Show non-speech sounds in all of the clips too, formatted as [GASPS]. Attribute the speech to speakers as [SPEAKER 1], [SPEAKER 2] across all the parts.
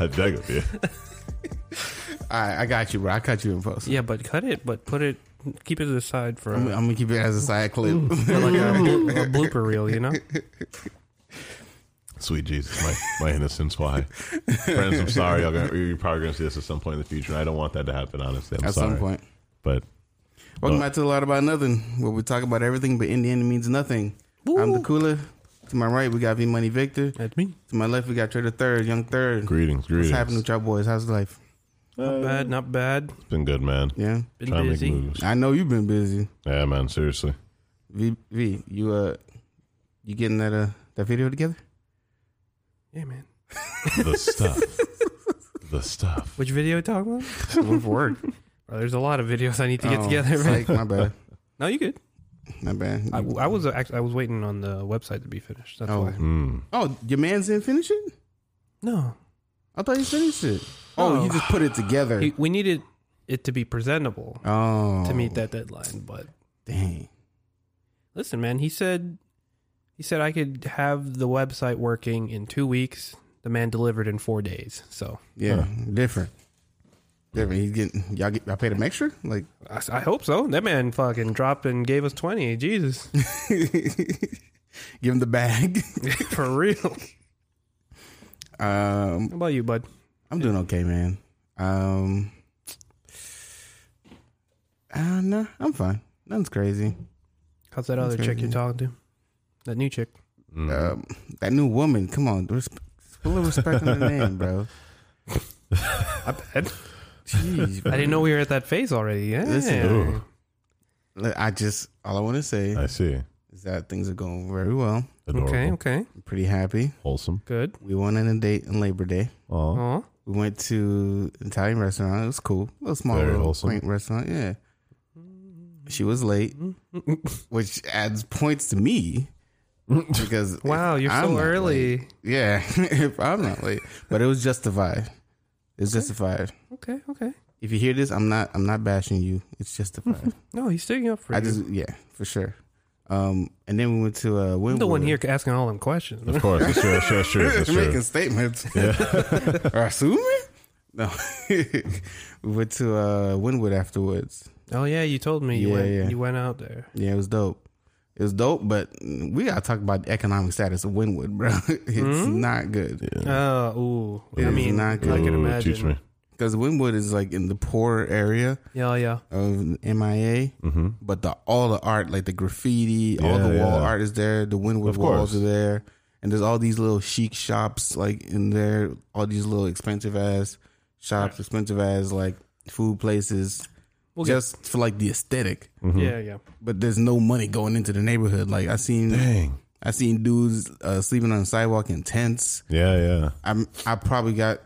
[SPEAKER 1] I beg of you.
[SPEAKER 2] I, I got you, bro. I cut you in post.
[SPEAKER 3] Yeah, but cut it, but put it, keep it to the side for
[SPEAKER 2] I'm, [LAUGHS]
[SPEAKER 3] a,
[SPEAKER 2] I'm gonna keep it as a side clip.
[SPEAKER 3] for like a, blo- a blooper reel, you know?
[SPEAKER 1] Sweet Jesus, my, my innocence, why? Friends, I'm sorry. Y'all gonna, you're probably going to see this at some point in the future. and I don't want that to happen, honestly. I'm
[SPEAKER 2] [LAUGHS] at
[SPEAKER 1] sorry.
[SPEAKER 2] some point.
[SPEAKER 1] But
[SPEAKER 2] Welcome
[SPEAKER 1] But-
[SPEAKER 2] back to a lot about nothing, where we talk about everything, but in the end, it means nothing. I'm the cooler. To my right, we got V Money Victor.
[SPEAKER 3] That's me.
[SPEAKER 2] To my left, we got Trader Third, Young Third.
[SPEAKER 1] greetings, greetings.
[SPEAKER 2] What's happening with y'all boys? How's life?
[SPEAKER 3] Not bad, not bad.
[SPEAKER 1] It's been good, man.
[SPEAKER 2] Yeah,
[SPEAKER 3] Been
[SPEAKER 1] Trying to make
[SPEAKER 3] busy.
[SPEAKER 1] moves.
[SPEAKER 2] I know you've been busy.
[SPEAKER 1] Yeah, man, seriously.
[SPEAKER 2] V, v you uh, you getting that uh that video together?
[SPEAKER 3] Yeah, man. [LAUGHS]
[SPEAKER 2] [LAUGHS]
[SPEAKER 1] The stuff. the stuff.
[SPEAKER 3] Which video you talking about?
[SPEAKER 2] One for work.
[SPEAKER 3] Oh, there's a lot of videos I need to get
[SPEAKER 2] Oh,
[SPEAKER 3] together. Man.
[SPEAKER 2] psych, my bad.
[SPEAKER 3] No, you good.
[SPEAKER 2] My bad.
[SPEAKER 3] [LAUGHS] I, I was actually I was waiting on the website to be finished. That's
[SPEAKER 2] Oh.
[SPEAKER 3] why.
[SPEAKER 1] Mm.
[SPEAKER 2] oh, your man's didn't finish it.
[SPEAKER 3] No,
[SPEAKER 2] I thought he finished it. Oh,
[SPEAKER 3] Oh.
[SPEAKER 2] he just put it together.
[SPEAKER 3] He- we needed it to be presentable
[SPEAKER 2] oh,
[SPEAKER 3] to meet that deadline. But
[SPEAKER 2] Dang.
[SPEAKER 3] listen, man, he said he said I could have the website working in two weeks. The man delivered in four days. So
[SPEAKER 2] Yeah, different. Different. He's getting y'all. Get, I paid him extra. Like [LAUGHS]
[SPEAKER 3] I, s- I hope so. That man fucking dropped and gave us twenty. Jesus,
[SPEAKER 2] [LAUGHS] give him the bag. [LAUGHS]
[SPEAKER 3] for real.
[SPEAKER 2] um,
[SPEAKER 3] How about you, bud?
[SPEAKER 2] I'm doing okay, man. Um, uh, nah, I'm fine. Nothing's crazy.
[SPEAKER 3] How's that other chick
[SPEAKER 2] Mm-hmm.
[SPEAKER 3] you're talking to? That new chick.
[SPEAKER 1] Mm-hmm. mm.
[SPEAKER 2] Um, that new woman. Come on, resp- a little respect on the name, bro.
[SPEAKER 3] I, bet.
[SPEAKER 2] Jeez,
[SPEAKER 3] I didn't know we were at that phase already. Yeah.
[SPEAKER 2] Listen.
[SPEAKER 1] Ooh.
[SPEAKER 2] Look, I just all I want to say
[SPEAKER 1] I see.
[SPEAKER 2] is that things are going very well.
[SPEAKER 1] Adorable.
[SPEAKER 3] Okay. Okay.
[SPEAKER 2] I'm pretty happy.
[SPEAKER 1] Wholesome.
[SPEAKER 3] Good.
[SPEAKER 2] We went on a date on Labor Day.
[SPEAKER 1] Aw.
[SPEAKER 3] Aw.
[SPEAKER 2] We went to an Italian restaurant. It was cool. A little small,
[SPEAKER 1] Very
[SPEAKER 2] little
[SPEAKER 1] wholesome.
[SPEAKER 2] quaint restaurant. Yeah. She was
[SPEAKER 3] [LAUGHS]
[SPEAKER 2] late, which adds points to me because if
[SPEAKER 3] Wow, you're
[SPEAKER 2] I'm
[SPEAKER 3] so
[SPEAKER 2] not late-
[SPEAKER 3] early.
[SPEAKER 2] yeah, [LAUGHS] if I'm not late, but it was justified. It's justified.
[SPEAKER 3] Okay. Okay.
[SPEAKER 2] If you hear this, I'm not. I'm not bashing you. It's
[SPEAKER 3] [LAUGHS]
[SPEAKER 2] justified.
[SPEAKER 3] No, he's sticking up for
[SPEAKER 2] I
[SPEAKER 3] you.
[SPEAKER 2] just yeah, for sure. Um, and then we went to uh,
[SPEAKER 3] I'm
[SPEAKER 2] Winwood. [LAUGHS]
[SPEAKER 3] the one here asking all them questions.
[SPEAKER 1] Of course. That's true. That's true. That's true. That's true.
[SPEAKER 2] making
[SPEAKER 3] [LAUGHS]
[SPEAKER 2] statements. [LAUGHS] or assuming? No. [LAUGHS] we went to uh, Winwood afterwards.
[SPEAKER 3] Oh yeah, you told me you
[SPEAKER 2] Yeah,
[SPEAKER 3] went
[SPEAKER 2] yeah.
[SPEAKER 3] you went out there.
[SPEAKER 2] Yeah, it was dope. It was dope, but we gotta talk about the economic status of Winwood, bro. [LAUGHS] It's
[SPEAKER 1] Mm-hmm.
[SPEAKER 2] not good
[SPEAKER 3] Oh, ooh.
[SPEAKER 2] It
[SPEAKER 3] I
[SPEAKER 2] is
[SPEAKER 3] mean,
[SPEAKER 2] not
[SPEAKER 3] I
[SPEAKER 2] good.
[SPEAKER 3] can
[SPEAKER 1] Ooh,
[SPEAKER 3] imagine.
[SPEAKER 1] Teach me.
[SPEAKER 2] because Winwood is like in the poor area
[SPEAKER 3] Yeah, yeah.
[SPEAKER 2] of MIA, but the all the art, like the graffiti, all the
[SPEAKER 1] Mm-hmm. Yeah,
[SPEAKER 2] wall
[SPEAKER 1] yeah.
[SPEAKER 2] art is there. The Winwood
[SPEAKER 1] Of
[SPEAKER 2] walls
[SPEAKER 1] course.
[SPEAKER 2] are there, and there's all these little chic shops like in there. All these little expensive ass shops, expensive ass like food places,
[SPEAKER 3] We'll get-
[SPEAKER 2] just for like the aesthetic.
[SPEAKER 3] Yeah, yeah.
[SPEAKER 2] But there's no money going into the neighborhood. Like I seen.
[SPEAKER 1] Dang.
[SPEAKER 2] I seen dudes uh, sleeping on the sidewalk in tents.
[SPEAKER 1] Yeah, yeah.
[SPEAKER 2] I'm I probably got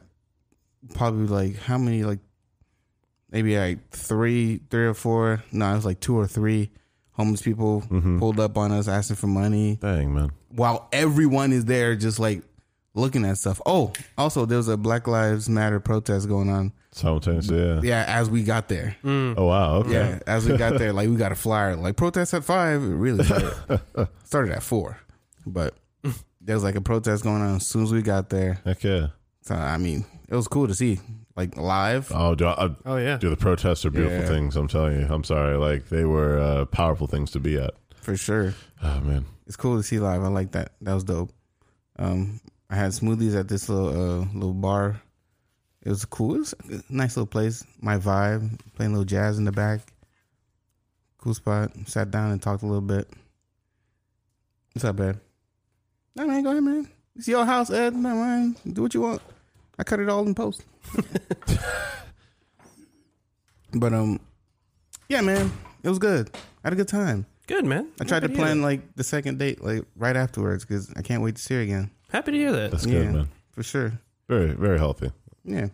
[SPEAKER 2] probably like how many like maybe like three three or four no it was like two or three homeless people pulled up on us asking for money
[SPEAKER 1] Dang, man.
[SPEAKER 2] while everyone is there just like looking at stuff. Oh, also there was a Black Lives Matter protest going on.
[SPEAKER 1] Simultaneously, yeah.
[SPEAKER 2] Yeah, as we got there.
[SPEAKER 3] Mm.
[SPEAKER 1] Oh, wow. Okay.
[SPEAKER 2] Yeah, as we got there, like we got a flyer, like protest at five. It really started, started at four, but there was like a protest going on as soon as we got there.
[SPEAKER 1] Heck yeah.
[SPEAKER 2] So I mean, it was cool to see, like live.
[SPEAKER 1] Oh, do I, I,
[SPEAKER 3] Oh yeah.
[SPEAKER 1] do the protests are beautiful
[SPEAKER 2] Yeah.
[SPEAKER 1] things. I'm telling you. I'm sorry. Like they were uh, powerful things to be at.
[SPEAKER 2] for sure.
[SPEAKER 1] Oh man.
[SPEAKER 2] It's cool to see live. I like that. That was dope. Um, I had smoothies at this little uh, little bar. It was cool. It was a nice little place. My vibe, playing a little jazz in the back. Cool spot. Sat down and talked a little bit. What's up, Ed? Nah, man, go ahead, man. It's your house, Ed. Nah, man, do what you want. I cut it all in post. but um, yeah, man, it was good. I had a good time.
[SPEAKER 3] Good man.
[SPEAKER 2] I tried to
[SPEAKER 3] Happy hear
[SPEAKER 2] plan
[SPEAKER 3] that.
[SPEAKER 2] like the second date like right afterwards because I can't wait to see her again
[SPEAKER 3] Happy to hear that.
[SPEAKER 1] That's good,
[SPEAKER 2] Yeah.
[SPEAKER 1] man.
[SPEAKER 2] for sure.
[SPEAKER 1] Very, very healthy.
[SPEAKER 2] Yeah,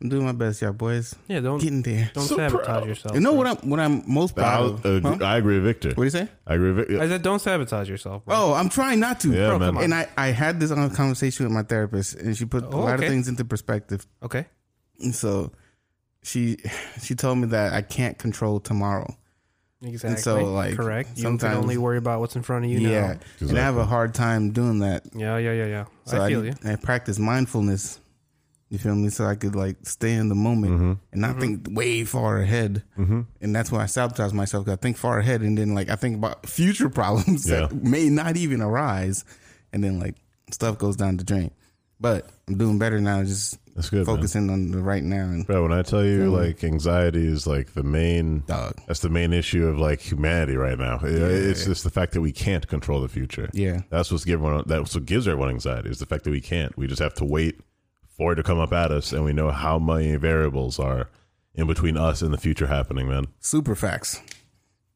[SPEAKER 2] I'm doing my best, y'all boys.
[SPEAKER 3] Yeah. Don't
[SPEAKER 2] Getting there.
[SPEAKER 3] don't
[SPEAKER 1] So
[SPEAKER 3] sabotage
[SPEAKER 1] proud.
[SPEAKER 3] yourself.
[SPEAKER 2] You know
[SPEAKER 3] bro.
[SPEAKER 2] what I'm what I'm most
[SPEAKER 1] I,
[SPEAKER 2] proud of? Huh?
[SPEAKER 1] ag- I agree, with Victor.
[SPEAKER 2] What do you say?
[SPEAKER 1] I agree, with Victor.
[SPEAKER 3] I said don't sabotage yourself. Bro.
[SPEAKER 2] Oh, I'm trying not to.
[SPEAKER 1] Yeah,
[SPEAKER 3] Bro,
[SPEAKER 1] man.
[SPEAKER 3] come on.
[SPEAKER 2] And I I had this on a conversation with my therapist, and she put a
[SPEAKER 3] Oh,
[SPEAKER 2] lot
[SPEAKER 3] okay.
[SPEAKER 2] of things into perspective.
[SPEAKER 3] Okay.
[SPEAKER 2] And so she she told me that I can't control tomorrow.
[SPEAKER 3] Exactly.
[SPEAKER 2] like,
[SPEAKER 3] correct. You can
[SPEAKER 2] sometimes-
[SPEAKER 3] only worry about what's in front of you
[SPEAKER 2] yeah,
[SPEAKER 3] now.
[SPEAKER 2] and I have a hard time doing that.
[SPEAKER 3] Yeah. Yeah. Yeah. Yeah.
[SPEAKER 2] So
[SPEAKER 3] I feel you.
[SPEAKER 2] I practice mindfulness, You feel me? So I could like stay in the moment
[SPEAKER 1] Mm-hmm.
[SPEAKER 2] and not think way far ahead. And that's why I sabotage myself. 'cause I think far ahead, and then like I think about future [LAUGHS] problems that
[SPEAKER 1] Yeah.
[SPEAKER 2] may not even arise, and then like stuff goes down the drain. But I'm doing better now. Just
[SPEAKER 1] That's good, man.
[SPEAKER 2] focusing on the right now and
[SPEAKER 1] Bro, when I tell you like anxiety is like the main
[SPEAKER 2] dog.
[SPEAKER 1] that's the main issue of like humanity right now. It- it's just the fact that we can't control the future.
[SPEAKER 2] Yeah.
[SPEAKER 1] That's what's giving everyone that's what gives everyone anxiety is the fact that we can't. We just have to wait for it to come up at us and we know how many variables are in between us and the future happening, man.
[SPEAKER 2] Super facts.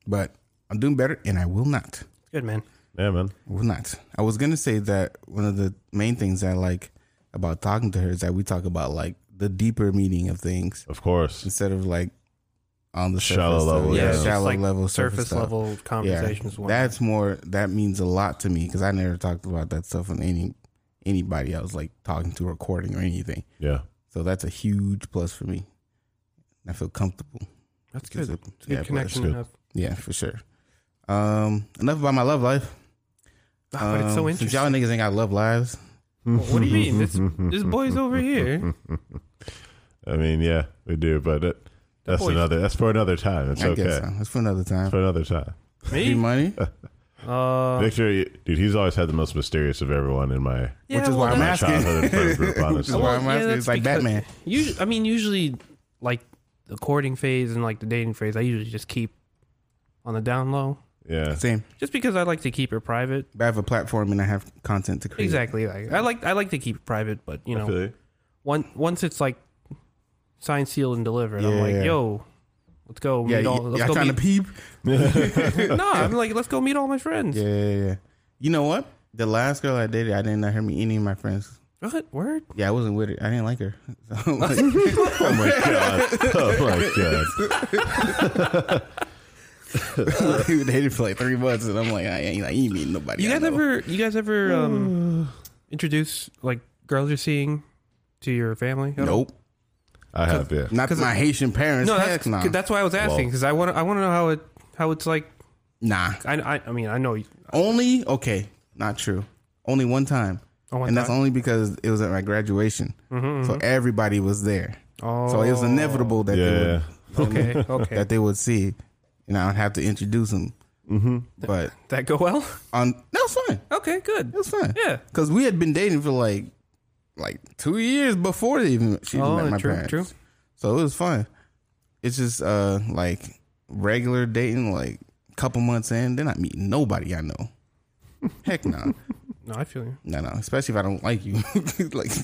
[SPEAKER 2] But I'm doing better, and I will not.
[SPEAKER 3] Good man.
[SPEAKER 1] Yeah, man.
[SPEAKER 2] We're not. I was gonna say that one of the main things I like about talking to her is that we talk about like the deeper meaning of things
[SPEAKER 1] Of course.
[SPEAKER 2] instead of like on the
[SPEAKER 1] Shallow
[SPEAKER 2] surface
[SPEAKER 1] level,
[SPEAKER 2] stuff.
[SPEAKER 1] Yeah,
[SPEAKER 3] it's
[SPEAKER 1] just
[SPEAKER 2] shallow
[SPEAKER 3] like
[SPEAKER 2] level, surface,
[SPEAKER 3] surface
[SPEAKER 2] stuff.
[SPEAKER 3] level conversations.
[SPEAKER 2] Yeah,
[SPEAKER 3] one.
[SPEAKER 2] that's more. That means a lot to me because I never talked about that stuff with any anybody I was like talking to, recording or anything.
[SPEAKER 1] Yeah.
[SPEAKER 2] So that's a huge plus for me. I feel comfortable.
[SPEAKER 3] That's good.
[SPEAKER 2] It's a-
[SPEAKER 3] It's a good
[SPEAKER 2] yeah,
[SPEAKER 3] connection
[SPEAKER 1] good.
[SPEAKER 3] to have.
[SPEAKER 2] Yeah, for sure. Um, enough about my love life.
[SPEAKER 3] Ah, but it's so
[SPEAKER 2] Um, since
[SPEAKER 3] interesting.
[SPEAKER 2] y'all niggas ain't got love lives.
[SPEAKER 3] Well, what do you
[SPEAKER 1] [LAUGHS]
[SPEAKER 3] mean? This this boy's over here.
[SPEAKER 1] I mean, yeah, we do, but it, that's
[SPEAKER 3] boys-
[SPEAKER 1] another that's for another time. It's
[SPEAKER 2] I
[SPEAKER 1] okay.
[SPEAKER 2] guess so. That's for another time.
[SPEAKER 1] For another time.
[SPEAKER 2] Free
[SPEAKER 3] Me?
[SPEAKER 2] money,
[SPEAKER 3] Uh,
[SPEAKER 1] Victor, dude, he's always had the most mysterious of everyone in my
[SPEAKER 3] yeah,
[SPEAKER 2] which is
[SPEAKER 3] well,
[SPEAKER 2] why I'm
[SPEAKER 3] that's-
[SPEAKER 1] my
[SPEAKER 2] asking.
[SPEAKER 1] childhood friend
[SPEAKER 2] [LAUGHS]
[SPEAKER 1] group,
[SPEAKER 2] Which is
[SPEAKER 1] honestly.
[SPEAKER 2] why I'm
[SPEAKER 3] Well, yeah,
[SPEAKER 2] asking.
[SPEAKER 3] that's
[SPEAKER 2] it's like
[SPEAKER 3] because-
[SPEAKER 2] Batman.
[SPEAKER 3] Usually, I mean, usually, like the courting phase and like the dating phase, I usually just keep on the down low,
[SPEAKER 1] Yeah.
[SPEAKER 2] Same.
[SPEAKER 3] just because I like to keep it private.
[SPEAKER 2] But I have a platform and I have content to create.
[SPEAKER 3] Exactly. Like I like I like to keep it private, but you
[SPEAKER 1] I
[SPEAKER 3] know,
[SPEAKER 1] feel
[SPEAKER 3] [LAUGHS]
[SPEAKER 1] you.
[SPEAKER 3] once once it's like signed, sealed, and delivered, I'm
[SPEAKER 2] Yeah,
[SPEAKER 3] like,
[SPEAKER 2] yeah.
[SPEAKER 3] yo, let's go
[SPEAKER 2] Yeah,
[SPEAKER 3] meet all.
[SPEAKER 2] y-
[SPEAKER 3] Let's
[SPEAKER 2] y'all
[SPEAKER 3] go
[SPEAKER 2] trying
[SPEAKER 3] meet.
[SPEAKER 2] to peep?
[SPEAKER 3] [LAUGHS] no, I'm like, let's go meet all my friends.
[SPEAKER 2] Yeah, yeah, yeah. You know what? The last girl I dated, I didn't let her meet any of my friends.
[SPEAKER 3] What word?
[SPEAKER 2] Yeah, I wasn't with her. I didn't like her. [LAUGHS] So, like, [LAUGHS]
[SPEAKER 1] Oh my god. Oh my god.
[SPEAKER 2] we dated for like three months, and I'm like, I ain't, I ain't meeting nobody.
[SPEAKER 3] You
[SPEAKER 2] I
[SPEAKER 3] guys
[SPEAKER 2] know.
[SPEAKER 3] ever? You guys [SIGHS] ever um, introduce like girls you're seeing to your family? at all?
[SPEAKER 2] Nope.
[SPEAKER 1] I have, yeah.
[SPEAKER 2] Not my Haitian parents.
[SPEAKER 3] No,
[SPEAKER 2] No,
[SPEAKER 3] that's,
[SPEAKER 2] Heck nah.
[SPEAKER 3] that's why I was asking
[SPEAKER 1] Well-
[SPEAKER 3] because I want I want to know how it how it's like.
[SPEAKER 2] nah.
[SPEAKER 3] I, I, I mean I know. you-
[SPEAKER 2] Only okay, not true. Only one time,
[SPEAKER 3] Oh, Mm-hmm. one
[SPEAKER 2] and that's
[SPEAKER 3] time?
[SPEAKER 2] only because it was at my graduation, so everybody was there.
[SPEAKER 3] Oh,
[SPEAKER 2] So it was inevitable that
[SPEAKER 1] Yeah.
[SPEAKER 2] they would,
[SPEAKER 3] okay.
[SPEAKER 2] [LAUGHS]
[SPEAKER 3] Okay,
[SPEAKER 2] that they would see, and I would have to introduce them. Mm-hmm. But
[SPEAKER 3] that go well. [LAUGHS]
[SPEAKER 2] on that was fine.
[SPEAKER 3] Okay, good.
[SPEAKER 2] That was fine.
[SPEAKER 3] Yeah.
[SPEAKER 2] because we had been dating for like like two years before they even she even
[SPEAKER 3] Oh,
[SPEAKER 2] met my
[SPEAKER 3] true,
[SPEAKER 2] parents.
[SPEAKER 3] true.
[SPEAKER 2] So it was fun. It's just uh like regular dating, like couple months in, then I meet nobody I
[SPEAKER 3] [LAUGHS]
[SPEAKER 2] know. Heck no.
[SPEAKER 3] No, I feel you.
[SPEAKER 2] No, no. Especially if I don't like you. [LAUGHS] like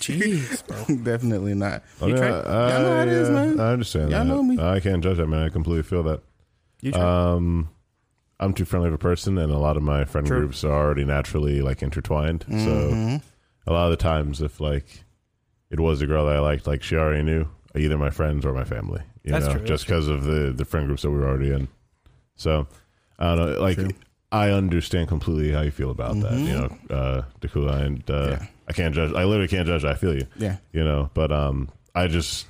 [SPEAKER 3] Jeez, bro.
[SPEAKER 2] [LAUGHS]
[SPEAKER 3] Uh,
[SPEAKER 2] definitely not.
[SPEAKER 1] I mean,
[SPEAKER 3] try-
[SPEAKER 1] I, I,
[SPEAKER 2] Y'all know how it is,
[SPEAKER 1] yeah,
[SPEAKER 2] man.
[SPEAKER 1] I understand
[SPEAKER 2] Y'all
[SPEAKER 1] that.
[SPEAKER 2] know me.
[SPEAKER 1] I can't judge that, man. I completely feel that.
[SPEAKER 3] You try.
[SPEAKER 2] Uh,
[SPEAKER 1] Um, I'm too friendly of a person, and a lot of my friend
[SPEAKER 3] True.
[SPEAKER 1] groups are already naturally like intertwined.
[SPEAKER 2] Mm-hmm.
[SPEAKER 1] So a lot of the times, if like it was a girl that I liked, like she already knew either my friends or my family. You
[SPEAKER 3] That's
[SPEAKER 1] know,
[SPEAKER 3] true, that's
[SPEAKER 1] just because of the the friend groups that we were already in. So I don't know. Like I understand completely how you feel about that. You know, uh, Dakula, and uh,
[SPEAKER 2] Yeah.
[SPEAKER 1] I can't judge. I literally can't judge. I feel you
[SPEAKER 2] Yeah.
[SPEAKER 1] you know but um i just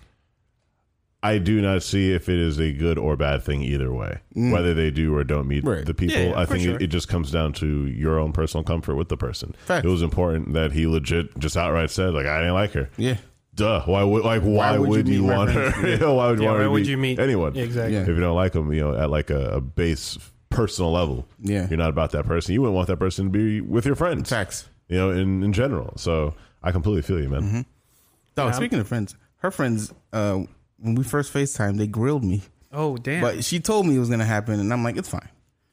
[SPEAKER 1] i do not see if it is a good or bad thing either way whether they do or don't meet
[SPEAKER 2] Mm. Right.
[SPEAKER 1] the people
[SPEAKER 3] Yeah, yeah,
[SPEAKER 1] i
[SPEAKER 3] for
[SPEAKER 1] think
[SPEAKER 3] sure.
[SPEAKER 1] it, it just comes down to your own personal comfort with the person
[SPEAKER 2] Facts.
[SPEAKER 1] it was important that he legit just outright said like i didn't like her
[SPEAKER 2] Yeah.
[SPEAKER 1] duh why would like why,
[SPEAKER 2] would you
[SPEAKER 1] would
[SPEAKER 2] meet
[SPEAKER 1] you,
[SPEAKER 2] my
[SPEAKER 1] want her [LAUGHS]
[SPEAKER 2] friends?
[SPEAKER 1] You know, why would you
[SPEAKER 3] Yeah,
[SPEAKER 1] want her to
[SPEAKER 3] why would you meet-
[SPEAKER 1] anyone
[SPEAKER 3] Yeah, exactly.
[SPEAKER 2] Yeah.
[SPEAKER 1] if you don't like them you know at like a, a base personal level
[SPEAKER 2] Yeah.
[SPEAKER 1] you're not about that person you wouldn't want that person to be with your friends
[SPEAKER 2] Facts.
[SPEAKER 1] you know in, in general so i completely feel you man
[SPEAKER 2] Mm-hmm. Dog, speaking of friends, her friends, uh, when we first FaceTime, they grilled me.
[SPEAKER 3] oh damn.
[SPEAKER 2] But she told me it was gonna happen and I'm like, it's fine.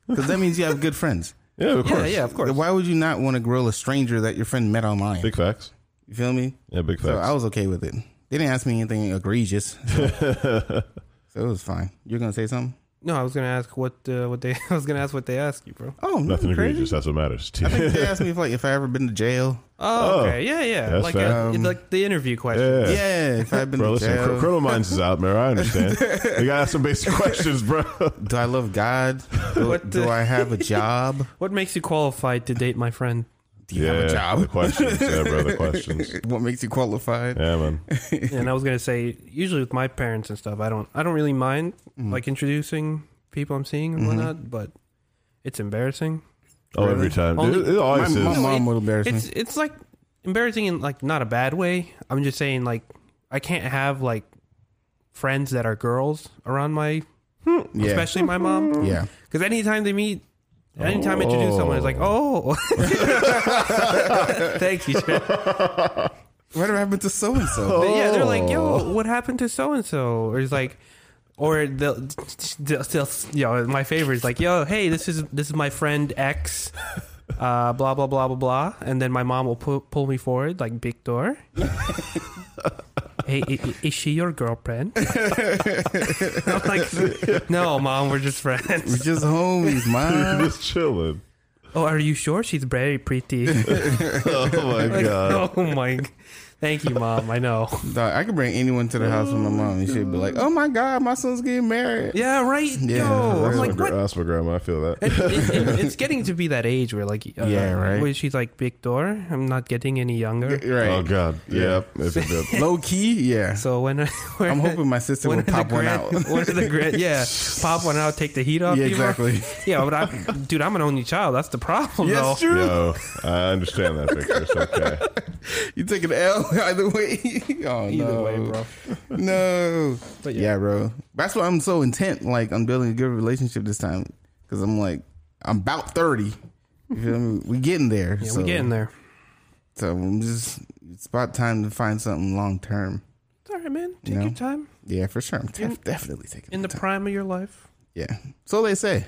[SPEAKER 2] Because that means you have good friends.
[SPEAKER 1] yeah [LAUGHS] of
[SPEAKER 3] yeah,
[SPEAKER 1] course
[SPEAKER 3] yeah, of course.
[SPEAKER 2] Then Why would you not want to grill a stranger that your friend met online?
[SPEAKER 1] Big facts.
[SPEAKER 2] You feel me?
[SPEAKER 1] Yeah, big
[SPEAKER 2] So
[SPEAKER 1] facts.
[SPEAKER 2] I was okay with it. They didn't ask me anything
[SPEAKER 1] [LAUGHS]
[SPEAKER 2] egregious. So, so it was fine. You're gonna say something?
[SPEAKER 3] No, I was gonna ask what uh, what they. [LAUGHS] I was gonna ask what they asked you, bro.
[SPEAKER 2] Oh,
[SPEAKER 1] Nothing
[SPEAKER 2] nothing crazy.
[SPEAKER 1] egregious. That's what matters.
[SPEAKER 2] I think they asked me if like if I ever been to jail.
[SPEAKER 3] Oh,
[SPEAKER 1] Oh,
[SPEAKER 3] okay, yeah, yeah,
[SPEAKER 1] that's
[SPEAKER 3] like
[SPEAKER 1] fair.
[SPEAKER 3] a, like the interview question.
[SPEAKER 1] yeah.
[SPEAKER 2] Yeah, if I've been
[SPEAKER 1] Bro,
[SPEAKER 2] to
[SPEAKER 1] listen,
[SPEAKER 2] jail.
[SPEAKER 1] cr- Criminal Minds is out, man. I understand. you gotta ask some
[SPEAKER 2] [LAUGHS]
[SPEAKER 1] basic questions, bro.
[SPEAKER 2] do I
[SPEAKER 1] [LAUGHS]
[SPEAKER 2] love God? Do,
[SPEAKER 3] What the-
[SPEAKER 2] do I have a job?
[SPEAKER 3] What makes you qualified to date
[SPEAKER 1] [LAUGHS]
[SPEAKER 3] my friend?
[SPEAKER 2] Do you have a
[SPEAKER 1] the
[SPEAKER 2] job?
[SPEAKER 1] questions. Yeah, bro, the questions.
[SPEAKER 2] What makes you qualified?
[SPEAKER 1] Yeah,
[SPEAKER 2] [LAUGHS]
[SPEAKER 1] man.
[SPEAKER 3] and I was gonna say, usually with my parents and stuff, I don't, I don't really mind
[SPEAKER 1] Mm.
[SPEAKER 3] like introducing people I'm seeing
[SPEAKER 1] Mm-hmm.
[SPEAKER 3] and whatnot, but it's embarrassing.
[SPEAKER 1] Oh, every time. Dude,
[SPEAKER 3] Only-
[SPEAKER 1] it always
[SPEAKER 2] my,
[SPEAKER 1] [LAUGHS]
[SPEAKER 2] my
[SPEAKER 1] is.
[SPEAKER 2] mom
[SPEAKER 3] it-
[SPEAKER 2] would embarrass me.
[SPEAKER 3] It's it's like embarrassing in like not a bad way. I'm just saying like I can't have like friends that are girls around my,
[SPEAKER 1] Hmm.
[SPEAKER 3] especially
[SPEAKER 1] [LAUGHS]
[SPEAKER 3] my mom.
[SPEAKER 2] Yeah.
[SPEAKER 3] Because anytime they meet, anytime I introduce someone, it's like, oh, [LAUGHS] thank you. Chad.
[SPEAKER 2] Whatever happened to so and
[SPEAKER 3] [LAUGHS]
[SPEAKER 2] so?
[SPEAKER 3] But yeah, they're like, yo, what happened to so and so? Or it's like, or they'll, they'll, they'll, you know, my favorite is like, yo, hey, this is this is my friend X, uh, blah blah blah blah blah, and then my mom will pull pull me forward like big door. hey, i- i- is she your girlfriend? [LAUGHS] I'm like, no, mom, we're just
[SPEAKER 2] We're
[SPEAKER 3] friends. [LAUGHS]
[SPEAKER 2] just homies, man.
[SPEAKER 1] just
[SPEAKER 2] [LAUGHS]
[SPEAKER 1] chilling.
[SPEAKER 3] Oh, are you sure she's very pretty?
[SPEAKER 1] Oh my
[SPEAKER 3] [LAUGHS] Like,
[SPEAKER 1] god.
[SPEAKER 3] oh my, [LAUGHS] thank you, mom. I know.
[SPEAKER 2] Dog, I could bring anyone to the house with my mom and she'd be like, "Oh my god, my son's getting married."
[SPEAKER 3] [LAUGHS] Yeah, right.
[SPEAKER 2] Yeah,
[SPEAKER 3] yo,
[SPEAKER 1] That's
[SPEAKER 3] I'm
[SPEAKER 1] my
[SPEAKER 3] like,
[SPEAKER 1] gra-
[SPEAKER 3] what?
[SPEAKER 1] That's my grandma. I feel that.
[SPEAKER 3] it, it- it- it's getting to be that age where like uh,
[SPEAKER 2] Yeah, right.
[SPEAKER 3] where she's like big door i'm not getting any younger
[SPEAKER 1] Oh
[SPEAKER 2] Right.
[SPEAKER 1] god.
[SPEAKER 2] [LAUGHS] Yeah.
[SPEAKER 1] Yeah. It's a bit-
[SPEAKER 2] [LAUGHS] Low key, yeah.
[SPEAKER 3] so when [LAUGHS] when-
[SPEAKER 2] I'm hoping my sister
[SPEAKER 3] when
[SPEAKER 2] will
[SPEAKER 3] are the
[SPEAKER 2] pop one
[SPEAKER 3] grand- [LAUGHS]
[SPEAKER 2] out.
[SPEAKER 3] when are the
[SPEAKER 2] [LAUGHS]
[SPEAKER 3] grand- yeah pop one out take the heat off
[SPEAKER 2] yeah,
[SPEAKER 3] you know?
[SPEAKER 2] exactly. [LAUGHS]
[SPEAKER 3] yeah but i dude i'm an only child that's the problem though
[SPEAKER 2] true.
[SPEAKER 1] No, I understand that picture. It's
[SPEAKER 2] [LAUGHS]
[SPEAKER 1] okay.
[SPEAKER 2] You take an L [LAUGHS] either way. oh, no. [LAUGHS] No.
[SPEAKER 3] But
[SPEAKER 2] yeah. bro. That's why I'm so intent, like, on building a good relationship this time. Because I'm like, I'm about 30. You feel me? We getting there.
[SPEAKER 3] yeah
[SPEAKER 2] so,
[SPEAKER 3] we're getting there
[SPEAKER 2] So I'm just, it's about time to find something long term.
[SPEAKER 3] it's all right man take
[SPEAKER 2] No.
[SPEAKER 3] your time
[SPEAKER 2] Yeah, for sure. I'm def- definitely taking
[SPEAKER 3] in the
[SPEAKER 2] time.
[SPEAKER 3] prime of your life
[SPEAKER 2] Yeah. So they say.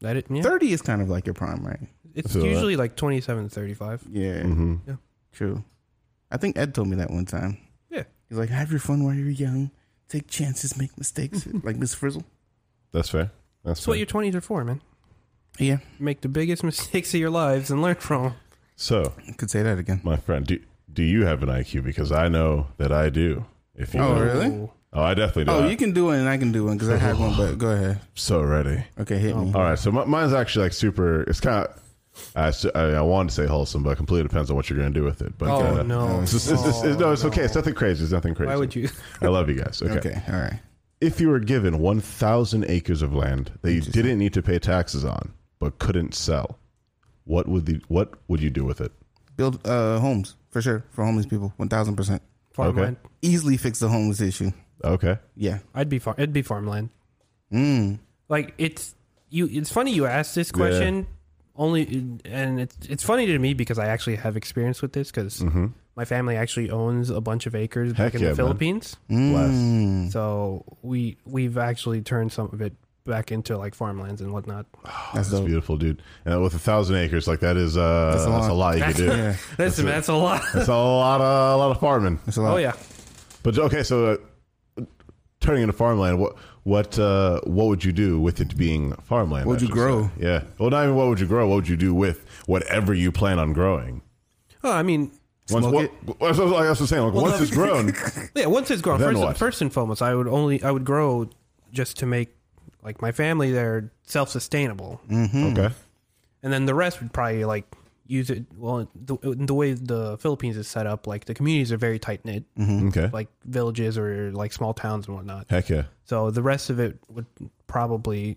[SPEAKER 3] that it, yeah.
[SPEAKER 2] 30 is kind of like your prime, right?
[SPEAKER 3] it's
[SPEAKER 1] So that-
[SPEAKER 3] usually like 27 35
[SPEAKER 2] Yeah.
[SPEAKER 1] hmm
[SPEAKER 2] True. I think Ed told me that one time.
[SPEAKER 3] Yeah.
[SPEAKER 2] He's like, have your fun while you're young. Take chances, make
[SPEAKER 3] [LAUGHS]
[SPEAKER 2] mistakes, like Miss Frizzle.
[SPEAKER 1] That's fair. That's
[SPEAKER 3] that's what
[SPEAKER 1] fair.
[SPEAKER 3] your 20s are for man
[SPEAKER 2] Yeah,
[SPEAKER 3] make the biggest mistakes of your lives and learn from 'em.
[SPEAKER 1] So,
[SPEAKER 2] I could say that again.
[SPEAKER 1] my friend, do do you have an IQ? Because I know that I do. If you
[SPEAKER 2] Oh,
[SPEAKER 1] know.
[SPEAKER 2] really?
[SPEAKER 1] oh, I definitely do.
[SPEAKER 2] Oh,
[SPEAKER 1] I'm
[SPEAKER 2] you can do one and I can do one because I have one. But go ahead.
[SPEAKER 1] so ready.
[SPEAKER 2] Okay, hit me.
[SPEAKER 1] All right, so mi- mine's actually like super. It's kind of. I, s- I, I wanted to say wholesome, but it completely depends on what you're going to do with it. But
[SPEAKER 3] oh
[SPEAKER 1] uh,
[SPEAKER 3] no Oh.
[SPEAKER 1] it's just- it's just- it's- [LAUGHS] no, it's okay. It's nothing crazy. It's nothing crazy.
[SPEAKER 3] why would you [LAUGHS]
[SPEAKER 1] I love you guys. Okay.
[SPEAKER 2] Okay, all right.
[SPEAKER 1] If you were given 1,000 acres of land that you didn't need to pay taxes on but couldn't sell, what would the what would you do with it?
[SPEAKER 2] Build uh, homes for sure for homeless people. One thousand percent.
[SPEAKER 3] farmland
[SPEAKER 2] Easily fix the homeless issue.
[SPEAKER 1] Okay.
[SPEAKER 2] Yeah.
[SPEAKER 3] I'd be far- it'd be farmland.
[SPEAKER 2] Mm.
[SPEAKER 3] Like it's you. It's funny you asked this question. Only and it's it's funny to me because I actually have experience with this because
[SPEAKER 1] Mm-hmm.
[SPEAKER 3] my family actually owns a bunch of acres back
[SPEAKER 1] Mm. Heck
[SPEAKER 3] in
[SPEAKER 1] yeah,
[SPEAKER 3] the
[SPEAKER 1] man.
[SPEAKER 3] Philippines.
[SPEAKER 2] Mm.
[SPEAKER 3] So we we've actually turned some of it back into like farmlands and whatnot.
[SPEAKER 2] That's
[SPEAKER 1] That's
[SPEAKER 2] dope.
[SPEAKER 1] beautiful, dude. And with a thousand acres, like that is uh,
[SPEAKER 2] That's
[SPEAKER 1] that's, a
[SPEAKER 2] a lot.
[SPEAKER 1] lot you can
[SPEAKER 2] [LAUGHS]
[SPEAKER 1] do.
[SPEAKER 2] Yeah,
[SPEAKER 3] That's that's, a lot.
[SPEAKER 1] That's a lot of a lot of farming.
[SPEAKER 2] that's a lot.
[SPEAKER 3] Oh yeah,
[SPEAKER 1] But okay, so uh, turning into farmland, what what uh, what would you do with it being farmland?
[SPEAKER 2] What would
[SPEAKER 1] I
[SPEAKER 2] you
[SPEAKER 1] should
[SPEAKER 2] grow?
[SPEAKER 1] say? Yeah. Well, not even what would you grow. What would you do with whatever you plan on growing?
[SPEAKER 3] oh, I mean,
[SPEAKER 1] Once,
[SPEAKER 2] Smoke
[SPEAKER 1] what, that's what I was saying. Like, once
[SPEAKER 3] the-
[SPEAKER 1] it's
[SPEAKER 2] [LAUGHS]
[SPEAKER 1] grown,
[SPEAKER 3] yeah. Once it's grown,
[SPEAKER 1] Then
[SPEAKER 3] first,
[SPEAKER 1] what?
[SPEAKER 3] first and foremost, I would only I would grow just to make like my family there self sustainable.
[SPEAKER 2] Mm-hmm.
[SPEAKER 1] okay.
[SPEAKER 3] and then the rest would probably like use it. Well, the, the way the Philippines is set up, like the communities are very tight knit,
[SPEAKER 2] Mm-hmm.
[SPEAKER 1] Okay.
[SPEAKER 3] like villages or like small towns and whatnot.
[SPEAKER 1] Heck yeah.
[SPEAKER 3] So the rest of it would probably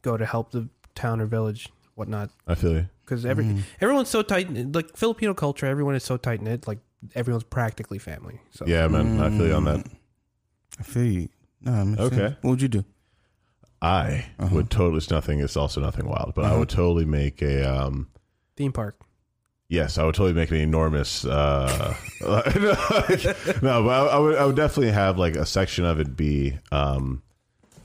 [SPEAKER 3] go to help the town or village, whatnot,
[SPEAKER 1] I feel you.
[SPEAKER 3] because every
[SPEAKER 1] Mm-hmm.
[SPEAKER 3] everyone's so tight. Like Filipino culture, everyone is so tight knit. Like everyone's practically family. So
[SPEAKER 1] Yeah, man. I feel you on that.
[SPEAKER 2] I feel you. No, that makes
[SPEAKER 1] Okay.
[SPEAKER 2] sense. What would you do?
[SPEAKER 1] I
[SPEAKER 2] Uh-huh.
[SPEAKER 1] would totally. It's nothing. It's also nothing wild, but I would totally make a. Um,
[SPEAKER 3] theme park.
[SPEAKER 1] Yes, I would totally make an enormous. Uh, [LAUGHS] like- no, but I, I would. I would definitely have like a section of it be um,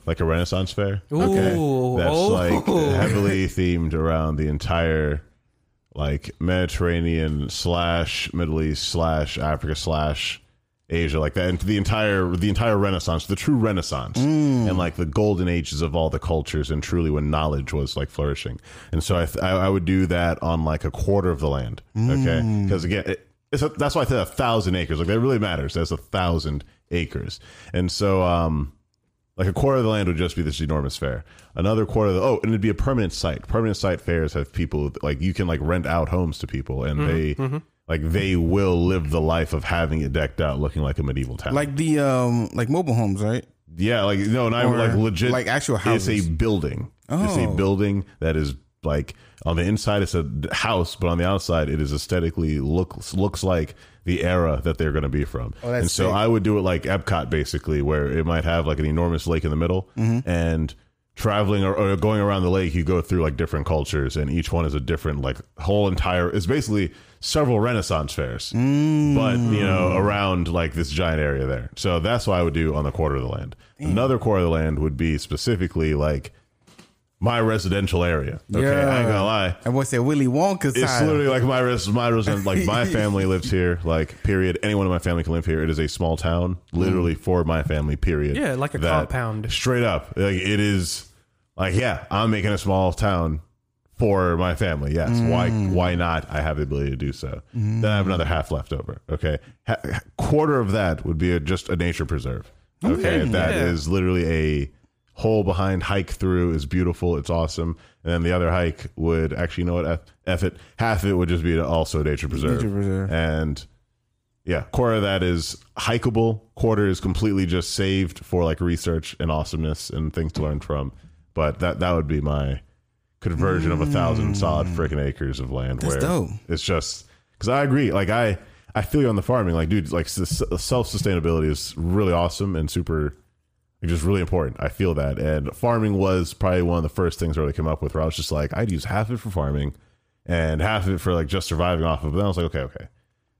[SPEAKER 1] like a Renaissance fair.
[SPEAKER 3] Ooh,
[SPEAKER 1] That's
[SPEAKER 3] oh, [LAUGHS]
[SPEAKER 1] like heavily themed around the entire like Mediterranean slash Middle East slash Africa slash Asia, like that, and the entire the entire Renaissance, the true Renaissance, and like the golden ages of all the cultures, and truly when knowledge was like flourishing. And so I th- I, I would do that on like a quarter of the land, okay? Because again, it, it's a, that's why I said a thousand acres. Like that really matters. That's a thousand acres, and so um like a quarter of the land would just be this enormous fair. Another quarter of the oh, and it'd be a permanent site. Permanent site fairs have people like you can like rent out homes to people, and they like they will live the life of having it decked out, looking like a medieval town.
[SPEAKER 2] Like the um, like mobile homes, right?
[SPEAKER 1] yeah, like no, and I
[SPEAKER 2] Or
[SPEAKER 1] like legit
[SPEAKER 2] like actual houses.
[SPEAKER 1] It's a building. It's
[SPEAKER 2] Oh.
[SPEAKER 1] a building that is like on the inside it's a d- house, but on the outside it is aesthetically looks looks like the era that they're going to be from.
[SPEAKER 2] Oh, that's
[SPEAKER 1] and so
[SPEAKER 2] sick.
[SPEAKER 1] I would do it like Epcot, basically, where it might have like an enormous lake in the middle,
[SPEAKER 2] Mm-hmm.
[SPEAKER 1] and traveling or, or going around the lake, you go through like different cultures, and each one is a different like whole entire. It's basically several Renaissance fairs, but you
[SPEAKER 3] Hmm.
[SPEAKER 1] know around like this giant area there. So that's what I would do on the quarter of the land. Another quarter of the land would be specifically like my residential area. Okay, I ain't
[SPEAKER 2] Yeah.
[SPEAKER 1] gonna lie.
[SPEAKER 2] I want to say Willy Wonka
[SPEAKER 1] It's
[SPEAKER 2] style.
[SPEAKER 1] literally like my res, my res, like
[SPEAKER 3] [LAUGHS]
[SPEAKER 1] my family lives here. Like period. Anyone in my family can live here. It is a small town, literally for my family. Period.
[SPEAKER 3] Hmm. Yeah, like a compound.
[SPEAKER 1] Straight up, like it is. Like yeah, I'm making a small town for my family. Yes. Why? Why not? I have the ability to do so. Then I have another half left over. Okay, ha- quarter of that would be a, just a nature preserve. Okay,
[SPEAKER 3] Okay,
[SPEAKER 1] that is
[SPEAKER 3] yeah.
[SPEAKER 1] literally a hole behind hike through is beautiful. It's awesome. And then the other hike would actually, you know what? F, F it. Half of it would just be also a nature preserve.
[SPEAKER 2] Nature preserve.
[SPEAKER 1] And yeah, quarter of that is hikeable. Quarter is completely just saved for like research and awesomeness and things to learn from. But that that would be my conversion of a thousand solid freaking acres of land.
[SPEAKER 2] Mm. That's
[SPEAKER 1] where
[SPEAKER 2] dope.
[SPEAKER 1] It's just because I agree. Like I I feel you on the farming. Like dude, like self sustainability is really awesome and super like just really important. I feel that. And farming was probably one of the first things I really came up with where I was just like, I'd use half of it for farming and half of it for like just surviving off of it. Then I was like, okay, okay.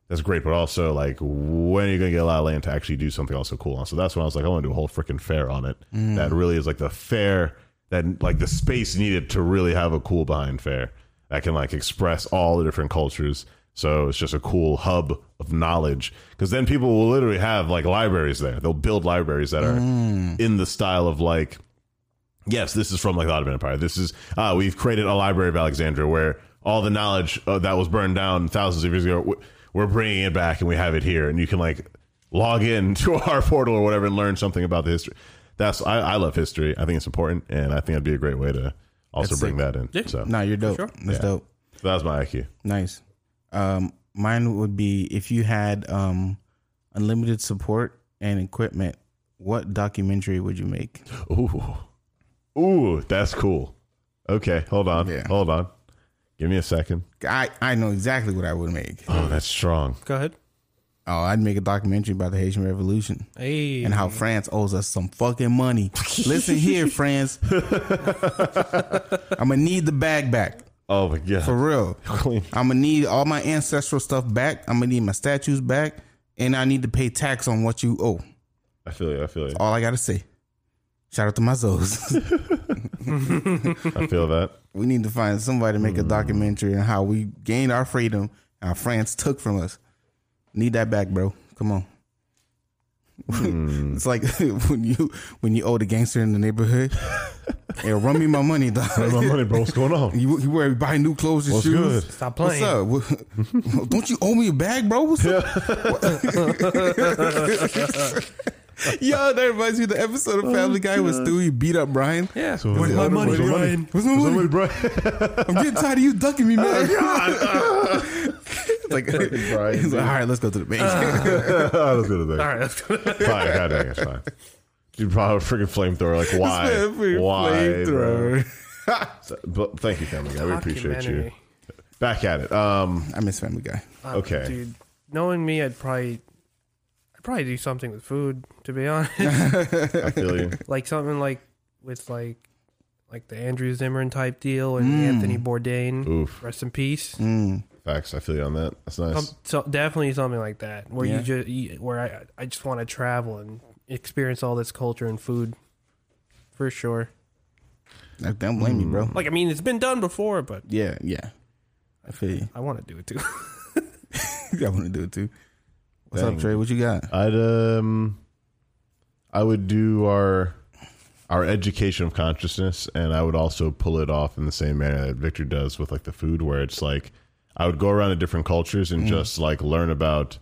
[SPEAKER 1] That's great, but also like when are you gonna get a lot of land to actually do something also cool on? So that's when I was like, I want to do a whole freaking fair on it. That really is like the fair that like the space needed to really have a cool behind fair that can like express all the different cultures. So it's just a cool hub of knowledge because then people will literally have like libraries there. They'll build libraries that are in the style of like yes, this is from like the Ottoman Empire. This is uh, we've created a library of Alexandria where all the knowledge uh, that was burned down thousands of years ago, w- we're bringing it back and we have it here, and you can like log in [LAUGHS] to our portal or whatever and learn something about the history. That's I, I love history. I think it's important, and I think it'd be a great way to also bring that in. So
[SPEAKER 2] Nah, you're dope.
[SPEAKER 3] sure.
[SPEAKER 2] That's
[SPEAKER 1] Yeah.
[SPEAKER 2] dope.
[SPEAKER 1] that was my IQ.
[SPEAKER 2] Nice. Um, mine would be if you had um, unlimited support and equipment, what documentary would you make?
[SPEAKER 1] Ooh, ooh, that's cool. Okay, hold on,
[SPEAKER 2] Yeah.
[SPEAKER 1] hold on. Give me a second.
[SPEAKER 2] I, I know exactly what I would make.
[SPEAKER 1] Oh, that's strong.
[SPEAKER 3] Go ahead.
[SPEAKER 2] Oh, I'd make a documentary about the Haitian Revolution
[SPEAKER 3] Hey.
[SPEAKER 2] and how France owes us some fucking money. Listen here, France. I'm gonna need the bag back
[SPEAKER 1] Oh my god.
[SPEAKER 2] for real.
[SPEAKER 1] Clean.
[SPEAKER 2] I'm gonna need all my ancestral stuff back. I'm gonna need my statues back, and I need to pay tax on what you owe.
[SPEAKER 1] I feel you. I feel you.
[SPEAKER 2] All I gotta say. Shout out to my Zoes. [LAUGHS]
[SPEAKER 1] I feel that.
[SPEAKER 2] We need to find somebody to make a documentary on how we gained our freedom, how France took from us. Need that back, bro. Come on. [LAUGHS] it's like when you when you owe the gangster in the neighborhood. hey, run me my money,
[SPEAKER 1] Where's my
[SPEAKER 2] dog.
[SPEAKER 1] money, bro? What's going on?
[SPEAKER 2] [LAUGHS] You, you wear buy new clothes and
[SPEAKER 1] What's
[SPEAKER 2] shoes.
[SPEAKER 1] good?
[SPEAKER 3] Stop
[SPEAKER 2] What's
[SPEAKER 3] playing.
[SPEAKER 2] up? What- [LAUGHS] Don't you owe me a bag, bro? What's up? [LAUGHS] Yo, that reminds me of the episode of Family Guy where Stewie beat up Brian.
[SPEAKER 3] Yeah.
[SPEAKER 1] So
[SPEAKER 3] Where's
[SPEAKER 1] where's
[SPEAKER 3] my
[SPEAKER 1] the-
[SPEAKER 3] money,
[SPEAKER 1] where's the money?
[SPEAKER 3] Ryan?
[SPEAKER 2] What's my money?
[SPEAKER 1] Somebody bro-
[SPEAKER 2] I'm getting tired of you ducking me,
[SPEAKER 1] Uh,
[SPEAKER 2] man. [LAUGHS] like, he's like, all right, let's go to
[SPEAKER 1] [LAUGHS]
[SPEAKER 2] the bank.
[SPEAKER 1] I was gonna
[SPEAKER 3] All
[SPEAKER 1] think.
[SPEAKER 3] right. Let's go.
[SPEAKER 1] Fine, God dang it, fine. Dude, probably freaking flamethrower. Like, why?
[SPEAKER 2] Man, for your
[SPEAKER 1] Why? Bro?
[SPEAKER 2] flamethrower.
[SPEAKER 1] So- But thank you, Family Guy. We appreciate you.
[SPEAKER 3] Documentary.
[SPEAKER 1] Back at it. Um,
[SPEAKER 2] I miss Family Guy.
[SPEAKER 3] eh? Um,
[SPEAKER 1] Okay.
[SPEAKER 3] Dude, knowing me, I'd probably, I'd probably do something with food. To be [LAUGHS] honest,
[SPEAKER 1] I feel you.
[SPEAKER 3] like something like with like, like the Andrew Zimmern type deal and
[SPEAKER 1] Mm.
[SPEAKER 3] Anthony Bourdain.
[SPEAKER 1] Oof.
[SPEAKER 3] Rest in peace.
[SPEAKER 2] Mm.
[SPEAKER 1] Facts. I feel you on that. That's
[SPEAKER 3] Um,
[SPEAKER 1] nice.
[SPEAKER 3] so definitely something like that, where
[SPEAKER 2] Yeah.
[SPEAKER 3] you just you, where I I just want to travel and experience all this culture and food, for sure.
[SPEAKER 2] Like, don't blame
[SPEAKER 1] Mm.
[SPEAKER 2] me, bro.
[SPEAKER 3] Like I mean, it's been done before, but
[SPEAKER 2] yeah, yeah. I feel you.
[SPEAKER 3] I want to do it too. [LAUGHS]
[SPEAKER 2] [LAUGHS] I want to do it too. What's
[SPEAKER 1] Dang.
[SPEAKER 2] up, Trey? What you got?
[SPEAKER 1] I'd um, I would do our our education of consciousness, and I would also pull it off in the same manner that Victor does with like the food, where it's like I would go around to different cultures and just like learn about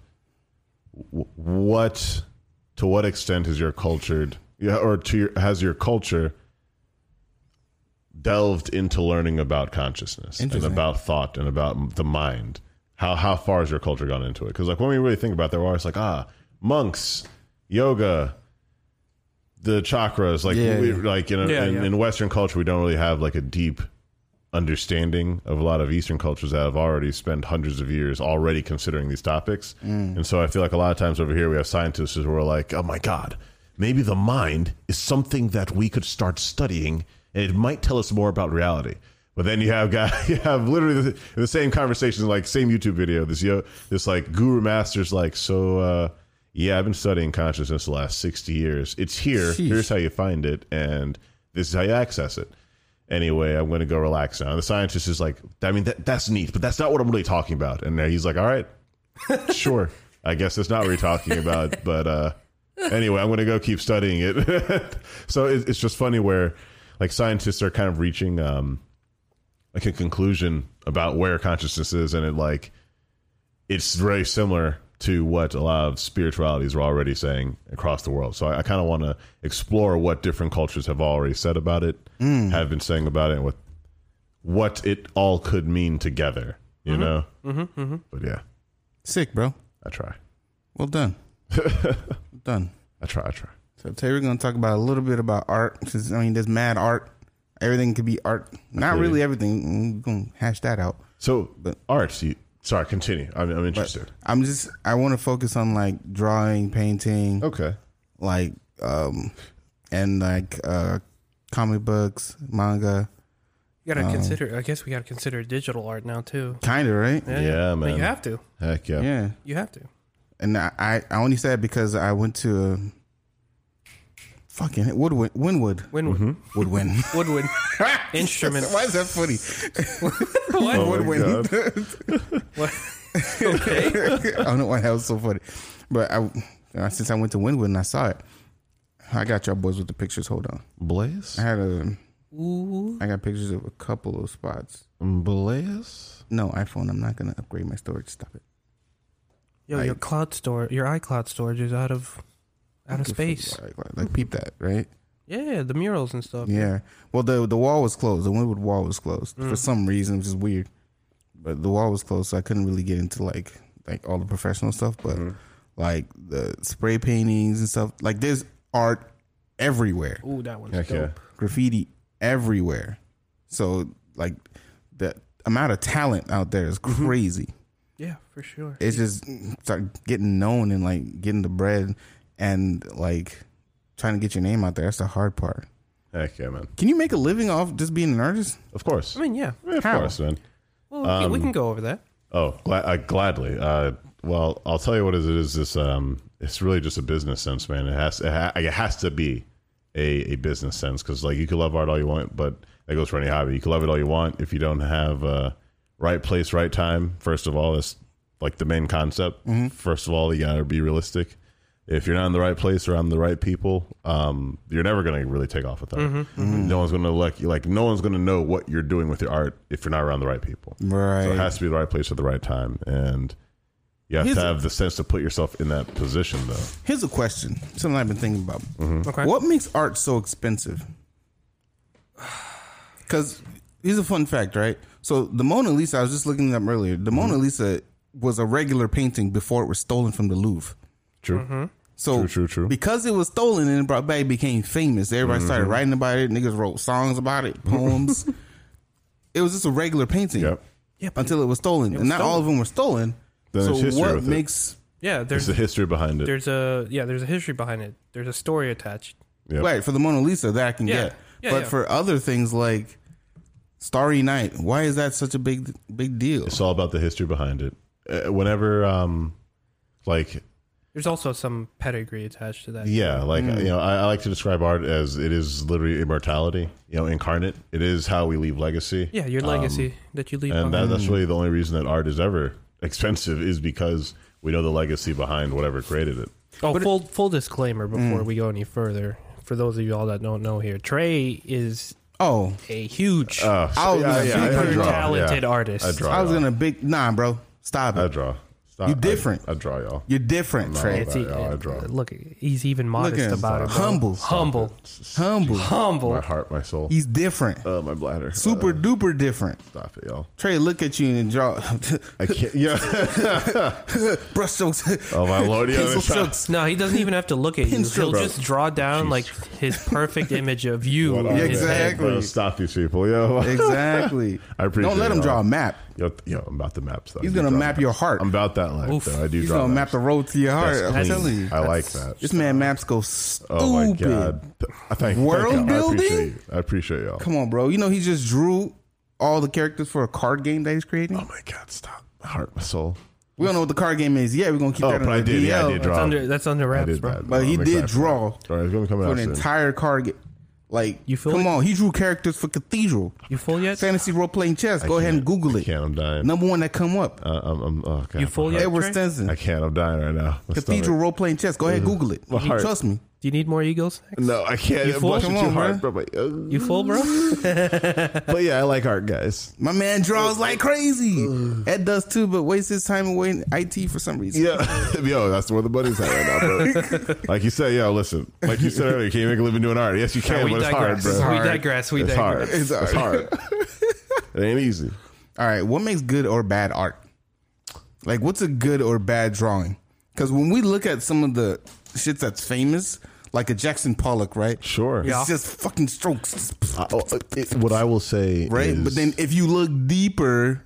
[SPEAKER 1] w- what to what extent is your cultured yeah, or to your, has your culture delved into learning about consciousness and
[SPEAKER 2] Interesting.
[SPEAKER 1] about thought and about the mind how how far has your culture gone into it because like when we really think about that we're always like ah monks yoga the chakras like
[SPEAKER 2] Yeah,
[SPEAKER 1] we,
[SPEAKER 2] yeah.
[SPEAKER 1] like you know
[SPEAKER 3] Yeah,
[SPEAKER 1] in,
[SPEAKER 3] yeah.
[SPEAKER 1] in western culture we don't really have like a deep understanding of a lot of Eastern cultures that have already spent hundreds of years already considering these topics. And so I feel like a lot of times over here we have scientists who are like, oh my God, maybe the mind is something that we could start studying and it might tell us more about reality. But then you have guys, [LAUGHS] you have literally the, the same conversation, like same YouTube video. This yo, this like guru master's like, so uh, yeah, I've been studying consciousness the last sixty years. It's here.
[SPEAKER 2] Sheesh.
[SPEAKER 1] Here's how you find it, and this is how you access it. Anyway, I'm going to go relax now. And the scientist is like, I mean, that, that's neat, but that's not what I'm really talking about. And he's like, all right, sure. I guess that's not what you're talking about, but uh, anyway, I'm going to go keep studying it. [LAUGHS] so it, it's just funny where like scientists are kind of reaching um, like a conclusion about where consciousness is, and it like it's very similar to what a lot of spiritualities are already saying across the world. So I, I kind of want to explore what different cultures have already said about it,
[SPEAKER 2] Mm.
[SPEAKER 1] have been saying about it, and what what it all could mean together. You know, mm-hmm, but yeah,
[SPEAKER 2] Sick, bro.
[SPEAKER 1] I [LAUGHS] try,
[SPEAKER 2] Well done. done.
[SPEAKER 1] I try, I try.
[SPEAKER 2] So today we're gonna talk about a little bit about art. Since I mean, there's mad art. Everything could be art. Not
[SPEAKER 1] feel
[SPEAKER 2] really
[SPEAKER 1] you.
[SPEAKER 2] everything. We're gonna hash that out.
[SPEAKER 1] So,
[SPEAKER 2] But-
[SPEAKER 1] art. You, sorry, continue. I'm, I'm
[SPEAKER 2] But
[SPEAKER 1] interested.
[SPEAKER 2] I'm just. I want to focus on like drawing, painting,
[SPEAKER 1] okay.
[SPEAKER 2] like um, and like uh, comic books, manga.
[SPEAKER 3] You
[SPEAKER 1] Um,
[SPEAKER 3] gotta consider. I guess we gotta consider digital art now too.
[SPEAKER 2] Kinda right.
[SPEAKER 1] Yeah,
[SPEAKER 3] Like,
[SPEAKER 1] man.
[SPEAKER 3] you have to.
[SPEAKER 1] Heck yeah.
[SPEAKER 2] Yeah.
[SPEAKER 3] You have to.
[SPEAKER 2] And I, I I only said it because I went to a fucking Woodwin Winwood
[SPEAKER 3] Winwood.
[SPEAKER 1] Mm-hmm.
[SPEAKER 3] [LAUGHS]
[SPEAKER 2] Woodwin.
[SPEAKER 1] [LAUGHS]
[SPEAKER 3] Woodwood instrument.
[SPEAKER 2] Why is that [LAUGHS] funny?
[SPEAKER 3] What?
[SPEAKER 1] Oh my
[SPEAKER 2] Woodwind.
[SPEAKER 1] God.
[SPEAKER 2] [LAUGHS]
[SPEAKER 3] What? okay.
[SPEAKER 2] I don't know why that was so funny, but I uh, since I went to Winwood and I saw it, I got y'all boys with the pictures. Hold on,
[SPEAKER 1] Blaze?
[SPEAKER 2] I had a
[SPEAKER 3] Ooh.
[SPEAKER 2] I got pictures of a couple of spots.
[SPEAKER 1] Mm-hmm. Blaze?
[SPEAKER 2] No iPhone, I'm not gonna upgrade my storage. Stop it.
[SPEAKER 3] Yo, your cloud store, your iCloud storage is out of out of space.
[SPEAKER 2] Like, like peep that, right?
[SPEAKER 3] Yeah, the murals and stuff.
[SPEAKER 2] Yeah. Well, the the wall was closed. The Winwood wall was closed for
[SPEAKER 3] Mm.
[SPEAKER 2] some reason, which is weird. But the wall was closed, so I couldn't really get into like like all the professional stuff. But
[SPEAKER 3] Mm.
[SPEAKER 2] like the spray paintings and stuff, like there's art everywhere,
[SPEAKER 3] Ooh, that one's
[SPEAKER 1] Heck yeah.
[SPEAKER 3] dope.
[SPEAKER 2] graffiti everywhere. So like the amount of talent out there is
[SPEAKER 3] Mm-hmm.
[SPEAKER 2] crazy.
[SPEAKER 3] Yeah, for sure.
[SPEAKER 2] It's just start getting known and like getting the bread and like trying to get your name out there. That's the hard part.
[SPEAKER 1] Heck yeah, man.
[SPEAKER 2] Can you make a living off just being an artist?
[SPEAKER 1] Of course.
[SPEAKER 3] I mean, yeah.
[SPEAKER 1] Yeah, of
[SPEAKER 2] how?
[SPEAKER 1] course, man.
[SPEAKER 3] Well, we can- we
[SPEAKER 1] Um,
[SPEAKER 3] can go over that.
[SPEAKER 1] Oh, gla- uh, gladly. Uh, well, I'll tell you what it is. This um, it's really just a business sense, man. It has it, ha- it has to be a, a business sense because like you can love art all you want, but that goes for any hobby. You can love it all you want if you don't have uh, right place, right time. First of all, that's like the main concept. First of all, you gotta be realistic. If you're not in the right place around the right people, um, you're never gonna really take off with art. No one's gonna like like no one's gonna know what you're doing with your art if you're not around the right people.
[SPEAKER 2] Right.
[SPEAKER 1] So it has to be the right place at the right time, and you have
[SPEAKER 2] Here's
[SPEAKER 1] to
[SPEAKER 2] a-
[SPEAKER 1] have the sense to put yourself in that position, though.
[SPEAKER 2] Here's a question. Something I've been thinking about.
[SPEAKER 1] Mm-hmm. hmm.
[SPEAKER 3] Okay.
[SPEAKER 2] What makes art so expensive? [SIGHS] Because here's a fun fact, right? So the Mona Lisa, I was just looking it up earlier. The Mona
[SPEAKER 1] Mm-hmm.
[SPEAKER 2] Lisa was a regular painting before it was stolen from the Louvre.
[SPEAKER 1] True.
[SPEAKER 2] So
[SPEAKER 1] True, true, Mm-hmm. true.
[SPEAKER 2] because it was stolen and it brought back, it became famous. Everybody started writing about it. Niggas wrote songs about it, poems. it was just a regular painting
[SPEAKER 1] Mm-hmm. Yep.
[SPEAKER 3] Yeah, but
[SPEAKER 2] until it was stolen, and not all of them were stolen.
[SPEAKER 1] Then
[SPEAKER 2] so
[SPEAKER 1] it's history
[SPEAKER 2] what
[SPEAKER 1] with it.
[SPEAKER 2] makes
[SPEAKER 3] yeah,
[SPEAKER 1] There's
[SPEAKER 3] there's
[SPEAKER 1] the history behind it.
[SPEAKER 3] there's a yeah, there's a history behind it. There's a story attached.
[SPEAKER 1] Yep.
[SPEAKER 2] Right, for the Mona Lisa, that I can
[SPEAKER 3] Yeah.
[SPEAKER 2] get.
[SPEAKER 3] Yeah,
[SPEAKER 2] but
[SPEAKER 3] yeah.
[SPEAKER 2] for other things like Starry Night, why is that such a big big deal?
[SPEAKER 1] It's all about the history behind it. Uh, whenever, um, like,
[SPEAKER 3] There's also some pedigree attached to that.
[SPEAKER 1] yeah, like you know, I, I like to describe art as it is literally immortality. You know, incarnate. It is how we leave legacy.
[SPEAKER 3] Yeah, your legacy that you leave
[SPEAKER 1] Um, and
[SPEAKER 3] behind.
[SPEAKER 1] that, that's really the only reason that art is ever [LAUGHS] expensive is because we know the legacy behind whatever created it. Mm.
[SPEAKER 3] Oh, full full disclaimer before we go any further. For those of you all that don't know here, Trey is
[SPEAKER 2] Oh,
[SPEAKER 3] a huge,
[SPEAKER 1] Uh,
[SPEAKER 2] I was a
[SPEAKER 1] I
[SPEAKER 2] super
[SPEAKER 1] draw,
[SPEAKER 3] talented
[SPEAKER 1] yeah.
[SPEAKER 3] artist.
[SPEAKER 1] I draw.
[SPEAKER 2] I was
[SPEAKER 1] yeah.
[SPEAKER 2] gonna big nah, bro, stop
[SPEAKER 1] I
[SPEAKER 2] it.
[SPEAKER 1] draw. I-
[SPEAKER 2] You're different.
[SPEAKER 1] I, I draw y'all.
[SPEAKER 2] You're different,
[SPEAKER 1] No.
[SPEAKER 2] Trey.
[SPEAKER 1] It's
[SPEAKER 3] See,
[SPEAKER 1] e- I draw.
[SPEAKER 3] uh, Look, he's even modest
[SPEAKER 2] him.
[SPEAKER 3] about it. bro.
[SPEAKER 2] Humble.
[SPEAKER 3] humble,
[SPEAKER 2] Humble.
[SPEAKER 1] My
[SPEAKER 3] humble.
[SPEAKER 1] heart, my soul,
[SPEAKER 2] He's different.
[SPEAKER 1] uh, my bladder.
[SPEAKER 2] Super
[SPEAKER 1] Uh,
[SPEAKER 2] duper different.
[SPEAKER 1] stop it, y'all.
[SPEAKER 2] Trey, look at you and draw [LAUGHS]
[SPEAKER 1] I can't. Yeah.
[SPEAKER 2] brush strokes.
[SPEAKER 1] oh my lord. Yeah,
[SPEAKER 2] [LAUGHS] Pencil
[SPEAKER 1] that's-
[SPEAKER 2] strokes.
[SPEAKER 3] No, he doesn't even have to look
[SPEAKER 1] [LAUGHS]
[SPEAKER 3] at you.
[SPEAKER 2] Pinstripe.
[SPEAKER 3] He'll
[SPEAKER 2] Bro.
[SPEAKER 3] just draw down like his perfect
[SPEAKER 1] [LAUGHS]
[SPEAKER 3] image of you.
[SPEAKER 1] What
[SPEAKER 3] in
[SPEAKER 1] are
[SPEAKER 3] his
[SPEAKER 1] they?
[SPEAKER 3] head.
[SPEAKER 2] Exactly.
[SPEAKER 1] Bro, stop these people, yo.
[SPEAKER 2] Exactly.
[SPEAKER 1] I appreciate
[SPEAKER 2] Don't let him
[SPEAKER 1] y'all.
[SPEAKER 2] draw a map.
[SPEAKER 1] [LAUGHS] Yo, yo, I'm about the maps. Though.
[SPEAKER 2] He's
[SPEAKER 1] I do
[SPEAKER 2] gonna
[SPEAKER 1] draw
[SPEAKER 2] map your heart.
[SPEAKER 1] I'm about that life,
[SPEAKER 3] Oof.
[SPEAKER 1] though. I do
[SPEAKER 2] He's
[SPEAKER 1] draw
[SPEAKER 2] gonna map
[SPEAKER 1] maps.
[SPEAKER 2] the road to your heart.
[SPEAKER 1] That's
[SPEAKER 2] I'm
[SPEAKER 1] clean.
[SPEAKER 2] telling you.
[SPEAKER 1] I like that.
[SPEAKER 2] This man maps go stupid.
[SPEAKER 1] oh my god. Th- I thank
[SPEAKER 2] World
[SPEAKER 1] thank y'all. I appreciate,
[SPEAKER 2] building?
[SPEAKER 1] you. I appreciate y'all.
[SPEAKER 2] Come on, bro. You know he just drew all the characters for a card game that he's creating.
[SPEAKER 1] Oh my god, stop. My heart, my soul.
[SPEAKER 2] We don't know what the card game is yet. We're gonna keep
[SPEAKER 1] Oh,
[SPEAKER 2] that
[SPEAKER 1] but
[SPEAKER 2] on
[SPEAKER 1] I
[SPEAKER 2] the
[SPEAKER 1] did. Yeah, I
[SPEAKER 2] DL
[SPEAKER 1] did
[SPEAKER 3] That's
[SPEAKER 1] draw.
[SPEAKER 3] under that's under
[SPEAKER 1] I
[SPEAKER 3] wraps,
[SPEAKER 1] did
[SPEAKER 3] bro.
[SPEAKER 1] that.
[SPEAKER 2] But he
[SPEAKER 1] I'm
[SPEAKER 2] did
[SPEAKER 1] excited for
[SPEAKER 2] draw
[SPEAKER 1] it. All right, it's gonna come
[SPEAKER 2] for
[SPEAKER 1] out
[SPEAKER 2] an
[SPEAKER 1] soon.
[SPEAKER 2] entire card game. Like
[SPEAKER 3] You feel
[SPEAKER 2] come
[SPEAKER 3] it?
[SPEAKER 2] on, he drew characters for Cathedral.
[SPEAKER 3] You full yet?
[SPEAKER 2] Fantasy role playing chess. Go ahead and Google
[SPEAKER 1] I
[SPEAKER 2] it.
[SPEAKER 1] can't. I'm dying.
[SPEAKER 2] Number one that come up.
[SPEAKER 1] Uh, I'm, I'm, oh god.
[SPEAKER 3] You
[SPEAKER 1] my
[SPEAKER 3] full
[SPEAKER 1] heart.
[SPEAKER 3] yet?
[SPEAKER 2] Edward
[SPEAKER 3] Trey?
[SPEAKER 2] Stenson.
[SPEAKER 1] I can't. I'm dying right now. My
[SPEAKER 2] Cathedral role playing chess. Go ahead and Google it.
[SPEAKER 1] My heart.
[SPEAKER 2] Trust me.
[SPEAKER 3] Do you need more Eagles?
[SPEAKER 1] stomach. No, I can't.
[SPEAKER 3] You
[SPEAKER 1] I'm
[SPEAKER 3] full?
[SPEAKER 1] blushing
[SPEAKER 2] Come
[SPEAKER 1] too
[SPEAKER 2] on,
[SPEAKER 1] hard, bro. But, uh,
[SPEAKER 3] You full,
[SPEAKER 1] [LAUGHS]
[SPEAKER 3] bro? [LAUGHS]
[SPEAKER 1] but yeah, I like art, guys.
[SPEAKER 2] My man draws like crazy. Ed does too, but wastes his time away in IT for some reason.
[SPEAKER 1] Yeah, [LAUGHS] yo, that's where the money's at right now, [LAUGHS] bro. like you said, yo, listen. Like you said earlier, you can't make a living doing art. Yes, you can,
[SPEAKER 3] we
[SPEAKER 1] but it's hard,
[SPEAKER 3] digress.
[SPEAKER 1] bro.
[SPEAKER 3] We digress. We
[SPEAKER 1] It's hard.
[SPEAKER 3] digress.
[SPEAKER 1] It's
[SPEAKER 2] It's
[SPEAKER 1] hard. It's hard. [LAUGHS] it ain't easy.
[SPEAKER 2] All right, what makes good or bad art? Like, what's a good or bad drawing? Because when we look at some of the shit that's famous, like a Jackson Pollock, right?
[SPEAKER 1] Sure.
[SPEAKER 3] Yeah.
[SPEAKER 2] It's just fucking strokes,
[SPEAKER 1] I- oh, it- what I will say,
[SPEAKER 2] right?
[SPEAKER 1] is-
[SPEAKER 2] But then if you look deeper,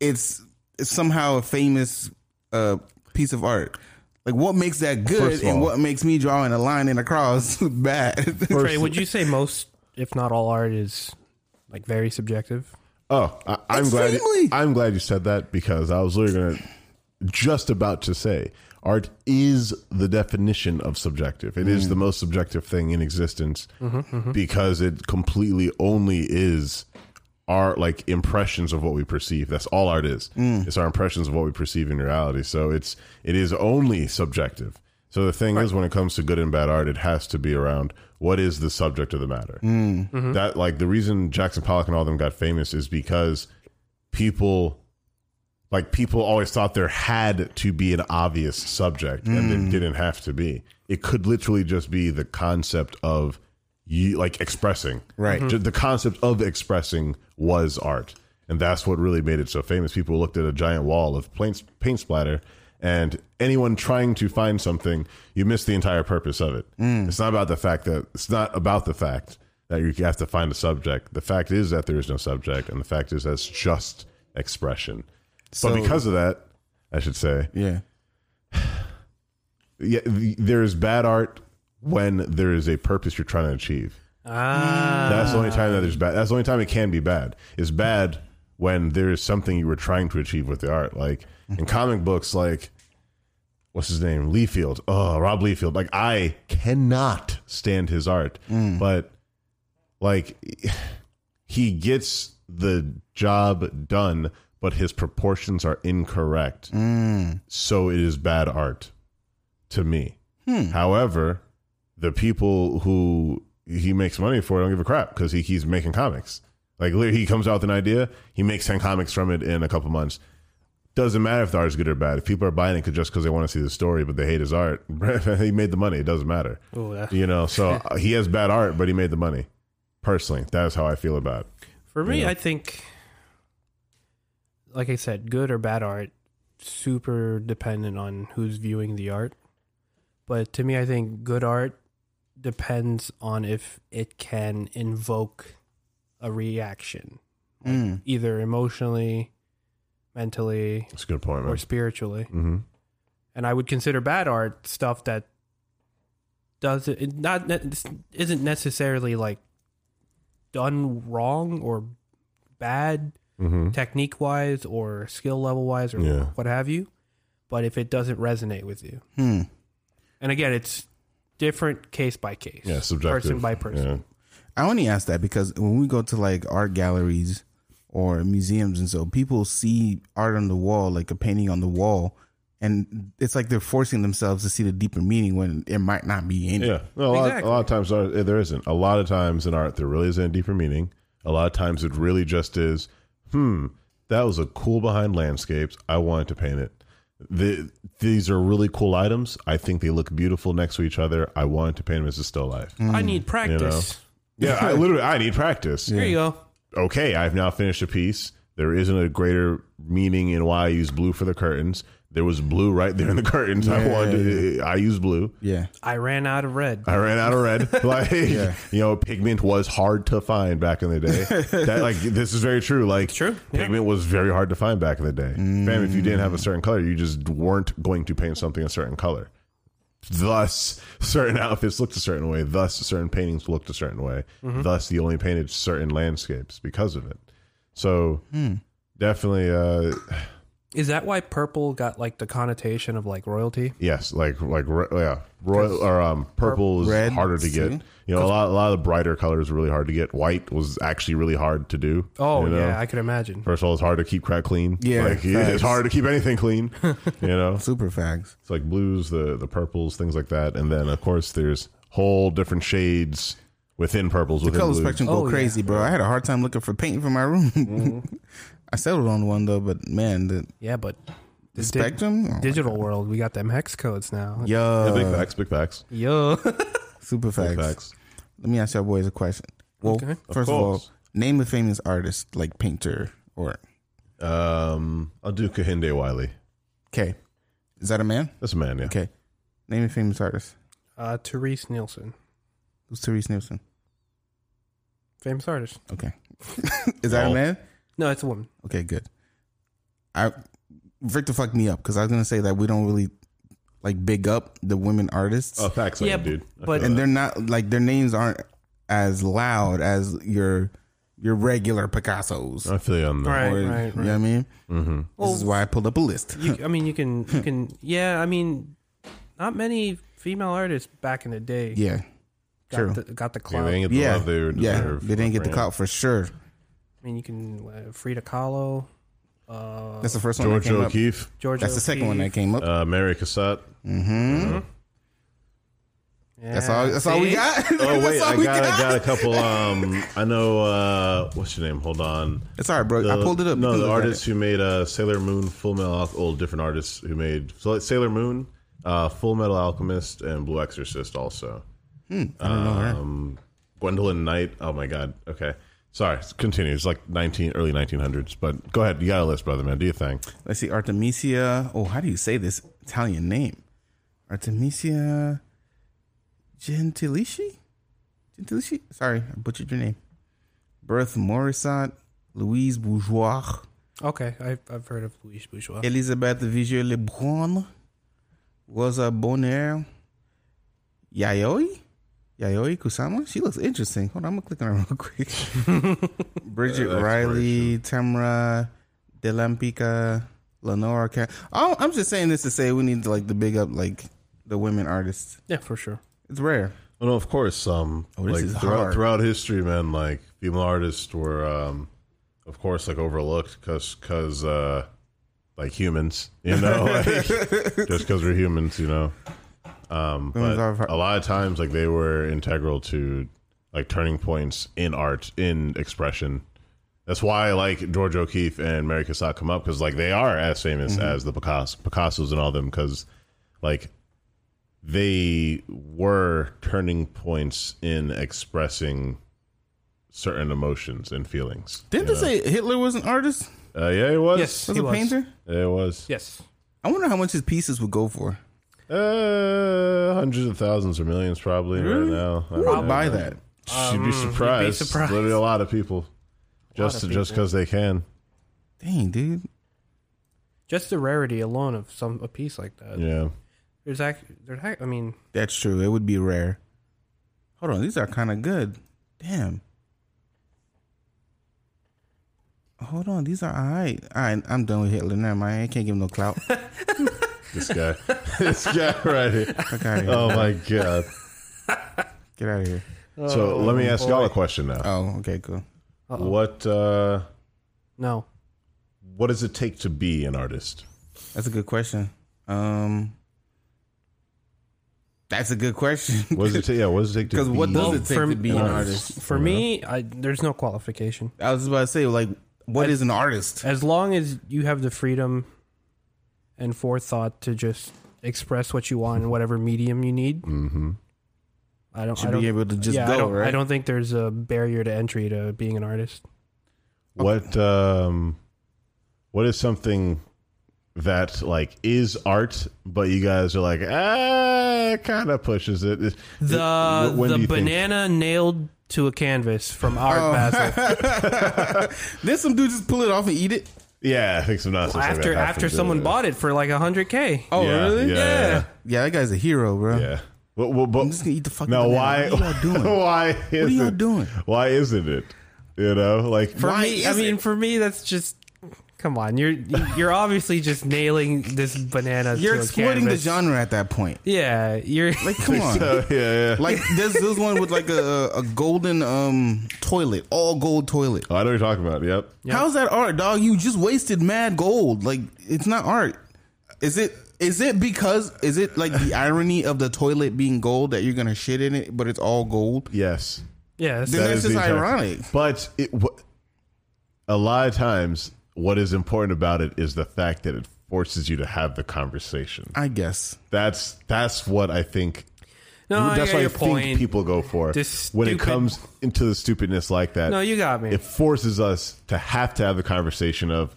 [SPEAKER 2] it's, it's somehow a famous uh, piece of art. Like, what makes that good
[SPEAKER 1] First of
[SPEAKER 2] and
[SPEAKER 1] all-
[SPEAKER 2] what makes me drawing a line and a cross [LAUGHS] bad?
[SPEAKER 3] Trey, would you say most, if not all, art is like very subjective?
[SPEAKER 1] Oh, I, I'm glad.
[SPEAKER 2] Extremely.
[SPEAKER 1] I'm glad you said that because I was literally gonna, just about to say art is the definition of subjective. It is the most subjective thing in existence because it completely only is our like impressions of what we perceive. That's all art is. It's our impressions of what we perceive in reality. So it's it is only subjective. So the thing is, when it comes to good and bad art, it has to be around what is the subject of the matter. That like the reason Jackson Pollock and all them got famous is because people like people always thought there had to be an obvious subject and it didn't have to be it could literally just be the concept of you like expressing
[SPEAKER 2] Right.
[SPEAKER 1] Ju- the concept of expressing was art and that's what really made it so famous people looked at a giant wall of paint, paint splatter and anyone trying to find something you miss the entire purpose of it it's not about the fact that it's not about the fact that you have to find a subject the fact is that there is no subject and the fact is that's just expression
[SPEAKER 2] So-
[SPEAKER 1] but because of that, I should say,
[SPEAKER 2] yeah.
[SPEAKER 1] yeah, th- there is bad art when there is a purpose you're trying to achieve.
[SPEAKER 3] Ah,
[SPEAKER 1] That's the only time that there's bad. That's the only time it can be bad. It's bad when there is something you were trying to achieve with the art. Like in comic books, like what's his name, Leafield. Oh, Rob Leafield. Like I cannot stand his art, but like he gets the job done, but his proportions are incorrect. So it is bad art to me. However, the people who he makes money for don't give a crap because he keeps making comics. Like literally, he comes out with an idea, he makes ten comics from it in a couple months. Doesn't matter if the art is good or bad. If people are buying it just because they want to see the story, but they hate his art, [LAUGHS] he made the money. It doesn't matter.
[SPEAKER 3] Ooh, yeah.
[SPEAKER 1] You know, so uh, he has bad art, but he made the money. Personally, that is how I feel about it.
[SPEAKER 3] for me, I think, like I said, good or bad art, super dependent on who's viewing the art. But to me, I think good art depends on if it can invoke a reaction,
[SPEAKER 2] Mm.
[SPEAKER 3] either emotionally, mentally,
[SPEAKER 1] That's a good point,
[SPEAKER 3] or
[SPEAKER 1] man.
[SPEAKER 3] spiritually.
[SPEAKER 1] hmm
[SPEAKER 3] and I would consider bad art stuff that does it it not ne- isn't necessarily like done wrong or bad
[SPEAKER 1] hmm
[SPEAKER 3] technique wise or skill level wise or
[SPEAKER 1] Yeah.
[SPEAKER 3] what have you, but if it doesn't resonate with you,
[SPEAKER 2] Hmm.
[SPEAKER 3] and again, it's different case by case,
[SPEAKER 1] Yeah, subjective.
[SPEAKER 3] person by person.
[SPEAKER 1] Yeah.
[SPEAKER 2] I only ask that because when we go to like art galleries or museums and so people see art on the wall, like a painting on the wall, and it's like they're forcing themselves to see the deeper meaning when it might not be in it.
[SPEAKER 1] Yeah, no, a, lot,
[SPEAKER 3] Exactly.
[SPEAKER 1] a lot of times there- there isn't. A lot of times in art, there really isn't a deeper meaning. A lot of times it really just is, hmm, that was a cool behind landscapes. I wanted to paint it. the, these are really cool items. I think they look beautiful next to each other. I wanted to paint them as a still life.
[SPEAKER 2] Mm.
[SPEAKER 3] I need practice.
[SPEAKER 1] Yeah, I literally I need practice.
[SPEAKER 3] Here you go.
[SPEAKER 1] Okay, I've now finished a piece. There isn't a greater meaning in why I use blue for the curtains. There was blue right there in the curtains. I
[SPEAKER 2] Yeah,
[SPEAKER 1] wanted to, I use blue.
[SPEAKER 2] Yeah.
[SPEAKER 3] I ran out of red.
[SPEAKER 1] I ran out of red.
[SPEAKER 3] [LAUGHS]
[SPEAKER 1] Like you know, pigment was hard to find back in the
[SPEAKER 3] [LAUGHS]
[SPEAKER 1] day. That like this is very true. Like
[SPEAKER 3] true, yeah.
[SPEAKER 1] pigment was very hard to find back in the day. Fam, if you didn't have a certain color, you just weren't going to paint something a certain color. Thus, certain outfits looked a certain way. Thus, certain paintings looked a certain way.
[SPEAKER 3] Mm-hmm.
[SPEAKER 1] Thus, you only painted certain landscapes because of it. So,
[SPEAKER 3] Hmm.
[SPEAKER 1] definitely, uh,
[SPEAKER 3] Is that why purple got like the connotation of like royalty?
[SPEAKER 1] Yes, like like ro- yeah, royal or um, purple is
[SPEAKER 2] Red,
[SPEAKER 1] harder to get.
[SPEAKER 2] see?
[SPEAKER 1] You know, a lot a lot of the brighter colors were really hard to get. White was actually really hard to do.
[SPEAKER 3] Oh
[SPEAKER 1] you know?
[SPEAKER 3] yeah, I could imagine.
[SPEAKER 1] First of all, it's hard to keep crack clean.
[SPEAKER 2] Yeah,
[SPEAKER 1] like, yeah,
[SPEAKER 2] facts.
[SPEAKER 1] it's hard to keep anything
[SPEAKER 2] [LAUGHS]
[SPEAKER 1] clean. you know,
[SPEAKER 2] Super fags.
[SPEAKER 1] it's like blues, the the purples, things like that, and then of course there's whole different shades within purples within
[SPEAKER 2] Color
[SPEAKER 1] blues.
[SPEAKER 2] spectrum
[SPEAKER 3] Oh,
[SPEAKER 2] go
[SPEAKER 3] yeah.
[SPEAKER 2] crazy, bro. I had a hard time looking for paint for my room.
[SPEAKER 1] Mm-hmm.
[SPEAKER 2] [LAUGHS] I settled on one though, but man, the,
[SPEAKER 3] Yeah, but
[SPEAKER 2] the
[SPEAKER 3] dig-
[SPEAKER 2] spectrum. Oh,
[SPEAKER 3] digital world, we got them hex codes now.
[SPEAKER 1] Yeah,
[SPEAKER 2] Yo,
[SPEAKER 1] big facts, big facts,
[SPEAKER 2] [LAUGHS]
[SPEAKER 3] Yo.
[SPEAKER 2] super
[SPEAKER 1] big
[SPEAKER 2] fags.
[SPEAKER 1] facts.
[SPEAKER 2] Let me ask y'all boys a question. Well,
[SPEAKER 3] Okay. Of
[SPEAKER 2] first of, all,
[SPEAKER 1] course.
[SPEAKER 2] name a famous artist like painter or
[SPEAKER 1] Um, I'll do Kahinde Wiley.
[SPEAKER 2] okay, is that a man?
[SPEAKER 1] That's a man. Yeah,
[SPEAKER 2] Okay, name a famous artist.
[SPEAKER 3] uh, Therese Nielsen,
[SPEAKER 2] Who's Therese Nielsen?
[SPEAKER 3] famous artist.
[SPEAKER 2] Okay, is that
[SPEAKER 1] Oh.
[SPEAKER 2] a man?
[SPEAKER 3] No, it's a woman.
[SPEAKER 2] Okay, good. I Victor fucked me up because I was gonna say that we don't really like big up the women artists,
[SPEAKER 1] oh, facts, yeah,
[SPEAKER 3] Yeah,
[SPEAKER 1] dude. I
[SPEAKER 3] but-
[SPEAKER 1] feel
[SPEAKER 2] and
[SPEAKER 1] that.
[SPEAKER 2] they're not like their names aren't as loud as your your regular Picasso's.
[SPEAKER 1] I feel you on that.
[SPEAKER 3] Right,
[SPEAKER 2] Or-
[SPEAKER 3] right,
[SPEAKER 2] You
[SPEAKER 3] right.
[SPEAKER 2] know what I mean?
[SPEAKER 1] Mm-hmm.
[SPEAKER 2] this is why I pulled up a list.
[SPEAKER 3] Oh, You, I mean, you can, you can. Yeah, I mean, not many female artists back in the day
[SPEAKER 2] Yeah,
[SPEAKER 3] got
[SPEAKER 2] true.
[SPEAKER 3] the got the
[SPEAKER 1] Yeah,
[SPEAKER 3] clout.
[SPEAKER 1] they didn't get the
[SPEAKER 2] yeah,
[SPEAKER 1] love they
[SPEAKER 2] yeah.
[SPEAKER 1] deserve.
[SPEAKER 2] They didn't get the
[SPEAKER 1] Right.
[SPEAKER 2] clout for sure.
[SPEAKER 3] I mean, you can uh, Frida Kahlo, uh,
[SPEAKER 2] That's the first one that
[SPEAKER 1] George
[SPEAKER 2] came up.
[SPEAKER 1] O'Keefe,
[SPEAKER 3] George.
[SPEAKER 2] That's the second one that came up.
[SPEAKER 1] uh, Mary Cassatt.
[SPEAKER 2] hmm That's all. That's all we got. [LAUGHS]
[SPEAKER 1] Oh wait,
[SPEAKER 2] [LAUGHS] that's all
[SPEAKER 1] I
[SPEAKER 2] we
[SPEAKER 1] got, I got a
[SPEAKER 2] [LAUGHS]
[SPEAKER 1] couple. Um, I know. Uh, what's your name? Hold on.
[SPEAKER 2] It's all right, bro. I
[SPEAKER 1] The-
[SPEAKER 2] pulled it up. You
[SPEAKER 1] No,
[SPEAKER 2] can
[SPEAKER 1] the
[SPEAKER 2] look at
[SPEAKER 1] artists who made uh, Sailor Moon, Full Metal Alchemist, oh, different artists who made so like Sailor Moon, uh, Full Metal Alchemist, and Blue Exorcist also.
[SPEAKER 2] it. Hmm, I don't know her.
[SPEAKER 1] Um, Gwendolyn Knight. Oh my God. Okay. Sorry. Continue. It's like nineteen early nineteen hundreds. But go ahead. You got a list, brother man. Do you think?
[SPEAKER 2] Let's see, Artemisia. Oh, how do you say this Italian name? Artemisia Gentilici? Gentilici? Sorry, I butchered your name. Berthe Morissot, Louise Bourgeois,
[SPEAKER 3] Okay, I've, I've heard of Louise Bourgeois.
[SPEAKER 2] Elisabeth Vigier Lebrun, Rosa Bonheur, Yayoi? Yayoi Kusama? She looks interesting. Hold on, I'm going to click on her [LAUGHS] real
[SPEAKER 1] [LAUGHS]
[SPEAKER 2] quick. Bridget
[SPEAKER 1] Uh,
[SPEAKER 2] Riley, Tamra Delampica, Lenora. Ca- oh, I'm just saying this to say we need to like the big up like the women artists.
[SPEAKER 3] Yeah, for sure.
[SPEAKER 2] It's rare.
[SPEAKER 1] Well, Oh, no, of course. Um,
[SPEAKER 2] Oh, this
[SPEAKER 1] like
[SPEAKER 2] is
[SPEAKER 1] throughout,
[SPEAKER 2] hard.
[SPEAKER 1] throughout history, man, like female artists were, um, of course, like overlooked because, cause, uh, like humans, you know, [LAUGHS] like, just because we're humans, you know. Um,
[SPEAKER 2] Women's
[SPEAKER 1] but
[SPEAKER 2] art-
[SPEAKER 1] a lot of times, like they were integral to like turning points in art, in expression. That's why like George O'Keefe and Mary Cassatt come up because like they are as famous as the Picasso, Picassos and all them because like they were turning points in expressing certain emotions and feelings.
[SPEAKER 2] Didn't they say Hitler was an artist?
[SPEAKER 1] Uh, yeah, it was.
[SPEAKER 3] Yes.
[SPEAKER 2] Was
[SPEAKER 3] He
[SPEAKER 2] a
[SPEAKER 3] was.
[SPEAKER 2] painter?
[SPEAKER 1] it was.
[SPEAKER 3] Yes.
[SPEAKER 2] I wonder how much his pieces would go for.
[SPEAKER 1] Uh, hundreds of thousands or millions probably right now. I
[SPEAKER 2] Who
[SPEAKER 1] don't
[SPEAKER 2] would
[SPEAKER 1] know.
[SPEAKER 2] buy that?
[SPEAKER 1] You'd be surprised.
[SPEAKER 3] surprised.
[SPEAKER 1] Literally a lot of people. Just
[SPEAKER 3] of
[SPEAKER 1] just because they can.
[SPEAKER 2] Dang, dude.
[SPEAKER 3] Just the rarity alone of some a piece like that.
[SPEAKER 1] Yeah.
[SPEAKER 3] There's actually, there's ac- I mean,
[SPEAKER 2] That's true. It would be rare. Hold on, these are kind of good. Damn. Hold on, these are all right. All right, I'm done with Hitler. Never mind. I can't give him no
[SPEAKER 3] [LAUGHS]
[SPEAKER 2] clout. Fuck
[SPEAKER 1] This guy. [LAUGHS] this guy right here.
[SPEAKER 2] outta here.
[SPEAKER 1] Oh my god.
[SPEAKER 2] Get out of here.
[SPEAKER 1] So let me ask y'all a question now.
[SPEAKER 2] Oh, okay, cool.
[SPEAKER 1] What uh
[SPEAKER 3] no.
[SPEAKER 1] what does it take to be an artist?
[SPEAKER 2] That's a good question. Um, that's a good question. [LAUGHS]
[SPEAKER 1] What does it take? Yeah, what does it take to
[SPEAKER 2] Because what
[SPEAKER 1] be-
[SPEAKER 2] does it take
[SPEAKER 3] for-
[SPEAKER 2] to be an
[SPEAKER 3] well,
[SPEAKER 2] artist?
[SPEAKER 3] For me, I, there's no qualification.
[SPEAKER 2] I was about to say, like, what is an artist?
[SPEAKER 3] As long as you have the freedom and forethought to just express what you want in whatever medium you need.
[SPEAKER 1] Mm-hmm.
[SPEAKER 3] I don't. I
[SPEAKER 2] Should
[SPEAKER 3] don't
[SPEAKER 2] be able to just
[SPEAKER 3] yeah,
[SPEAKER 2] go,
[SPEAKER 3] I don't,
[SPEAKER 2] right?
[SPEAKER 3] I don't think there's a barrier to entry to being an artist.
[SPEAKER 1] What um, what is something that like is art, but you guys are like ah, kind of pushes it. It-
[SPEAKER 3] The
[SPEAKER 1] wh- when do
[SPEAKER 3] the
[SPEAKER 1] you think-
[SPEAKER 3] banana nailed to a canvas
[SPEAKER 2] Oh.
[SPEAKER 3] from Art Basel.
[SPEAKER 2] [LAUGHS] Then some dude just pull it off and eat it.
[SPEAKER 1] Yeah, I think some nonsense. like that
[SPEAKER 3] after after
[SPEAKER 1] happened,
[SPEAKER 3] someone
[SPEAKER 1] uh,
[SPEAKER 3] bought it for like hundred k.
[SPEAKER 2] Oh,
[SPEAKER 1] yeah,
[SPEAKER 2] really?
[SPEAKER 1] Yeah. yeah.
[SPEAKER 2] Yeah, that guy's a hero, bro.
[SPEAKER 1] yeah. What, what, what,
[SPEAKER 2] I'm just gonna eat the fucking.
[SPEAKER 1] now,
[SPEAKER 2] banana.
[SPEAKER 1] why?
[SPEAKER 2] What are
[SPEAKER 1] [LAUGHS]
[SPEAKER 2] y'all doing?
[SPEAKER 1] why is
[SPEAKER 2] what are y'all
[SPEAKER 1] it-
[SPEAKER 2] doing?
[SPEAKER 1] Why isn't it? You know, like
[SPEAKER 3] For
[SPEAKER 2] Why
[SPEAKER 3] me, I
[SPEAKER 2] is
[SPEAKER 3] mean, for me, that's just come on. You're you're obviously just nailing this banana.
[SPEAKER 2] You're
[SPEAKER 3] to
[SPEAKER 2] exploiting the
[SPEAKER 3] a canvas.
[SPEAKER 2] genre at
[SPEAKER 1] [LAUGHS]
[SPEAKER 2] that point.
[SPEAKER 3] Yeah, you're. [LAUGHS]
[SPEAKER 2] Like, come on.
[SPEAKER 1] So, yeah, [LAUGHS] yeah.
[SPEAKER 2] Like there's this one with like a a golden um toilet, all gold toilet.
[SPEAKER 1] Oh, I know what you're talking about. Yep.
[SPEAKER 2] How's that art, dog? You just wasted mad gold. Like it's not art. Is it? Is it because? Is it like
[SPEAKER 1] [LAUGHS]
[SPEAKER 2] the irony of the toilet being gold that you're gonna shit in it, but it's all gold?
[SPEAKER 1] Yes.
[SPEAKER 3] yeah, that's-
[SPEAKER 2] Then
[SPEAKER 1] That
[SPEAKER 2] that's
[SPEAKER 1] is the
[SPEAKER 2] just
[SPEAKER 1] entire-
[SPEAKER 2] ironic.
[SPEAKER 1] But it, wh- a lot of times, what is important about it is the fact that it forces you to have the conversation.
[SPEAKER 2] I guess.
[SPEAKER 1] That's that's what I think.
[SPEAKER 2] Oh,
[SPEAKER 3] no, I
[SPEAKER 1] that's
[SPEAKER 3] got
[SPEAKER 1] what I
[SPEAKER 3] your
[SPEAKER 1] think
[SPEAKER 3] point.
[SPEAKER 1] people go for
[SPEAKER 3] This
[SPEAKER 1] when it
[SPEAKER 3] stupid-
[SPEAKER 1] comes into the stupidness like that.
[SPEAKER 3] no, you got me.
[SPEAKER 1] it forces us to have to have the conversation of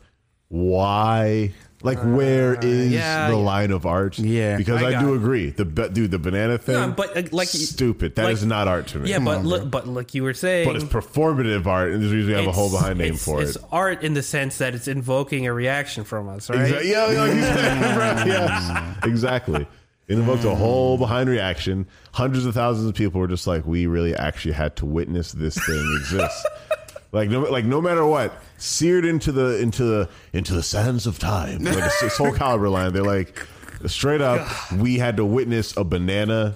[SPEAKER 1] why like where is
[SPEAKER 3] Uh, yeah,
[SPEAKER 1] the
[SPEAKER 3] yeah.
[SPEAKER 1] line of art
[SPEAKER 2] Yeah.
[SPEAKER 1] because
[SPEAKER 3] I
[SPEAKER 1] i,
[SPEAKER 3] got
[SPEAKER 1] do
[SPEAKER 3] it.
[SPEAKER 1] agree the ba- dude the banana thing
[SPEAKER 3] No, but, uh, like-
[SPEAKER 1] stupid That is
[SPEAKER 3] like-
[SPEAKER 1] not art to me
[SPEAKER 3] yeah, but look, but look, you were saying.
[SPEAKER 1] but it's performative art and there's usually have a whole
[SPEAKER 3] it's-
[SPEAKER 1] behind name
[SPEAKER 3] it's-
[SPEAKER 1] for it
[SPEAKER 3] It's art in the sense that it's invoking a reaction from us, right?
[SPEAKER 1] Exactly. Yeah, yeah, [LAUGHS] yeah, yes, exactly. It invoked a whole behind reaction. Hundreds of thousands of people were just like, "We really actually had to witness this thing
[SPEAKER 3] [LAUGHS]
[SPEAKER 1] exist." like no, like no matter what, seared into the into the into the sands of time, like a Soul Calibur line. They're like, straight up, we had to witness a banana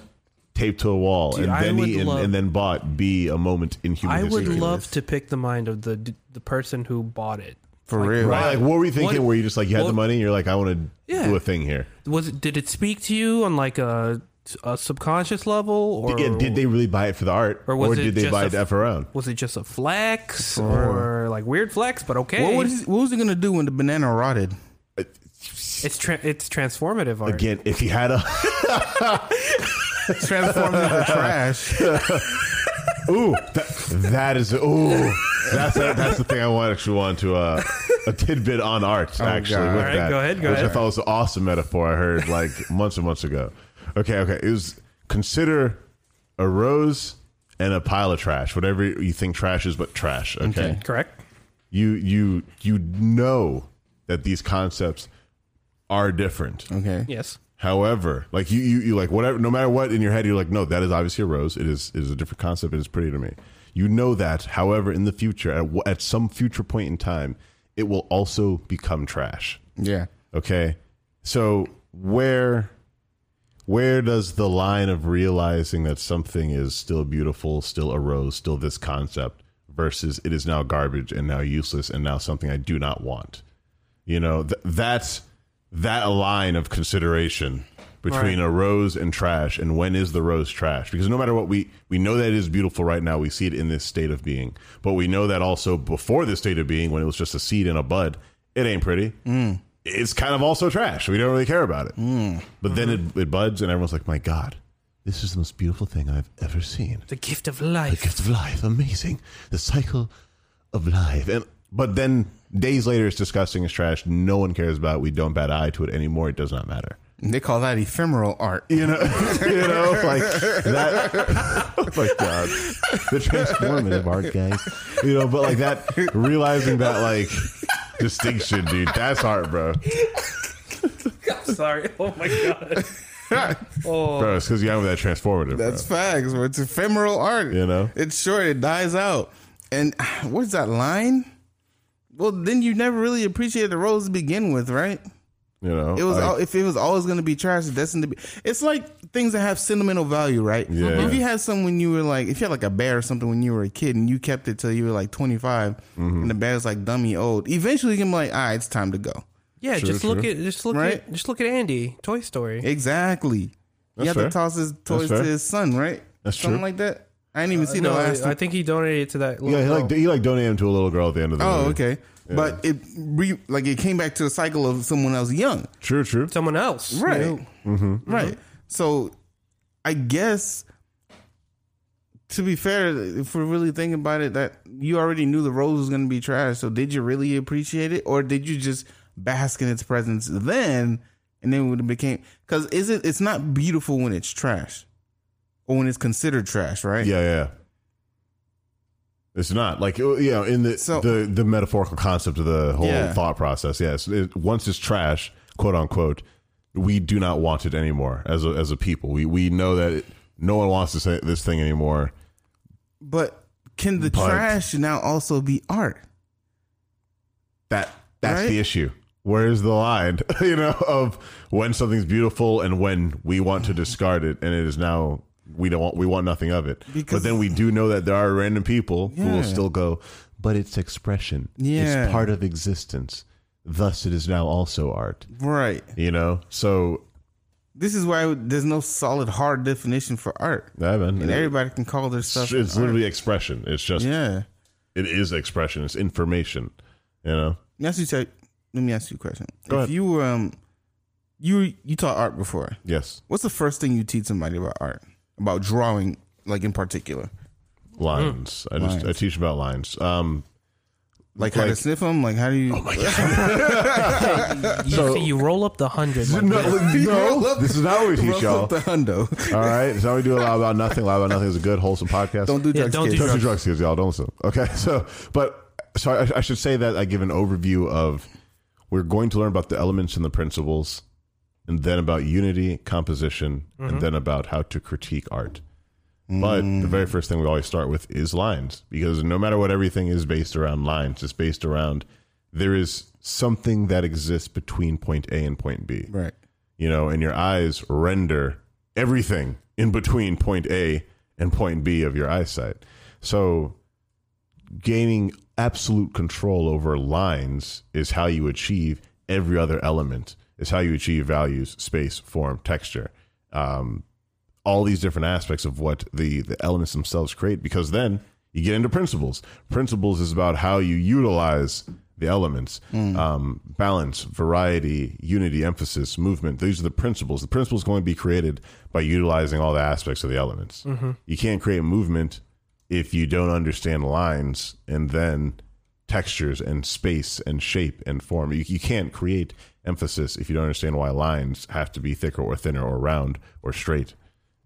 [SPEAKER 1] taped to a wall,
[SPEAKER 3] Dude, I
[SPEAKER 1] and then
[SPEAKER 3] would
[SPEAKER 1] he and,
[SPEAKER 3] love-
[SPEAKER 1] and then bought be a moment in human
[SPEAKER 3] I
[SPEAKER 1] history.
[SPEAKER 3] would love to pick the mind of the the person who bought it.
[SPEAKER 2] For real.
[SPEAKER 1] Right, like what were you thinking?
[SPEAKER 3] What-
[SPEAKER 1] where you just like you had
[SPEAKER 3] what-
[SPEAKER 1] the money, and you're like, I want to
[SPEAKER 3] Yeah.
[SPEAKER 1] do a thing here.
[SPEAKER 3] Was it, did it speak to you on like a, a subconscious level, or
[SPEAKER 1] Yeah, did they really buy it for the art,
[SPEAKER 3] Or was it
[SPEAKER 1] did they
[SPEAKER 3] just
[SPEAKER 1] buy
[SPEAKER 3] a-
[SPEAKER 1] it to F around?
[SPEAKER 3] Was it just a flex, or like weird flex? But okay,
[SPEAKER 2] What was what was he gonna do when the banana
[SPEAKER 1] [LAUGHS]
[SPEAKER 2] rotted?
[SPEAKER 3] it's tra- it's transformative art.
[SPEAKER 1] Again, if you had a [LAUGHS]
[SPEAKER 2] Transformed into
[SPEAKER 1] [LAUGHS]
[SPEAKER 2] trash.
[SPEAKER 1] ooh, that, that is ooh, that's that's the thing I want actually want to uh, a tidbit on art actually with
[SPEAKER 2] God.
[SPEAKER 3] Oh, All right,
[SPEAKER 1] that,
[SPEAKER 3] go ahead, go
[SPEAKER 1] which
[SPEAKER 3] ahead.
[SPEAKER 1] I thought was an awesome metaphor I heard like months and months ago. Okay, okay, it was consider a rose and a pile of trash, whatever you think trash is, but trash. okay.
[SPEAKER 3] Correct.
[SPEAKER 1] you you you know that these concepts are different.
[SPEAKER 2] Okay.
[SPEAKER 3] Yes.
[SPEAKER 1] However, like you, you, you like whatever, no matter what in your head, you're like, no, that is obviously a rose. It is, it is a different concept. It is pretty to me. You know that. However, in the future, at, w- at some future point in time, it will also become trash.
[SPEAKER 2] Yeah.
[SPEAKER 1] Okay. So where, where does the line of realizing that something is still beautiful, still a rose, still this concept versus it is now garbage and now useless and now something I do not want? You know, th- that's that line of consideration between a rose and trash and when is the rose trash because no matter what we we know that it is beautiful right now we see it in this state of being but we know that also before this state of being when it was just a seed and a bud it ain't pretty it's kind of also trash we don't really care about it but then it, it buds and everyone's like my god this is the most beautiful thing i've ever seen
[SPEAKER 3] The gift of life.
[SPEAKER 1] gift of life amazing the cycle of life and but then days later it's disgusting it's trash no one cares about it we don't bat an eye to it anymore it does not matter [LAUGHS]
[SPEAKER 2] They call that ephemeral art.
[SPEAKER 1] you know you know like that [LAUGHS] oh my god the transformative art guys you know but like that realizing that like distinction dude that's art bro
[SPEAKER 3] Sorry. Oh my god. Oh.
[SPEAKER 1] bro it's because you got with that transformative
[SPEAKER 2] That's
[SPEAKER 1] bro.
[SPEAKER 2] facts. Bro. It's ephemeral art.
[SPEAKER 1] You know?
[SPEAKER 2] it's short. It dies out. And [SIGHS] what's that line? Well, then you never really appreciated the rose to begin with, right?
[SPEAKER 1] you know
[SPEAKER 2] It was
[SPEAKER 1] like,
[SPEAKER 2] all, if it was always going to be trash, it's destined to be. It's like things that have sentimental value, right?
[SPEAKER 1] Yeah.
[SPEAKER 2] If you had some when you were like, if you had like a bear or something when you were a kid, and you kept it till you were like twenty
[SPEAKER 1] Mm-hmm.
[SPEAKER 2] and the bear's like dummy old, eventually you can be like, ah, it's time to go.
[SPEAKER 3] [LAUGHS] Yeah. just look at just look
[SPEAKER 2] Right?
[SPEAKER 3] at just look at Andy. Toy Story.
[SPEAKER 2] Exactly. you
[SPEAKER 1] That's
[SPEAKER 2] have
[SPEAKER 1] fair.
[SPEAKER 2] to toss his toys
[SPEAKER 1] fair.
[SPEAKER 2] to his son, right?
[SPEAKER 1] That's
[SPEAKER 2] something
[SPEAKER 1] true. Uh,
[SPEAKER 2] like that. I didn't even see the
[SPEAKER 3] no,
[SPEAKER 2] last.
[SPEAKER 3] I
[SPEAKER 2] one.
[SPEAKER 3] think he donated it to that.
[SPEAKER 1] yeah,
[SPEAKER 3] Little
[SPEAKER 1] he
[SPEAKER 3] girl.
[SPEAKER 1] like he like donated him to a little girl at the end of the
[SPEAKER 2] Oh,
[SPEAKER 1] movie.
[SPEAKER 2] okay. But it re, like it came back to the cycle of someone else young.
[SPEAKER 1] True, true.
[SPEAKER 3] Someone else.
[SPEAKER 2] Right. Mm-hmm.
[SPEAKER 3] you know?
[SPEAKER 1] Mm-hmm.
[SPEAKER 2] Right. So I guess to be fair, if we're really thinking about it, that you already knew the rose was gonna be trash. So did you really appreciate it? Or did you just bask in its presence then and then when it became because is it it's not beautiful when it's trash. Or when it's considered trash, right?
[SPEAKER 1] Yeah, yeah. It's not like you know in the
[SPEAKER 2] So-
[SPEAKER 1] the, the metaphorical concept of the whole
[SPEAKER 2] Yeah.
[SPEAKER 1] thought process. Yes, it, once it's trash, quote unquote, we do not want it anymore as a, as a people. We we know that it, no one wants this this thing anymore.
[SPEAKER 2] But can the
[SPEAKER 1] But-
[SPEAKER 2] trash now also be art?
[SPEAKER 1] That that's
[SPEAKER 2] Right?
[SPEAKER 1] the issue. Where is the line, [LAUGHS] you know, of when something's beautiful and when we want to discard it, and it is now we don't want we want nothing of it.
[SPEAKER 2] Because-
[SPEAKER 1] but then we do know that there are random people who
[SPEAKER 2] Yeah.
[SPEAKER 1] will still go, but it's expression.
[SPEAKER 2] Yeah.
[SPEAKER 1] it's part of existence. Thus, it is now also art.
[SPEAKER 2] Right.
[SPEAKER 1] You know, so
[SPEAKER 2] This is why there's no solid hard definition for art.
[SPEAKER 1] yeah, man,
[SPEAKER 2] And
[SPEAKER 1] it-
[SPEAKER 2] everybody can call their
[SPEAKER 1] it's,
[SPEAKER 2] stuff.
[SPEAKER 1] it's literally expression. It's just
[SPEAKER 2] yeah.
[SPEAKER 1] it is expression. It's information. You know,
[SPEAKER 2] Let me ask you, Chuck- let me ask you a question.
[SPEAKER 1] Go
[SPEAKER 2] if
[SPEAKER 1] ahead.
[SPEAKER 2] you were, um you you taught art before,
[SPEAKER 1] yes,
[SPEAKER 2] what's the first thing you teach somebody about art? About drawing, like in particular,
[SPEAKER 1] lines. I just I
[SPEAKER 2] Mm. Lines.
[SPEAKER 1] teach about lines. Um,
[SPEAKER 2] like, how to
[SPEAKER 1] Like- Oh
[SPEAKER 2] sniff them, like how do you?
[SPEAKER 3] You,
[SPEAKER 1] So-
[SPEAKER 3] you roll up the hundred.
[SPEAKER 1] [LAUGHS]
[SPEAKER 3] like
[SPEAKER 1] No,
[SPEAKER 2] [LAUGHS]
[SPEAKER 3] that.
[SPEAKER 2] Roll
[SPEAKER 1] no,
[SPEAKER 2] up-
[SPEAKER 1] this is not what we teach
[SPEAKER 2] [LAUGHS] Roll up
[SPEAKER 1] y'all.
[SPEAKER 2] the
[SPEAKER 1] [LAUGHS]
[SPEAKER 2] hundo.
[SPEAKER 1] All right, so we do a lot about nothing. A lot about nothing is a good, wholesome podcast.
[SPEAKER 2] Don't do
[SPEAKER 3] Yeah,
[SPEAKER 2] drugs.
[SPEAKER 3] don't
[SPEAKER 2] kids.
[SPEAKER 3] do
[SPEAKER 1] Don't do drugs, kids, y'all. Don't listen. Okay, [LAUGHS] so but so I, I should say that I give an overview of we're going to learn about the elements and the principles, and then about unity, composition, and then about how to critique art. But the very first thing we always start with is lines, because no matter what, everything is based around lines. It's based around there is something that exists between point A and point B
[SPEAKER 2] Right.
[SPEAKER 1] you know, and your eyes render everything in between point A and point B of your eyesight. So gaining absolute control over lines is how you achieve every other element. Is how you achieve values, space, form, texture, um, all these different aspects of what the the elements themselves create. Because then you get into principles. Principles is about how you utilize the elements, um, balance, variety, unity, emphasis, movement. These are the principles. The principles going to be created by utilizing all the aspects of the elements. You can't create movement if you don't understand lines and then textures and space and shape and form. You, you can't create emphasis if you don't understand why lines have to be thicker or thinner or round or straight,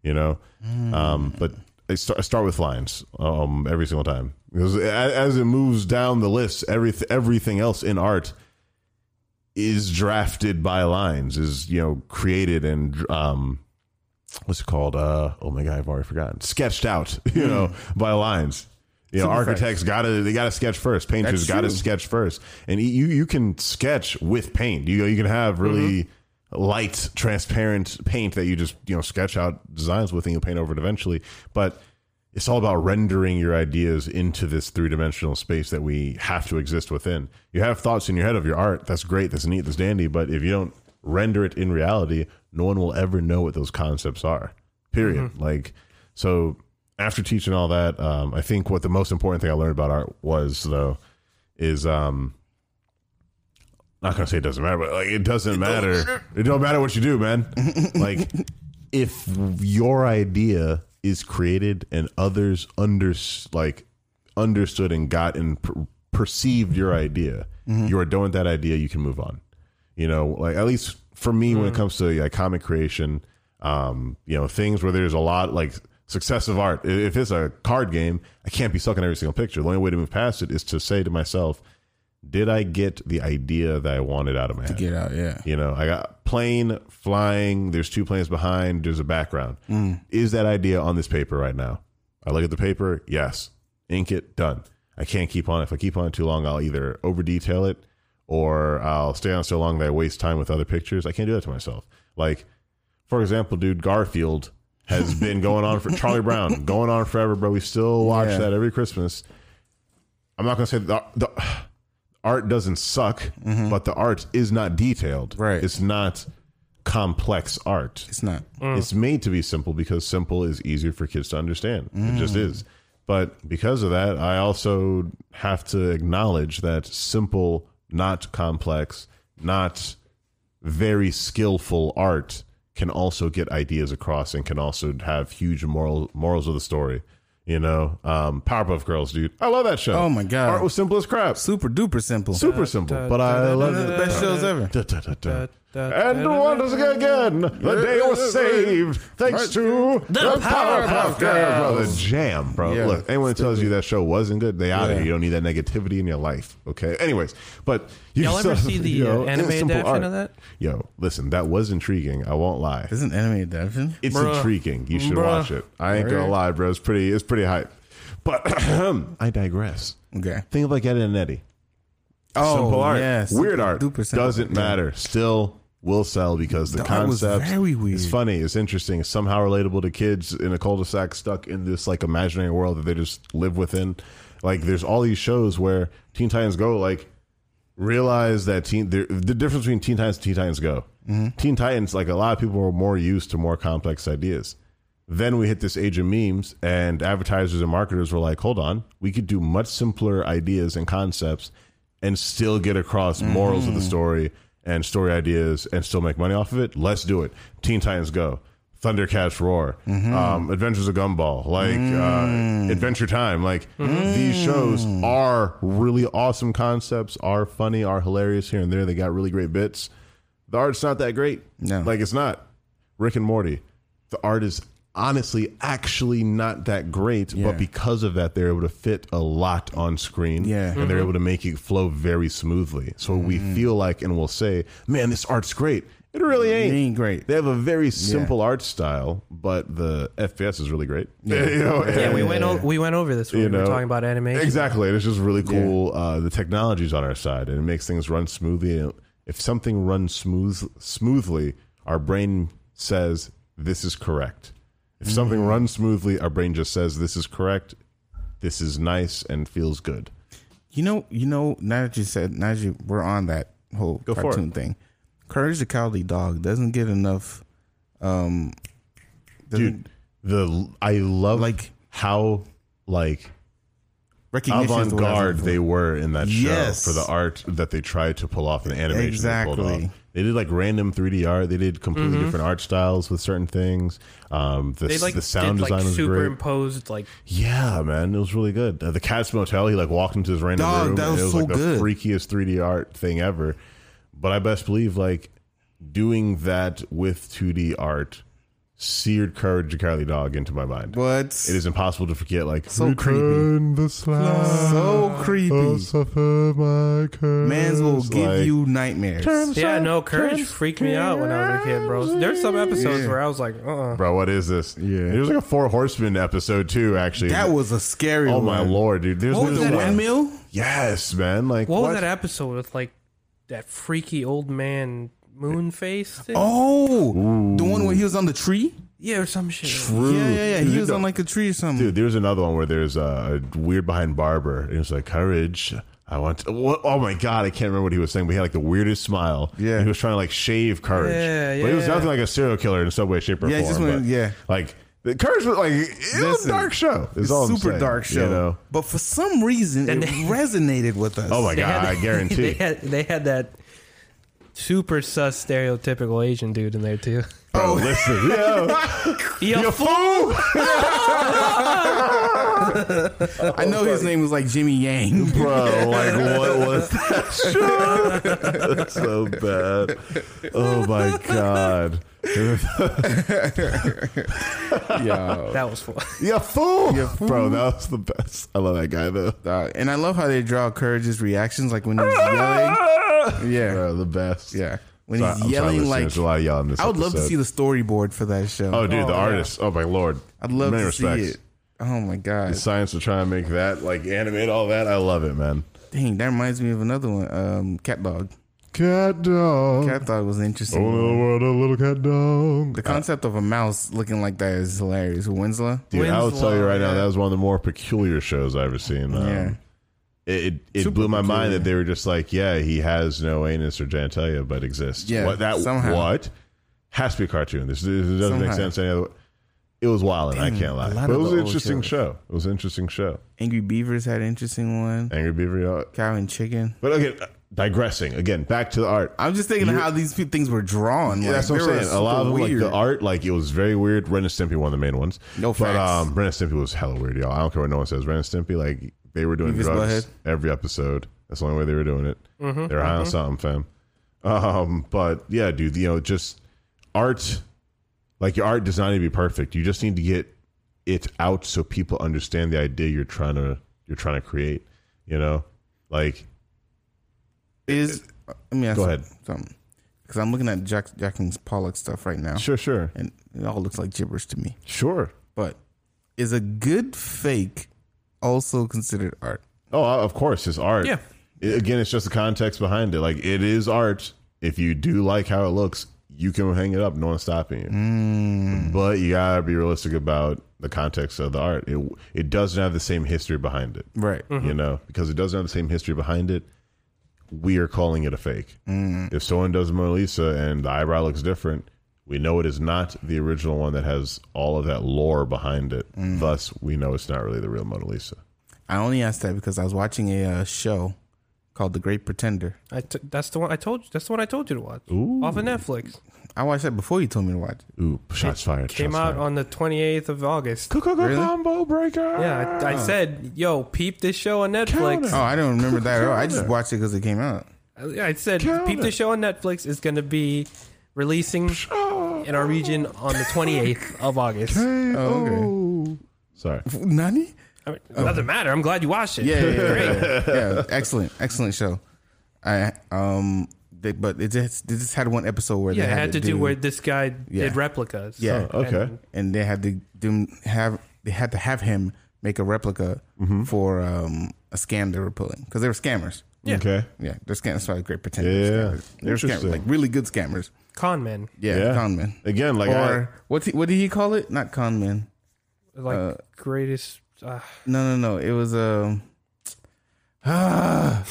[SPEAKER 1] you know? Um,
[SPEAKER 2] Mm.
[SPEAKER 1] but I start, I start with lines um, every single time. Because a- as it moves down the list, every, everything else in art is drafted by lines, is, you know, created and um, what's it called? Uh, oh my god, I've already forgotten. Sketched out, [LAUGHS] you know,
[SPEAKER 2] Mm.
[SPEAKER 1] by lines. You know, architects got to they got to sketch first. Painters
[SPEAKER 2] That's
[SPEAKER 1] got to
[SPEAKER 2] true.
[SPEAKER 1] sketch first, and you you can sketch with paint. You you can have really light, transparent paint that you just you know sketch out designs with, and you'll paint over it eventually. But it's all about rendering your ideas into this three dimensional space that we have to exist within. You have thoughts in your head of your art. That's great. That's neat. That's dandy. But if you don't render it in reality, no one will ever know what those concepts are. Period. Like, so after teaching all that, um, I think what the most important thing I learned about art was, though, is um, not gonna say it doesn't matter, but like it doesn't matter. It don't matter what you do, man. like if your idea is created and others under like understood and got and per- perceived your idea, you are done with that idea. You can move on. You know, like at least for me, when it comes to like, comic creation, um, you know, things where there's a lot like successive art. I- If it's a card game, I can't be stuck in every single picture. The only way to move past it is to say to myself, did I get the idea that I wanted out of my head?
[SPEAKER 2] Get out. Yeah.
[SPEAKER 1] You know, I got plane flying. There's two planes behind. There's a background.
[SPEAKER 2] Mm.
[SPEAKER 1] Is that idea on this paper right now? I look at the paper. Yes. Ink it. Done. I can't keep on. If I keep on too long, I'll either over detail it or I'll stay on so long that I waste time with other pictures. I can't do that to myself. Like, for example, dude, Garfield has
[SPEAKER 2] [LAUGHS]
[SPEAKER 1] been going on for Charlie Brown going on forever, bro. We still watch
[SPEAKER 2] Yeah.
[SPEAKER 1] that every Christmas. I'm not gonna say the, the art doesn't suck, but the art is not detailed.
[SPEAKER 2] Right.
[SPEAKER 1] It's not complex art.
[SPEAKER 2] It's not. Mm.
[SPEAKER 1] It's made to be simple because simple is easier for kids to understand. It just is. But because of that, I also have to acknowledge that simple, not complex, not very skillful art can also get ideas across and can also have huge moral morals of the story. You know, um, Powerpuff Girls, dude. I love that show.
[SPEAKER 2] Oh my God.
[SPEAKER 1] art was simple as crap,
[SPEAKER 2] Super duper simple.
[SPEAKER 1] super simple, but I
[SPEAKER 2] One
[SPEAKER 1] love
[SPEAKER 2] of the
[SPEAKER 1] it.
[SPEAKER 2] best shows ever.
[SPEAKER 1] Da, da, da, da.
[SPEAKER 3] da, da,
[SPEAKER 1] And once again, the day was saved thanks to the Powerpuff Girls. Bro, the jam, bro.
[SPEAKER 2] Yeah.
[SPEAKER 1] Look, anyone that tells you that show wasn't good, they out of
[SPEAKER 2] Yeah.
[SPEAKER 1] here. You don't need that negativity in your life. Okay. Anyways, but you
[SPEAKER 3] Y'all ever
[SPEAKER 1] still-
[SPEAKER 3] see the,
[SPEAKER 1] you
[SPEAKER 3] uh,
[SPEAKER 1] know, and
[SPEAKER 3] anime
[SPEAKER 1] simple
[SPEAKER 3] adaptation
[SPEAKER 1] art.
[SPEAKER 3] of that?
[SPEAKER 1] Yo, listen, that was intriguing. I won't lie.
[SPEAKER 2] Isn't anime adaptation?
[SPEAKER 1] It's
[SPEAKER 3] Bruh.
[SPEAKER 1] intriguing. You should
[SPEAKER 3] Bruh.
[SPEAKER 1] watch it. I ain't gonna
[SPEAKER 2] Alright.
[SPEAKER 1] lie, bro. It's pretty. It's pretty hype. But [CLEARS THROAT] I digress.
[SPEAKER 2] Okay.
[SPEAKER 1] Think of like Ed and Eddie.
[SPEAKER 2] Oh,
[SPEAKER 1] Simple art,
[SPEAKER 2] yes.
[SPEAKER 1] weird art
[SPEAKER 2] Duper simple.
[SPEAKER 1] doesn't matter. Still will sell because the,
[SPEAKER 2] The art was
[SPEAKER 1] concept
[SPEAKER 2] very weird.
[SPEAKER 1] is funny. It's interesting. It's somehow relatable to kids in a cul-de-sac stuck in this like imaginary world that they just live within. Like there's all these shows where Teen Titans Go like realize that teen the, the difference between Teen Titans and Teen Titans Go. Teen Titans like a lot of people are more used to more complex ideas. Then we hit this age of memes, and advertisers and marketers were like, "Hold on, we could do much simpler ideas and concepts, and still get across morals of the story and story ideas, and still make money off of it. Let's do it." Teen Titans Go, Thundercats Roar,
[SPEAKER 2] Mm-hmm.
[SPEAKER 1] um, Adventures of Gumball, like
[SPEAKER 2] Mm.
[SPEAKER 1] uh, Adventure Time. Like these shows are really awesome concepts, are funny, are hilarious here and there. They got really great bits. The art's not that great.
[SPEAKER 2] No.
[SPEAKER 1] Like it's not. Rick and Morty. The art is honestly actually not that great,
[SPEAKER 2] Yeah.
[SPEAKER 1] but because of that, they're able to fit a lot on screen.
[SPEAKER 2] Yeah. Mm.
[SPEAKER 1] And they're able to make it flow very smoothly. So we feel like and we'll say, Man, this art's great. It really
[SPEAKER 2] It
[SPEAKER 1] ain't.
[SPEAKER 2] ain't great.
[SPEAKER 1] They have a very simple art style, but the FPS is really great. [LAUGHS] you know,
[SPEAKER 3] Yeah, we
[SPEAKER 1] and-
[SPEAKER 3] went o- we went over this when
[SPEAKER 1] You
[SPEAKER 3] we were
[SPEAKER 1] know,
[SPEAKER 3] talking about animation.
[SPEAKER 1] Exactly. And it's just really cool. Uh, the technology's on our side and it makes things run smoothly. And if something runs smooth smoothly, our brain says this is correct. If something
[SPEAKER 3] Mm.
[SPEAKER 1] runs smoothly, our brain just says this is correct. This is nice and feels good.
[SPEAKER 2] You know, you know. Now that you said, now that you we're on that whole
[SPEAKER 1] Go for it.
[SPEAKER 2] cartoon thing, Courage the Cowardly Dog doesn't get enough. Um, doesn't
[SPEAKER 1] Dude, the I love
[SPEAKER 2] Like-
[SPEAKER 1] like how like
[SPEAKER 2] recognition is the word I was
[SPEAKER 1] avant-garde
[SPEAKER 2] looking
[SPEAKER 1] they were in that show
[SPEAKER 2] Yes.
[SPEAKER 1] for the art that they tried to pull off in animation they pulled
[SPEAKER 2] Exactly.
[SPEAKER 1] off. They did like random 3D art. They did completely different art styles with certain things. Um, the,
[SPEAKER 3] Mm-hmm. They like
[SPEAKER 1] the sound
[SPEAKER 3] did, like,
[SPEAKER 1] design was great.
[SPEAKER 3] superimposed like
[SPEAKER 1] Yeah, man, it was really good. Uh, the Cat's Motel. He like walked into his random
[SPEAKER 2] Dog,
[SPEAKER 1] room.
[SPEAKER 2] that
[SPEAKER 1] and
[SPEAKER 2] was
[SPEAKER 1] it was
[SPEAKER 2] so
[SPEAKER 1] like the
[SPEAKER 2] good.
[SPEAKER 1] freakiest 3D art thing ever. But I best believe like doing that with 2D art seared Courage the Cowardly Dog into my mind.
[SPEAKER 2] for. What?
[SPEAKER 1] it is impossible to forget. Like
[SPEAKER 2] So creepy. Return
[SPEAKER 1] the slab.
[SPEAKER 2] so creepy.
[SPEAKER 1] suffer my curse.
[SPEAKER 2] Mans will give you nightmares.
[SPEAKER 3] Yeah, no, Courage freaked me out when I was a kid, bro. There's some episodes
[SPEAKER 2] Yeah.
[SPEAKER 3] where I was like, uh-uh.
[SPEAKER 1] Bro, what is this?
[SPEAKER 2] Yeah.
[SPEAKER 1] There's like a Four Horsemen episode too, actually.
[SPEAKER 2] That was a scary
[SPEAKER 1] Oh
[SPEAKER 2] one. Oh,
[SPEAKER 1] my lord, dude. There's
[SPEAKER 3] What
[SPEAKER 2] The
[SPEAKER 3] was
[SPEAKER 1] this-
[SPEAKER 3] that?
[SPEAKER 2] windmill.
[SPEAKER 1] Yes, man. Like
[SPEAKER 3] What was that episode with like that freaky old man moon face thing?
[SPEAKER 2] Oh, the one where he was on the tree.
[SPEAKER 3] Yeah, or some shit.
[SPEAKER 1] True.
[SPEAKER 2] Yeah, yeah, yeah. He
[SPEAKER 1] Dude,
[SPEAKER 2] was
[SPEAKER 1] no.
[SPEAKER 2] on like a tree or something.
[SPEAKER 1] Dude, there's another one where there's uh, a weird behind barber. And it was like courage. I want. To, what, oh my god, I can't remember what he was saying, but he had like the weirdest smile.
[SPEAKER 2] Yeah.
[SPEAKER 1] And he was trying to like shave courage.
[SPEAKER 3] Yeah,
[SPEAKER 1] But he was
[SPEAKER 3] yeah.
[SPEAKER 1] nothing like a serial killer in some way, shape, or
[SPEAKER 2] Yeah, he
[SPEAKER 1] form.
[SPEAKER 2] just wanted-
[SPEAKER 1] but,
[SPEAKER 2] yeah.
[SPEAKER 1] like the courage was like it was a
[SPEAKER 2] Listen,
[SPEAKER 1] dark show. It's,
[SPEAKER 2] It's
[SPEAKER 1] all I'm
[SPEAKER 2] super
[SPEAKER 1] saying,
[SPEAKER 2] dark show.
[SPEAKER 1] You know?
[SPEAKER 2] But for some reason, it
[SPEAKER 3] And they-
[SPEAKER 2] resonated with us.
[SPEAKER 1] Oh my
[SPEAKER 3] [LAUGHS] They
[SPEAKER 1] god,
[SPEAKER 2] [LAUGHS]
[SPEAKER 3] had-
[SPEAKER 1] I guarantee.
[SPEAKER 3] They had, they had that super sus stereotypical Asian dude in there, too.
[SPEAKER 1] Bro, listen, [LAUGHS] Oh. yo,
[SPEAKER 3] Yeah,
[SPEAKER 1] you fool.
[SPEAKER 2] I know his name was like Jimmy Yang.
[SPEAKER 1] [LAUGHS] Bro, like what
[SPEAKER 2] [LAUGHS]
[SPEAKER 1] was that show? That's so bad. Oh my
[SPEAKER 2] [LAUGHS]
[SPEAKER 1] god.
[SPEAKER 2] Yo.
[SPEAKER 3] that was fun.
[SPEAKER 1] You fool. Bro, that was the best. I love that guy though.
[SPEAKER 2] Uh, and I love how they draw Courage's reactions,
[SPEAKER 1] [LAUGHS]
[SPEAKER 2] like when he's yelling. Yeah,
[SPEAKER 1] Bro, the best.
[SPEAKER 2] yeah. When
[SPEAKER 1] Sorry- I'm
[SPEAKER 2] he's
[SPEAKER 1] sorry,
[SPEAKER 2] yelling,
[SPEAKER 1] listeners,
[SPEAKER 2] like
[SPEAKER 1] there's a lot of yelling this
[SPEAKER 2] I would love to
[SPEAKER 1] episode.
[SPEAKER 2] see the storyboard for that show.
[SPEAKER 1] Oh dude,
[SPEAKER 3] Oh,
[SPEAKER 1] the
[SPEAKER 3] yeah.
[SPEAKER 1] artist. Oh my lord.
[SPEAKER 2] I'd love
[SPEAKER 1] Many
[SPEAKER 2] to
[SPEAKER 1] respects.
[SPEAKER 2] see it. Oh my god,
[SPEAKER 1] The science of trying to make that, like animate all that. I love it, man.
[SPEAKER 2] dang! That reminds me of another one. Um, Cat Dog.
[SPEAKER 1] Cat dog.
[SPEAKER 2] Cat Dog was interesting.
[SPEAKER 1] world a little cat dog.
[SPEAKER 2] the concept of a mouse looking like that is hilarious. Winslow.
[SPEAKER 1] Dude, I will tell you
[SPEAKER 3] Winslow,
[SPEAKER 1] right now,
[SPEAKER 3] yeah.
[SPEAKER 1] that was one of the more peculiar shows I've ever seen. Um,
[SPEAKER 2] Yeah.
[SPEAKER 1] It it, it
[SPEAKER 2] Super
[SPEAKER 1] blew my
[SPEAKER 2] peculiar.
[SPEAKER 1] mind that they were just like, yeah, he has no anus or genitalia, but exists.
[SPEAKER 2] Yeah,
[SPEAKER 1] what, that
[SPEAKER 2] somehow.
[SPEAKER 1] what has to be a cartoon. This, this doesn't
[SPEAKER 2] Somehow.
[SPEAKER 1] make sense any other way. it was wild. and I
[SPEAKER 2] Damn,
[SPEAKER 1] can't lie.
[SPEAKER 2] a lot
[SPEAKER 1] But it
[SPEAKER 2] of
[SPEAKER 1] was
[SPEAKER 2] the
[SPEAKER 1] an
[SPEAKER 2] old
[SPEAKER 1] interesting
[SPEAKER 2] shows.
[SPEAKER 1] show. It was an interesting show.
[SPEAKER 2] Angry Beavers had an interesting one.
[SPEAKER 1] Angry Beaver. y'all-
[SPEAKER 2] Cow and Chicken.
[SPEAKER 1] But again, uh, digressing again back to the art.
[SPEAKER 2] I'm just thinking of how these few things were drawn.
[SPEAKER 1] Yeah, that's what I'm saying. A lot of them, like the art, like it was very weird. Ren and Stimpy, one of the main ones.
[SPEAKER 2] No
[SPEAKER 1] but
[SPEAKER 2] facts.
[SPEAKER 1] um, Ren and Stimpy was hella weird, y'all. I don't care what no one says. Ren and Stimpy, like they were doing
[SPEAKER 2] Beavis
[SPEAKER 1] drugs
[SPEAKER 2] Butthead.
[SPEAKER 1] every episode. That's the only way they were doing it. They were high on something, fam. Um, but yeah, dude, you know, just art. Like your art does not need to be perfect. You just need to get it out so people understand the idea you're trying to you're trying to create. You know, like
[SPEAKER 2] is. Let me ask
[SPEAKER 1] Go
[SPEAKER 2] you
[SPEAKER 1] ahead.
[SPEAKER 2] something because I'm looking at Jack Jackson Pollock stuff right now,
[SPEAKER 1] sure, sure,
[SPEAKER 2] and it all looks like gibberish to me.
[SPEAKER 1] sure.
[SPEAKER 2] But is a good fake also considered art?
[SPEAKER 1] Oh, uh, of course, it's art.
[SPEAKER 3] Yeah.
[SPEAKER 1] I- again, it's just the context behind it. Like it is art. If you do like how it looks, you can hang it up. No one's stopping you. But you gotta be realistic about the context of the art. It it doesn't have the same history behind it.
[SPEAKER 2] Right.
[SPEAKER 1] You know, because it doesn't have the same history behind it. We are calling it a fake. If someone does Mona Lisa and the eyebrow looks different, we know it is not the original one that has all of that lore behind it. Thus, we know it's not really the real Mona Lisa.
[SPEAKER 2] I only asked that because I was watching a uh, show called The Great Pretender.
[SPEAKER 3] I t- that's the one I told you. That's the one I told you to watch off of Netflix.
[SPEAKER 2] I watched that before you told me to watch. it.
[SPEAKER 1] Ooh, shots fired.
[SPEAKER 3] Came
[SPEAKER 1] shots
[SPEAKER 3] out
[SPEAKER 1] fired.
[SPEAKER 3] on the 28th of August.
[SPEAKER 1] Cuckoo
[SPEAKER 2] Really?
[SPEAKER 1] combo breaker.
[SPEAKER 3] Yeah,
[SPEAKER 1] Ah.
[SPEAKER 3] I, I said, yo, peep this show on Netflix.
[SPEAKER 1] Counter.
[SPEAKER 2] Oh, I don't remember that at all. I [LAUGHS] just watched it because it came out.
[SPEAKER 3] I said,
[SPEAKER 1] Count
[SPEAKER 3] peep
[SPEAKER 1] it.
[SPEAKER 3] this show on Netflix is going to be releasing
[SPEAKER 1] Ah!
[SPEAKER 3] in our region on the 28th of August. I
[SPEAKER 2] Oh,
[SPEAKER 1] Sorry.
[SPEAKER 2] Nani?
[SPEAKER 3] mean, Doesn't matter. I'm glad you watched it.
[SPEAKER 2] Yeah, yeah, yeah, yeah. Yeah, Excellent, excellent show. I um, they, but it just they just had one episode where
[SPEAKER 3] Yeah,
[SPEAKER 2] they
[SPEAKER 3] it
[SPEAKER 2] had,
[SPEAKER 3] had to do where this guy
[SPEAKER 2] Yeah.
[SPEAKER 3] did replicas.
[SPEAKER 2] yeah,
[SPEAKER 1] Oh, okay.
[SPEAKER 3] And-
[SPEAKER 2] and they had to do have they had to have him make a replica for um a scam they were pulling because they were scammers.
[SPEAKER 3] Yeah.
[SPEAKER 1] Okay.
[SPEAKER 2] Yeah, they're scammers. That's why great pretend.
[SPEAKER 1] Yeah,
[SPEAKER 2] scammers. they were scammers,
[SPEAKER 1] interesting.
[SPEAKER 2] like really good scammers.
[SPEAKER 3] Con men.
[SPEAKER 2] Yeah,
[SPEAKER 1] Yeah.
[SPEAKER 2] con men.
[SPEAKER 1] Again, like
[SPEAKER 2] Or what's he, what did he call it? Not con men.
[SPEAKER 3] Like, greatest. Uh,
[SPEAKER 2] No, no, no. It was um. Ah,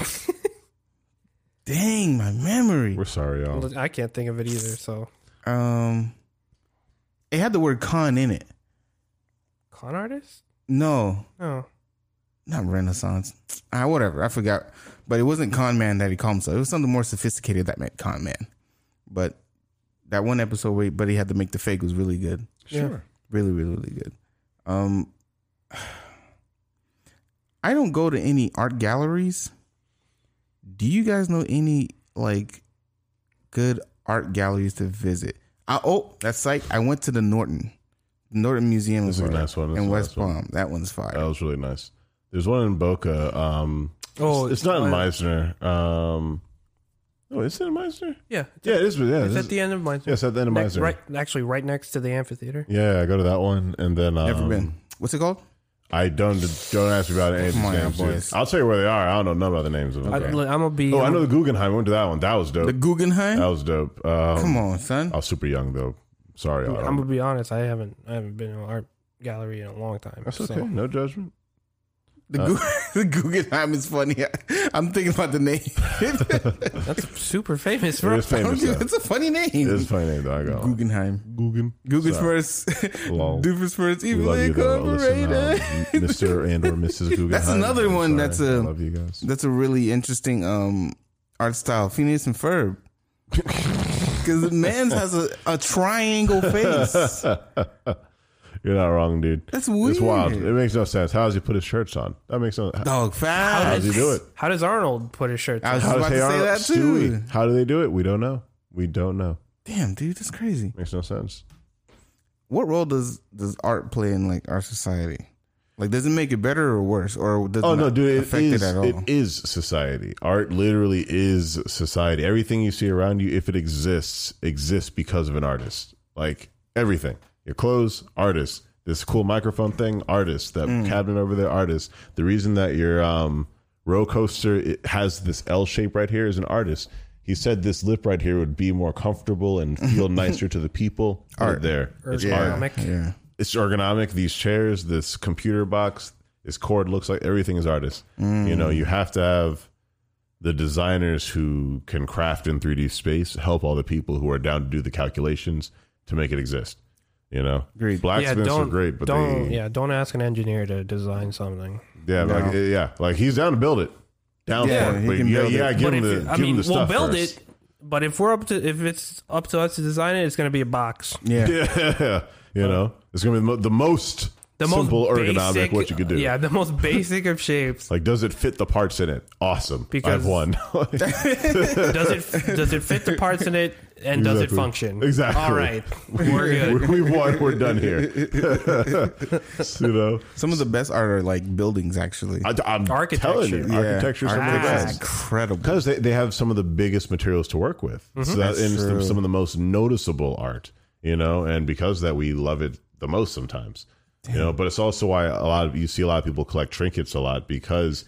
[SPEAKER 2] dang, my memory.
[SPEAKER 1] I, we're sorry, y'all.
[SPEAKER 3] I can't think of it either. So,
[SPEAKER 2] Um, it had the word con in it.
[SPEAKER 3] con artist?
[SPEAKER 2] No,
[SPEAKER 3] No.
[SPEAKER 2] not Renaissance. Ah, whatever. I forgot. But it wasn't con man that he called himself. It was something more sophisticated that meant con man. But that one episode where but he had to make the fake was really good.
[SPEAKER 3] Sure.
[SPEAKER 2] Really, really, really good. Um, [SIGHS] I don't go to any art galleries. Do you guys know any like good art galleries to visit? I, oh, that's like I went to the Norton, Norton Museum
[SPEAKER 1] This
[SPEAKER 2] of
[SPEAKER 1] is a
[SPEAKER 2] Art
[SPEAKER 1] nice one. This is
[SPEAKER 2] in
[SPEAKER 1] a
[SPEAKER 2] West
[SPEAKER 1] nice one.
[SPEAKER 2] Palm. That one's fire.
[SPEAKER 1] That was really nice. There's one in Boca. Um,
[SPEAKER 3] Oh,
[SPEAKER 1] it's, it's not in
[SPEAKER 3] uh,
[SPEAKER 1] Meisner. Um, oh, is it in Meisner?
[SPEAKER 3] Yeah.
[SPEAKER 1] Yeah, it is. but Yeah,
[SPEAKER 3] It's
[SPEAKER 1] this
[SPEAKER 3] at
[SPEAKER 1] is-
[SPEAKER 3] the end of my.
[SPEAKER 1] yeah, it's at the end of
[SPEAKER 3] next,
[SPEAKER 1] Meisner.
[SPEAKER 3] right, actually, right next to the amphitheater.
[SPEAKER 1] Yeah, I go to that one, and then um,
[SPEAKER 2] Never been. What's it called?
[SPEAKER 1] I don't don't ask me about any of these
[SPEAKER 2] Come on,
[SPEAKER 1] names.
[SPEAKER 2] boys.
[SPEAKER 1] dude. I'll tell you where they are. I don't know none about the names of them.
[SPEAKER 3] I, am gonna be.
[SPEAKER 1] Oh, I know the Guggenheim. I went to that one. That was dope.
[SPEAKER 2] The Guggenheim.
[SPEAKER 1] that was dope. Um,
[SPEAKER 2] Come on, son.
[SPEAKER 1] I was super young though. Sorry, y'all.
[SPEAKER 3] I'm gonna be honest. I haven't. I haven't been in an art gallery in a long time.
[SPEAKER 1] That's
[SPEAKER 3] so-
[SPEAKER 1] okay. No
[SPEAKER 2] [LAUGHS]
[SPEAKER 1] judgment.
[SPEAKER 2] The, Gu-
[SPEAKER 1] uh,
[SPEAKER 2] [LAUGHS] the Guggenheim is funny. [LAUGHS] I'm thinking about the name.
[SPEAKER 1] [LAUGHS]
[SPEAKER 3] That's super famous,
[SPEAKER 1] It
[SPEAKER 3] bro.
[SPEAKER 1] is famous. though.
[SPEAKER 2] [LAUGHS] it's a funny name.
[SPEAKER 1] It is a funny name, though. I got one.
[SPEAKER 2] Guggenheim.
[SPEAKER 1] Guggen.
[SPEAKER 2] Guggen's first.
[SPEAKER 1] Lol.
[SPEAKER 2] Doofus first.
[SPEAKER 1] We love
[SPEAKER 2] Evil
[SPEAKER 1] you, though. Listen, um,
[SPEAKER 2] Incorporated.
[SPEAKER 1] Mr. and or Mrs. Guggenheim.
[SPEAKER 2] [LAUGHS] That's another
[SPEAKER 1] I'm
[SPEAKER 2] one
[SPEAKER 1] sorry.
[SPEAKER 2] that's uh, a-
[SPEAKER 1] I love you guys.
[SPEAKER 2] That's a really interesting um, art style. Phineas
[SPEAKER 1] [LAUGHS]
[SPEAKER 2] and Ferb. Because the man's has a, a
[SPEAKER 1] [LAUGHS]
[SPEAKER 2] triangle face.
[SPEAKER 1] You're not wrong, dude.
[SPEAKER 2] That's weird.
[SPEAKER 1] It's wild. It makes no sense. How does he put his shirts on? That makes no sense.
[SPEAKER 2] Dog
[SPEAKER 1] How
[SPEAKER 2] fast.
[SPEAKER 1] does he do it? Ah,
[SPEAKER 3] How does Arnold put his shirt?
[SPEAKER 2] I
[SPEAKER 3] on?
[SPEAKER 2] was
[SPEAKER 1] How
[SPEAKER 2] just
[SPEAKER 1] does
[SPEAKER 2] about to say
[SPEAKER 1] Harold-
[SPEAKER 2] that too.
[SPEAKER 1] Stewie, How do they do it? We don't know. We don't know.
[SPEAKER 2] Damn, dude, that's crazy.
[SPEAKER 1] Makes no sense.
[SPEAKER 2] What role does does art play in like our society? Like, does it make it better or worse, or does
[SPEAKER 1] Oh
[SPEAKER 2] it
[SPEAKER 1] no,
[SPEAKER 2] not
[SPEAKER 1] dude! It
[SPEAKER 2] affect
[SPEAKER 1] is,
[SPEAKER 2] it at all?
[SPEAKER 1] it is society. Art literally is society. Everything you see around you, if it exists, exists because of an artist. Like everything, your clothes, artist. This cool microphone thing, artist. That
[SPEAKER 2] Mm.
[SPEAKER 1] cabinet over there, artist. The reason that your um, roller coaster it has this L shape right here is an artist. He said this lip right here would be more comfortable and
[SPEAKER 2] [LAUGHS]
[SPEAKER 1] feel nicer to the people. Art there, it's art
[SPEAKER 3] Ergonomic.
[SPEAKER 2] yeah.
[SPEAKER 1] it's ergonomic. These chairs, this computer box, this cord looks like everything is artist. You know, you have to have the designers who can craft in 3D space help all the people who are down to do the calculations to make it exist. You know,
[SPEAKER 2] Agreed.
[SPEAKER 1] blacksmiths are great, but
[SPEAKER 3] don't
[SPEAKER 1] they, yeah,
[SPEAKER 3] yeah, don't ask an engineer to design something.
[SPEAKER 1] like,
[SPEAKER 2] No.
[SPEAKER 1] yeah, like he's down to build it, down
[SPEAKER 2] Yeah,
[SPEAKER 1] for it.
[SPEAKER 2] he
[SPEAKER 1] But
[SPEAKER 2] can
[SPEAKER 1] yeah,
[SPEAKER 2] build
[SPEAKER 1] yeah,
[SPEAKER 2] it.
[SPEAKER 1] give
[SPEAKER 3] but
[SPEAKER 1] him the,
[SPEAKER 3] if,
[SPEAKER 1] give
[SPEAKER 3] I
[SPEAKER 1] him
[SPEAKER 3] mean,
[SPEAKER 1] the
[SPEAKER 3] we'll
[SPEAKER 1] stuff
[SPEAKER 3] build
[SPEAKER 1] first.
[SPEAKER 3] it. But if we're up to if it's up to us to design it, it's going to be a box.
[SPEAKER 2] Yeah.
[SPEAKER 1] [LAUGHS] Yeah, you know, it's gonna be the, mo- the most
[SPEAKER 3] The
[SPEAKER 1] simple
[SPEAKER 3] most
[SPEAKER 1] ergonomic
[SPEAKER 3] basic,
[SPEAKER 1] what you could do.
[SPEAKER 3] Yeah, the most basic of shapes.
[SPEAKER 1] Like, does it fit the parts in it? Awesome. I've
[SPEAKER 3] Because- [LAUGHS]
[SPEAKER 1] won. [LAUGHS]
[SPEAKER 3] Does it does it fit the parts in it, and does it
[SPEAKER 1] Exactly.
[SPEAKER 3] function?
[SPEAKER 1] Exactly.
[SPEAKER 3] All right,
[SPEAKER 1] [LAUGHS]
[SPEAKER 3] we're good.
[SPEAKER 1] we won. We're done
[SPEAKER 3] [LAUGHS]
[SPEAKER 1] here. [LAUGHS] you know,
[SPEAKER 2] Some of the best art are like buildings, actually.
[SPEAKER 1] I, am telling
[SPEAKER 3] Architecture. Ah,
[SPEAKER 1] you,
[SPEAKER 2] Yeah.
[SPEAKER 1] architecture some of the
[SPEAKER 2] Architecture is
[SPEAKER 1] best.
[SPEAKER 2] incredible. Mm-hmm.
[SPEAKER 1] because they, they have some of the biggest materials to work with so that,
[SPEAKER 2] That's
[SPEAKER 1] and some,
[SPEAKER 2] true.
[SPEAKER 1] some of the most noticeable art you know and because of that we love it the most sometimes you know but it's also why a lot of you see a lot of people collect trinkets a lot because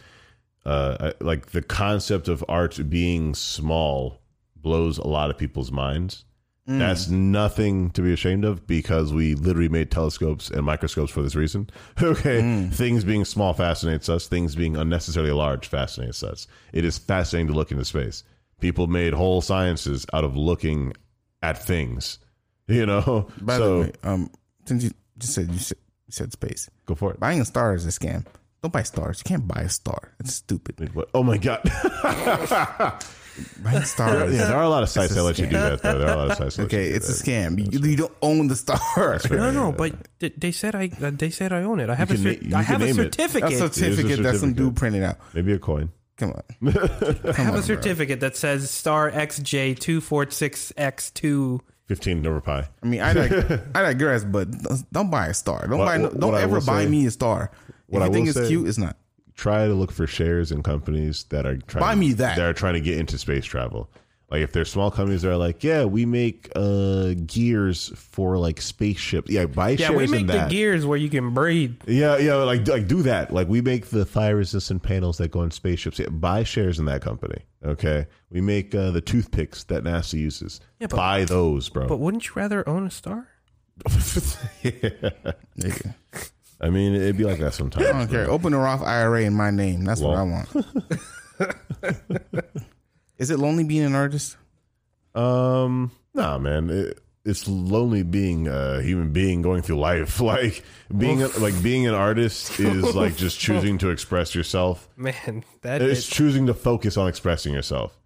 [SPEAKER 1] uh I- like the concept of art being small blows a lot of people's minds
[SPEAKER 2] Mm.
[SPEAKER 1] that's nothing to be ashamed of because we literally made telescopes and microscopes for this reason. [LAUGHS] okay.
[SPEAKER 2] Mm.
[SPEAKER 1] Things being small fascinates us, things being unnecessarily large fascinates us. It is fascinating to look into space. People made whole sciences out of looking at things, [LAUGHS] you know?
[SPEAKER 2] By
[SPEAKER 1] so
[SPEAKER 2] the way, um, since you just said you said, you said space,
[SPEAKER 1] go for it.
[SPEAKER 2] buying a star is a scam. Don't buy stars. You can't buy a star. It's stupid.
[SPEAKER 1] What- Oh my God.
[SPEAKER 2] Buying
[SPEAKER 1] [LAUGHS] yeah,
[SPEAKER 2] stars.
[SPEAKER 1] [LAUGHS] there are a lot of sites
[SPEAKER 2] a
[SPEAKER 1] that let you do that, though. There are a lot of sites that let
[SPEAKER 2] [LAUGHS] Okay,
[SPEAKER 1] you do
[SPEAKER 2] it's a
[SPEAKER 1] that.
[SPEAKER 2] scam. You, you don't own the star. [LAUGHS]
[SPEAKER 3] No, no, but th- they said I uh, they said I own it. I have a
[SPEAKER 1] can
[SPEAKER 3] cer-
[SPEAKER 1] na-
[SPEAKER 3] I
[SPEAKER 1] you can
[SPEAKER 3] have a
[SPEAKER 1] name it.
[SPEAKER 3] certificate.
[SPEAKER 2] A certificate that some dude printed out.
[SPEAKER 1] Maybe a coin.
[SPEAKER 2] Come on.
[SPEAKER 3] I have a certificate that says star XJ two four six X two.
[SPEAKER 1] 15 number pie.
[SPEAKER 2] I mean, I,
[SPEAKER 1] [LAUGHS]
[SPEAKER 2] dig- I digress, but don't buy a star. Don't
[SPEAKER 1] What-
[SPEAKER 2] buy. no-
[SPEAKER 1] what
[SPEAKER 2] Don't
[SPEAKER 1] I
[SPEAKER 2] ever
[SPEAKER 1] will
[SPEAKER 2] buy
[SPEAKER 1] say-
[SPEAKER 2] me a star.
[SPEAKER 1] what
[SPEAKER 2] if
[SPEAKER 1] I
[SPEAKER 2] you think
[SPEAKER 1] will
[SPEAKER 2] it's
[SPEAKER 1] say-
[SPEAKER 2] cute, it's not.
[SPEAKER 1] try to look for shares in companies that are trying
[SPEAKER 2] Buy me that.
[SPEAKER 1] that are trying to get into space travel. Like if there's small companies that are like, yeah, we make uh gears for like spaceships. Yeah, buy
[SPEAKER 3] Yeah,
[SPEAKER 1] shares
[SPEAKER 3] we
[SPEAKER 1] in
[SPEAKER 3] make the
[SPEAKER 1] that.
[SPEAKER 3] gears where you can breathe.
[SPEAKER 1] yeah, yeah, like like do that. Like we make the fire resistant panels that go in spaceships. Yeah, buy shares in that company. Okay, we make uh, the toothpicks that NASA uses.
[SPEAKER 3] Yeah, but-
[SPEAKER 1] buy those, bro.
[SPEAKER 3] But wouldn't you rather own a star?
[SPEAKER 2] Nigga.
[SPEAKER 1] I mean, it'd be like that sometimes.
[SPEAKER 2] I don't care. Open a Roth IRA in my name. That's what I want.
[SPEAKER 1] [LAUGHS]
[SPEAKER 2] [LAUGHS] Is it lonely being an artist?
[SPEAKER 1] Um, nah, man, it, it's lonely being a human being going through life. [LAUGHS] Like being a, like being an artist is like just choosing to express yourself.
[SPEAKER 3] Man, that
[SPEAKER 1] It's
[SPEAKER 3] is [LAUGHS]
[SPEAKER 1] choosing to focus on expressing yourself.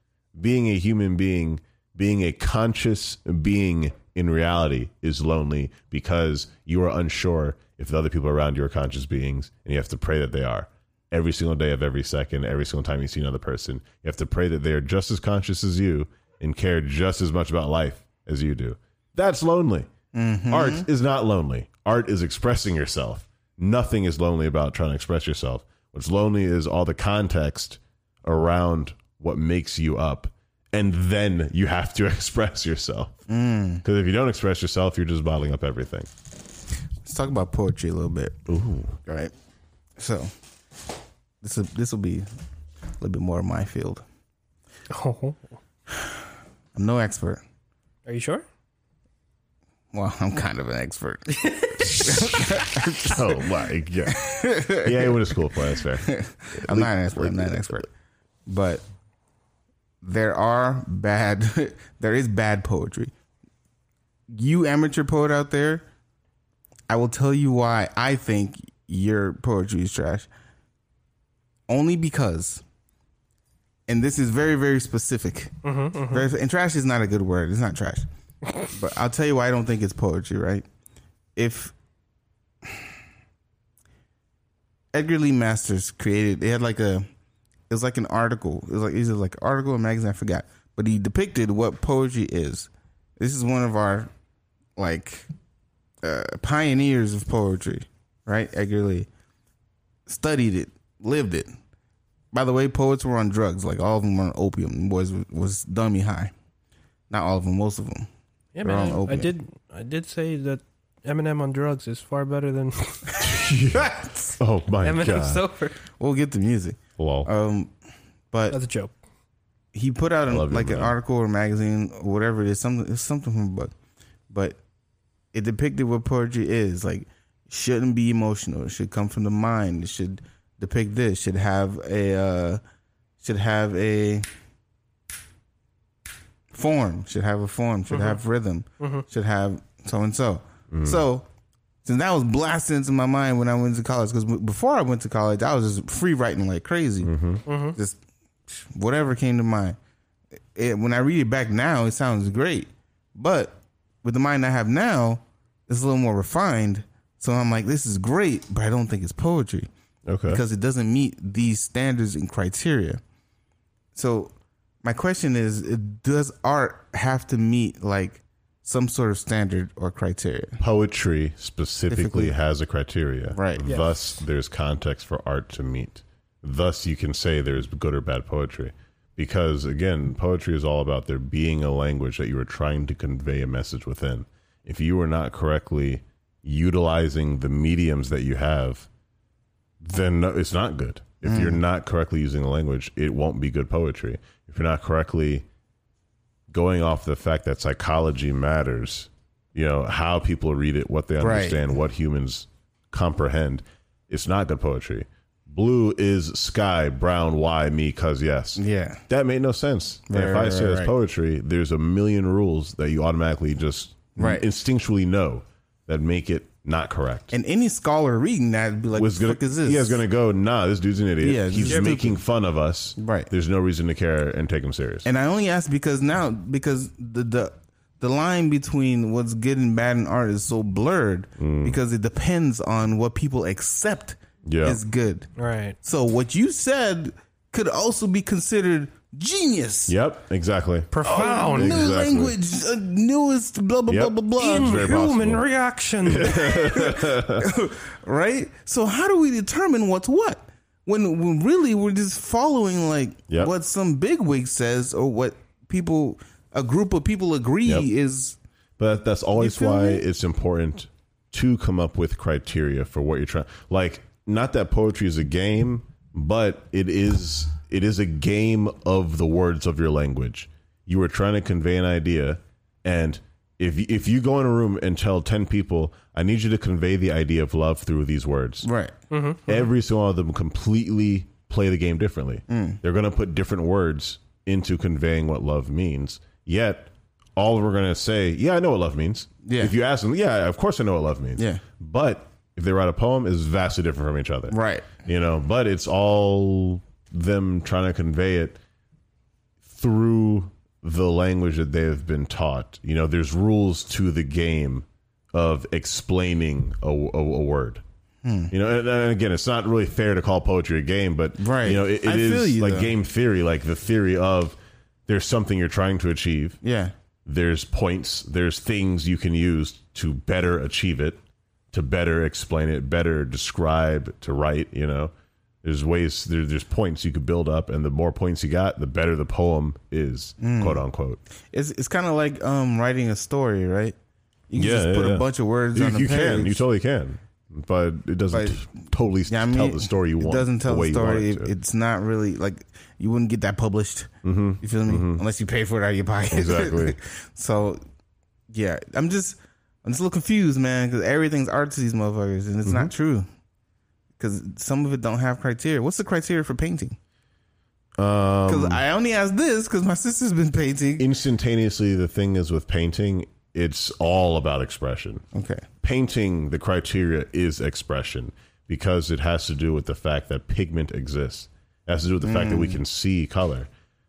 [SPEAKER 1] Being a human being, being a conscious being in reality is lonely because you are unsure if the other people around you are conscious beings, and you have to pray that they are. Every single day of every second, every single time you see another person, you have to pray that they are just as conscious as you and care just as much about life as you do. That's lonely.
[SPEAKER 3] Mm-hmm.
[SPEAKER 1] Art is not lonely. Art is expressing yourself. Nothing is lonely about trying to express yourself. What's lonely is all the context around what makes you up. And then you have to [LAUGHS] express yourself. Because if you don't express yourself, you're just bottling up everything.
[SPEAKER 2] Let's talk about poetry a little bit. Ooh. All right. So this will, this will be a little bit more of my field.
[SPEAKER 3] Oh,
[SPEAKER 2] I'm no expert.
[SPEAKER 3] are you sure?
[SPEAKER 2] Well, [LAUGHS] I'm kind of an expert.
[SPEAKER 1] oh my god! Yeah, you went to school for it, that's fair.
[SPEAKER 2] I'm not an expert. I'm not an expert. But there are bad. [LAUGHS] there is bad poetry. You amateur poet out there, I will tell you why I think your poetry is trash. Only because, and this is very very specific. Very, and trash is not a good word. It's not trash. but I'll tell you why I don't think it's poetry. Right? If Edgar Lee Masters created. They had like a, it was like an article. It was like either like an article or magazine. I forgot, but he depicted what poetry is. This is one of our, like, uh, pioneers of poetry, right? Edgar Lee studied it, lived it. By the way, poets were on drugs. Like all of them were on opium. Boys was dummy high. Not all of them. Most of them.
[SPEAKER 3] Yeah,
[SPEAKER 2] They're all
[SPEAKER 3] man. I, I
[SPEAKER 2] open.
[SPEAKER 3] did. I did say that Eminem on drugs is far better than
[SPEAKER 1] [LAUGHS] Oh my
[SPEAKER 3] [LAUGHS] Eminem
[SPEAKER 1] god!
[SPEAKER 3] sober.
[SPEAKER 2] We'll get the music.
[SPEAKER 1] Lol.
[SPEAKER 2] Um, but
[SPEAKER 3] That's a joke.
[SPEAKER 2] he put out an,
[SPEAKER 1] love you,
[SPEAKER 2] like an
[SPEAKER 1] man.
[SPEAKER 2] article or magazine or whatever it is, something it's something from a book, but it depicted what poetry is like. Shouldn't be emotional. It should come from the mind. It should depict this. Should have a uh, should have a form. Should have a form. Should have rhythm. Should have so and so.
[SPEAKER 1] Mm.
[SPEAKER 2] So since that was blasting into my mind when I went to college, because before I went to college, I was just free writing like crazy,
[SPEAKER 1] Mm-hmm.
[SPEAKER 2] just whatever came to mind. It, when I read it back now, it sounds great, but with the mind I have now, it's a little more refined. So I'm like, this is great, but I don't think it's poetry
[SPEAKER 1] Okay.
[SPEAKER 2] because it doesn't meet these standards and criteria. So my question is, it- does art have to meet like some sort of standard or criteria?
[SPEAKER 1] Poetry specifically
[SPEAKER 2] Specifically.
[SPEAKER 1] has a criteria.
[SPEAKER 2] Right. Yes.
[SPEAKER 1] Thus, there's context for art to meet. Thus, you can say there's good or bad poetry. Because, again, poetry is all about there being a language that you are trying to convey a message within. If you are not correctly utilizing the mediums that you have, then no, it's not good. If you're
[SPEAKER 2] Mm.
[SPEAKER 1] not correctly using the language, it won't be good poetry. If you're not correctly going off the fact that psychology matters, you know, how people read it, what they
[SPEAKER 2] Right.
[SPEAKER 1] understand, what humans comprehend, it's not good poetry. Blue is sky, brown, why, me, cause yes.
[SPEAKER 2] Yeah.
[SPEAKER 1] That made no sense. And
[SPEAKER 2] Right,
[SPEAKER 1] if I
[SPEAKER 2] right,
[SPEAKER 1] say
[SPEAKER 2] right,
[SPEAKER 1] that's
[SPEAKER 2] right.
[SPEAKER 1] poetry, there's a million rules that you automatically just
[SPEAKER 2] Right.
[SPEAKER 1] instinctually know that make it not correct
[SPEAKER 2] And any scholar reading that would be like,
[SPEAKER 1] was
[SPEAKER 2] what the
[SPEAKER 1] gonna
[SPEAKER 2] fuck is this?
[SPEAKER 1] yeah, was gonna go. Nah, this dude's an idiot.
[SPEAKER 2] Yeah, this
[SPEAKER 1] he's
[SPEAKER 2] is
[SPEAKER 1] making fun of us.
[SPEAKER 2] Right.
[SPEAKER 1] There's no reason to care and take him serious.
[SPEAKER 2] And I only ask because now because the the the line between what's good and bad in art is so blurred
[SPEAKER 1] Mm.
[SPEAKER 2] because it depends on what people accept
[SPEAKER 1] Yeah.
[SPEAKER 2] is good.
[SPEAKER 3] Right.
[SPEAKER 2] So what you said could also be considered genius.
[SPEAKER 1] yep. Exactly.
[SPEAKER 3] Oh, Profound.
[SPEAKER 2] New
[SPEAKER 1] Exactly.
[SPEAKER 2] language, uh, newest blah blah
[SPEAKER 1] Yep.
[SPEAKER 2] blah blah blah.
[SPEAKER 1] very possible.
[SPEAKER 3] Human
[SPEAKER 1] [LAUGHS]
[SPEAKER 3] reaction.
[SPEAKER 2] Right. So how do we determine what's what? When when really we're just following like
[SPEAKER 1] Yep.
[SPEAKER 2] what some bigwig says or what people a group of people agree
[SPEAKER 1] Yep.
[SPEAKER 2] is
[SPEAKER 1] But that's always
[SPEAKER 2] You feel
[SPEAKER 1] why
[SPEAKER 2] me?
[SPEAKER 1] it's important to come up with criteria for what you're trying. Like, not that poetry is a game, but it is it is a game of the words of your language. You are trying to convey an idea, and if you- if you go in a room and tell ten people, I need you to convey the idea of love through these words.
[SPEAKER 2] right.
[SPEAKER 1] [LAUGHS] every single one of them completely play the game differently.
[SPEAKER 2] Mm.
[SPEAKER 1] They're going to put different words into conveying what love means. Yet, all of them are going to say, "Yeah, I know what love means."
[SPEAKER 2] Yeah.
[SPEAKER 1] If you ask them, "Yeah, of course I know what love means."
[SPEAKER 2] Yeah.
[SPEAKER 1] But if they write a poem, is vastly different from each other.
[SPEAKER 2] Right.
[SPEAKER 1] You know, but it's all them trying to convey it through the language that they have been taught. You know, there's rules to the game of explaining a, a- a word.
[SPEAKER 2] Hmm.
[SPEAKER 1] You know, and, and again, it's not really fair to call poetry a game, but
[SPEAKER 2] Right.
[SPEAKER 1] you know, it,
[SPEAKER 2] I
[SPEAKER 1] it
[SPEAKER 2] feel
[SPEAKER 1] is
[SPEAKER 2] you,
[SPEAKER 1] like
[SPEAKER 2] though.
[SPEAKER 1] game theory, like the theory of there's something you're trying to achieve,
[SPEAKER 2] Yeah.
[SPEAKER 1] there's points, there's things you can use to better achieve it, to better explain it, better describe, to write, you know. There's ways there, there's points you could build up and the more points you got, the better the poem is,
[SPEAKER 2] Mm.
[SPEAKER 1] quote unquote.
[SPEAKER 2] It's it's kind of like um writing a story, right? You can
[SPEAKER 1] Yeah,
[SPEAKER 2] just
[SPEAKER 1] yeah,
[SPEAKER 2] put
[SPEAKER 1] yeah.
[SPEAKER 2] a bunch of words
[SPEAKER 1] You,
[SPEAKER 2] on a
[SPEAKER 1] you
[SPEAKER 2] page.
[SPEAKER 1] can, you totally can. But it doesn't
[SPEAKER 2] But-
[SPEAKER 1] t- totally
[SPEAKER 2] Yeah, I
[SPEAKER 1] tell
[SPEAKER 2] mean,
[SPEAKER 1] the story you
[SPEAKER 2] it
[SPEAKER 1] want.
[SPEAKER 2] doesn't tell
[SPEAKER 1] way
[SPEAKER 2] the
[SPEAKER 1] you want
[SPEAKER 2] story.
[SPEAKER 1] it
[SPEAKER 2] It-
[SPEAKER 1] to.
[SPEAKER 2] it's not really like you wouldn't get that published. Mm-hmm. You feel me? Unless you pay for it out of your pocket.
[SPEAKER 1] Exactly.
[SPEAKER 2] [LAUGHS] so, yeah, I'm just I'm just a little confused, man, because everything's art to these motherfuckers, and it's
[SPEAKER 1] Mm-hmm.
[SPEAKER 2] not true. Because some of it don't have criteria. What's the criteria for painting?
[SPEAKER 1] Um,
[SPEAKER 2] Because I only asked this because my sister's been painting.
[SPEAKER 1] instantaneously the thing is with painting it's all about expression
[SPEAKER 2] Okay.
[SPEAKER 1] painting the criteria is expression because it has to do with the fact that pigment exists it has to do with the fact that we can see color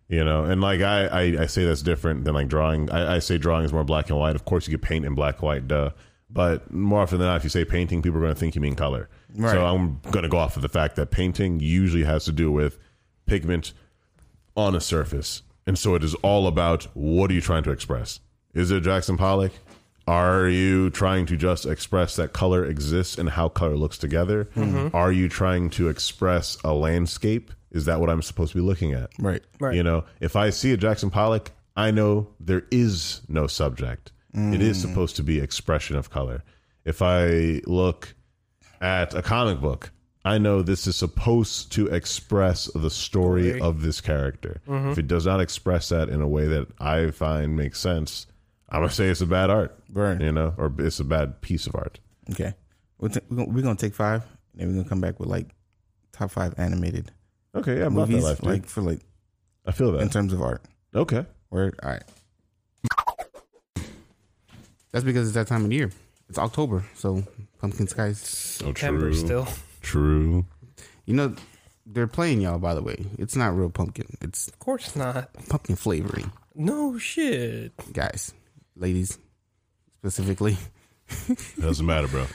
[SPEAKER 1] you know and like i i, I say that's different than like drawing I, I say drawing is more black and white of course you could paint in black and white duh but more often than not if you say painting people are going to think you mean color
[SPEAKER 2] Right.
[SPEAKER 1] so i'm going to go off of the fact that painting usually has to do with pigment on a surface. And so it is all about what are you trying to express? Is it Jackson Pollock? Are you trying to just express that color exists and how color looks together? Are you trying to express a landscape? Is that what I'm supposed to be looking at?
[SPEAKER 2] Right.
[SPEAKER 3] Right.
[SPEAKER 1] You know, if I see a Jackson Pollock, I know there is no subject. It is supposed to be expression of color. If I look at a comic book, I know this is supposed to express the story of this character. If it does not express that in a way that I find makes sense, I'm gonna say it's a bad art,
[SPEAKER 2] Right.
[SPEAKER 1] You know, or it's a bad piece of art.
[SPEAKER 2] Okay. We're, t- we're, gonna, we're gonna take five, and then we're gonna come back with like top five animated
[SPEAKER 1] Okay, yeah, I'm about that
[SPEAKER 2] movies,
[SPEAKER 1] life, dude.
[SPEAKER 2] like for like
[SPEAKER 1] I feel
[SPEAKER 2] in
[SPEAKER 1] that.
[SPEAKER 2] terms of art.
[SPEAKER 1] Okay,
[SPEAKER 2] Word. All right. That's because it's that time of year. It's October, so pumpkin spice.
[SPEAKER 3] September
[SPEAKER 1] true.
[SPEAKER 3] still.
[SPEAKER 1] True.
[SPEAKER 2] You know, they're playing y'all. By the way, it's not real pumpkin. It's
[SPEAKER 3] Of course not.
[SPEAKER 2] pumpkin flavoring,
[SPEAKER 3] No shit.
[SPEAKER 2] guys, ladies, specifically.
[SPEAKER 1] It doesn't matter, bro. It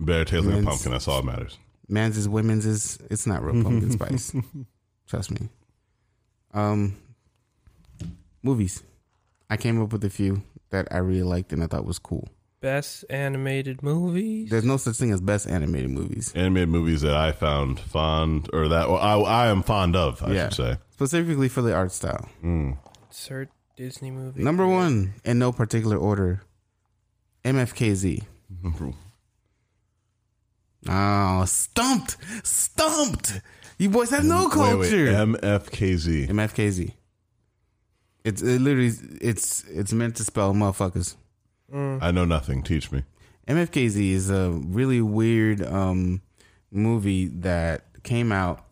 [SPEAKER 1] better taste like a
[SPEAKER 2] Men's-
[SPEAKER 1] pumpkin. That's all that matters.
[SPEAKER 2] Man's is women's is. It's not real pumpkin spice. Trust me. Um, movies. I came up with a few that I really liked and I thought was cool.
[SPEAKER 3] Best animated movies.
[SPEAKER 2] There's no such thing as best animated movies.
[SPEAKER 1] Animated movies that I found fond, or that well, I, I am fond of, I
[SPEAKER 2] Yeah.
[SPEAKER 1] should say. Hmm.
[SPEAKER 2] specifically for the art style.
[SPEAKER 3] Insert Disney movie.
[SPEAKER 2] Number one, in no particular order, MFKZ. Oh, stumped, stumped. You boys have no culture.
[SPEAKER 1] MFKZ.
[SPEAKER 2] MFKZ. It's it literally it's it's meant to spell motherfuckers.
[SPEAKER 3] Mm.
[SPEAKER 1] I know nothing. Teach me.
[SPEAKER 2] MFKZ is a really weird um, movie that came out.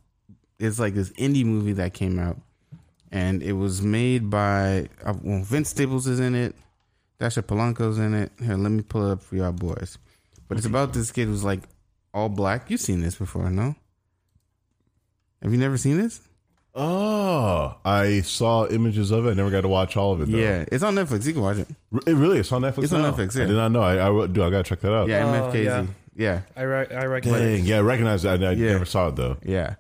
[SPEAKER 2] It's like this indie movie that came out, and it was made by uh, well, Vince Staples is in it. Dasha Polanco's in it. Here, let me pull it up for y'all boys. But it's about this kid who's like all black. You've seen this before, no? Have you never seen this?
[SPEAKER 1] Oh, I saw images of it. I never got to watch all of it. Though.
[SPEAKER 2] Yeah, it's on Netflix. You can watch it.
[SPEAKER 1] R- it really. It's on Netflix.
[SPEAKER 2] It's on
[SPEAKER 1] now.
[SPEAKER 2] Netflix, yeah.
[SPEAKER 1] I did not know. I, I will- do. I gotta check that out.
[SPEAKER 2] Yeah,
[SPEAKER 3] Oh,
[SPEAKER 2] MFKZ.
[SPEAKER 3] yeah.
[SPEAKER 2] yeah.
[SPEAKER 3] I re- I recommend.
[SPEAKER 1] Dang. Yeah, I recognize that. I
[SPEAKER 2] Yeah.
[SPEAKER 1] never saw it though.
[SPEAKER 2] Yeah.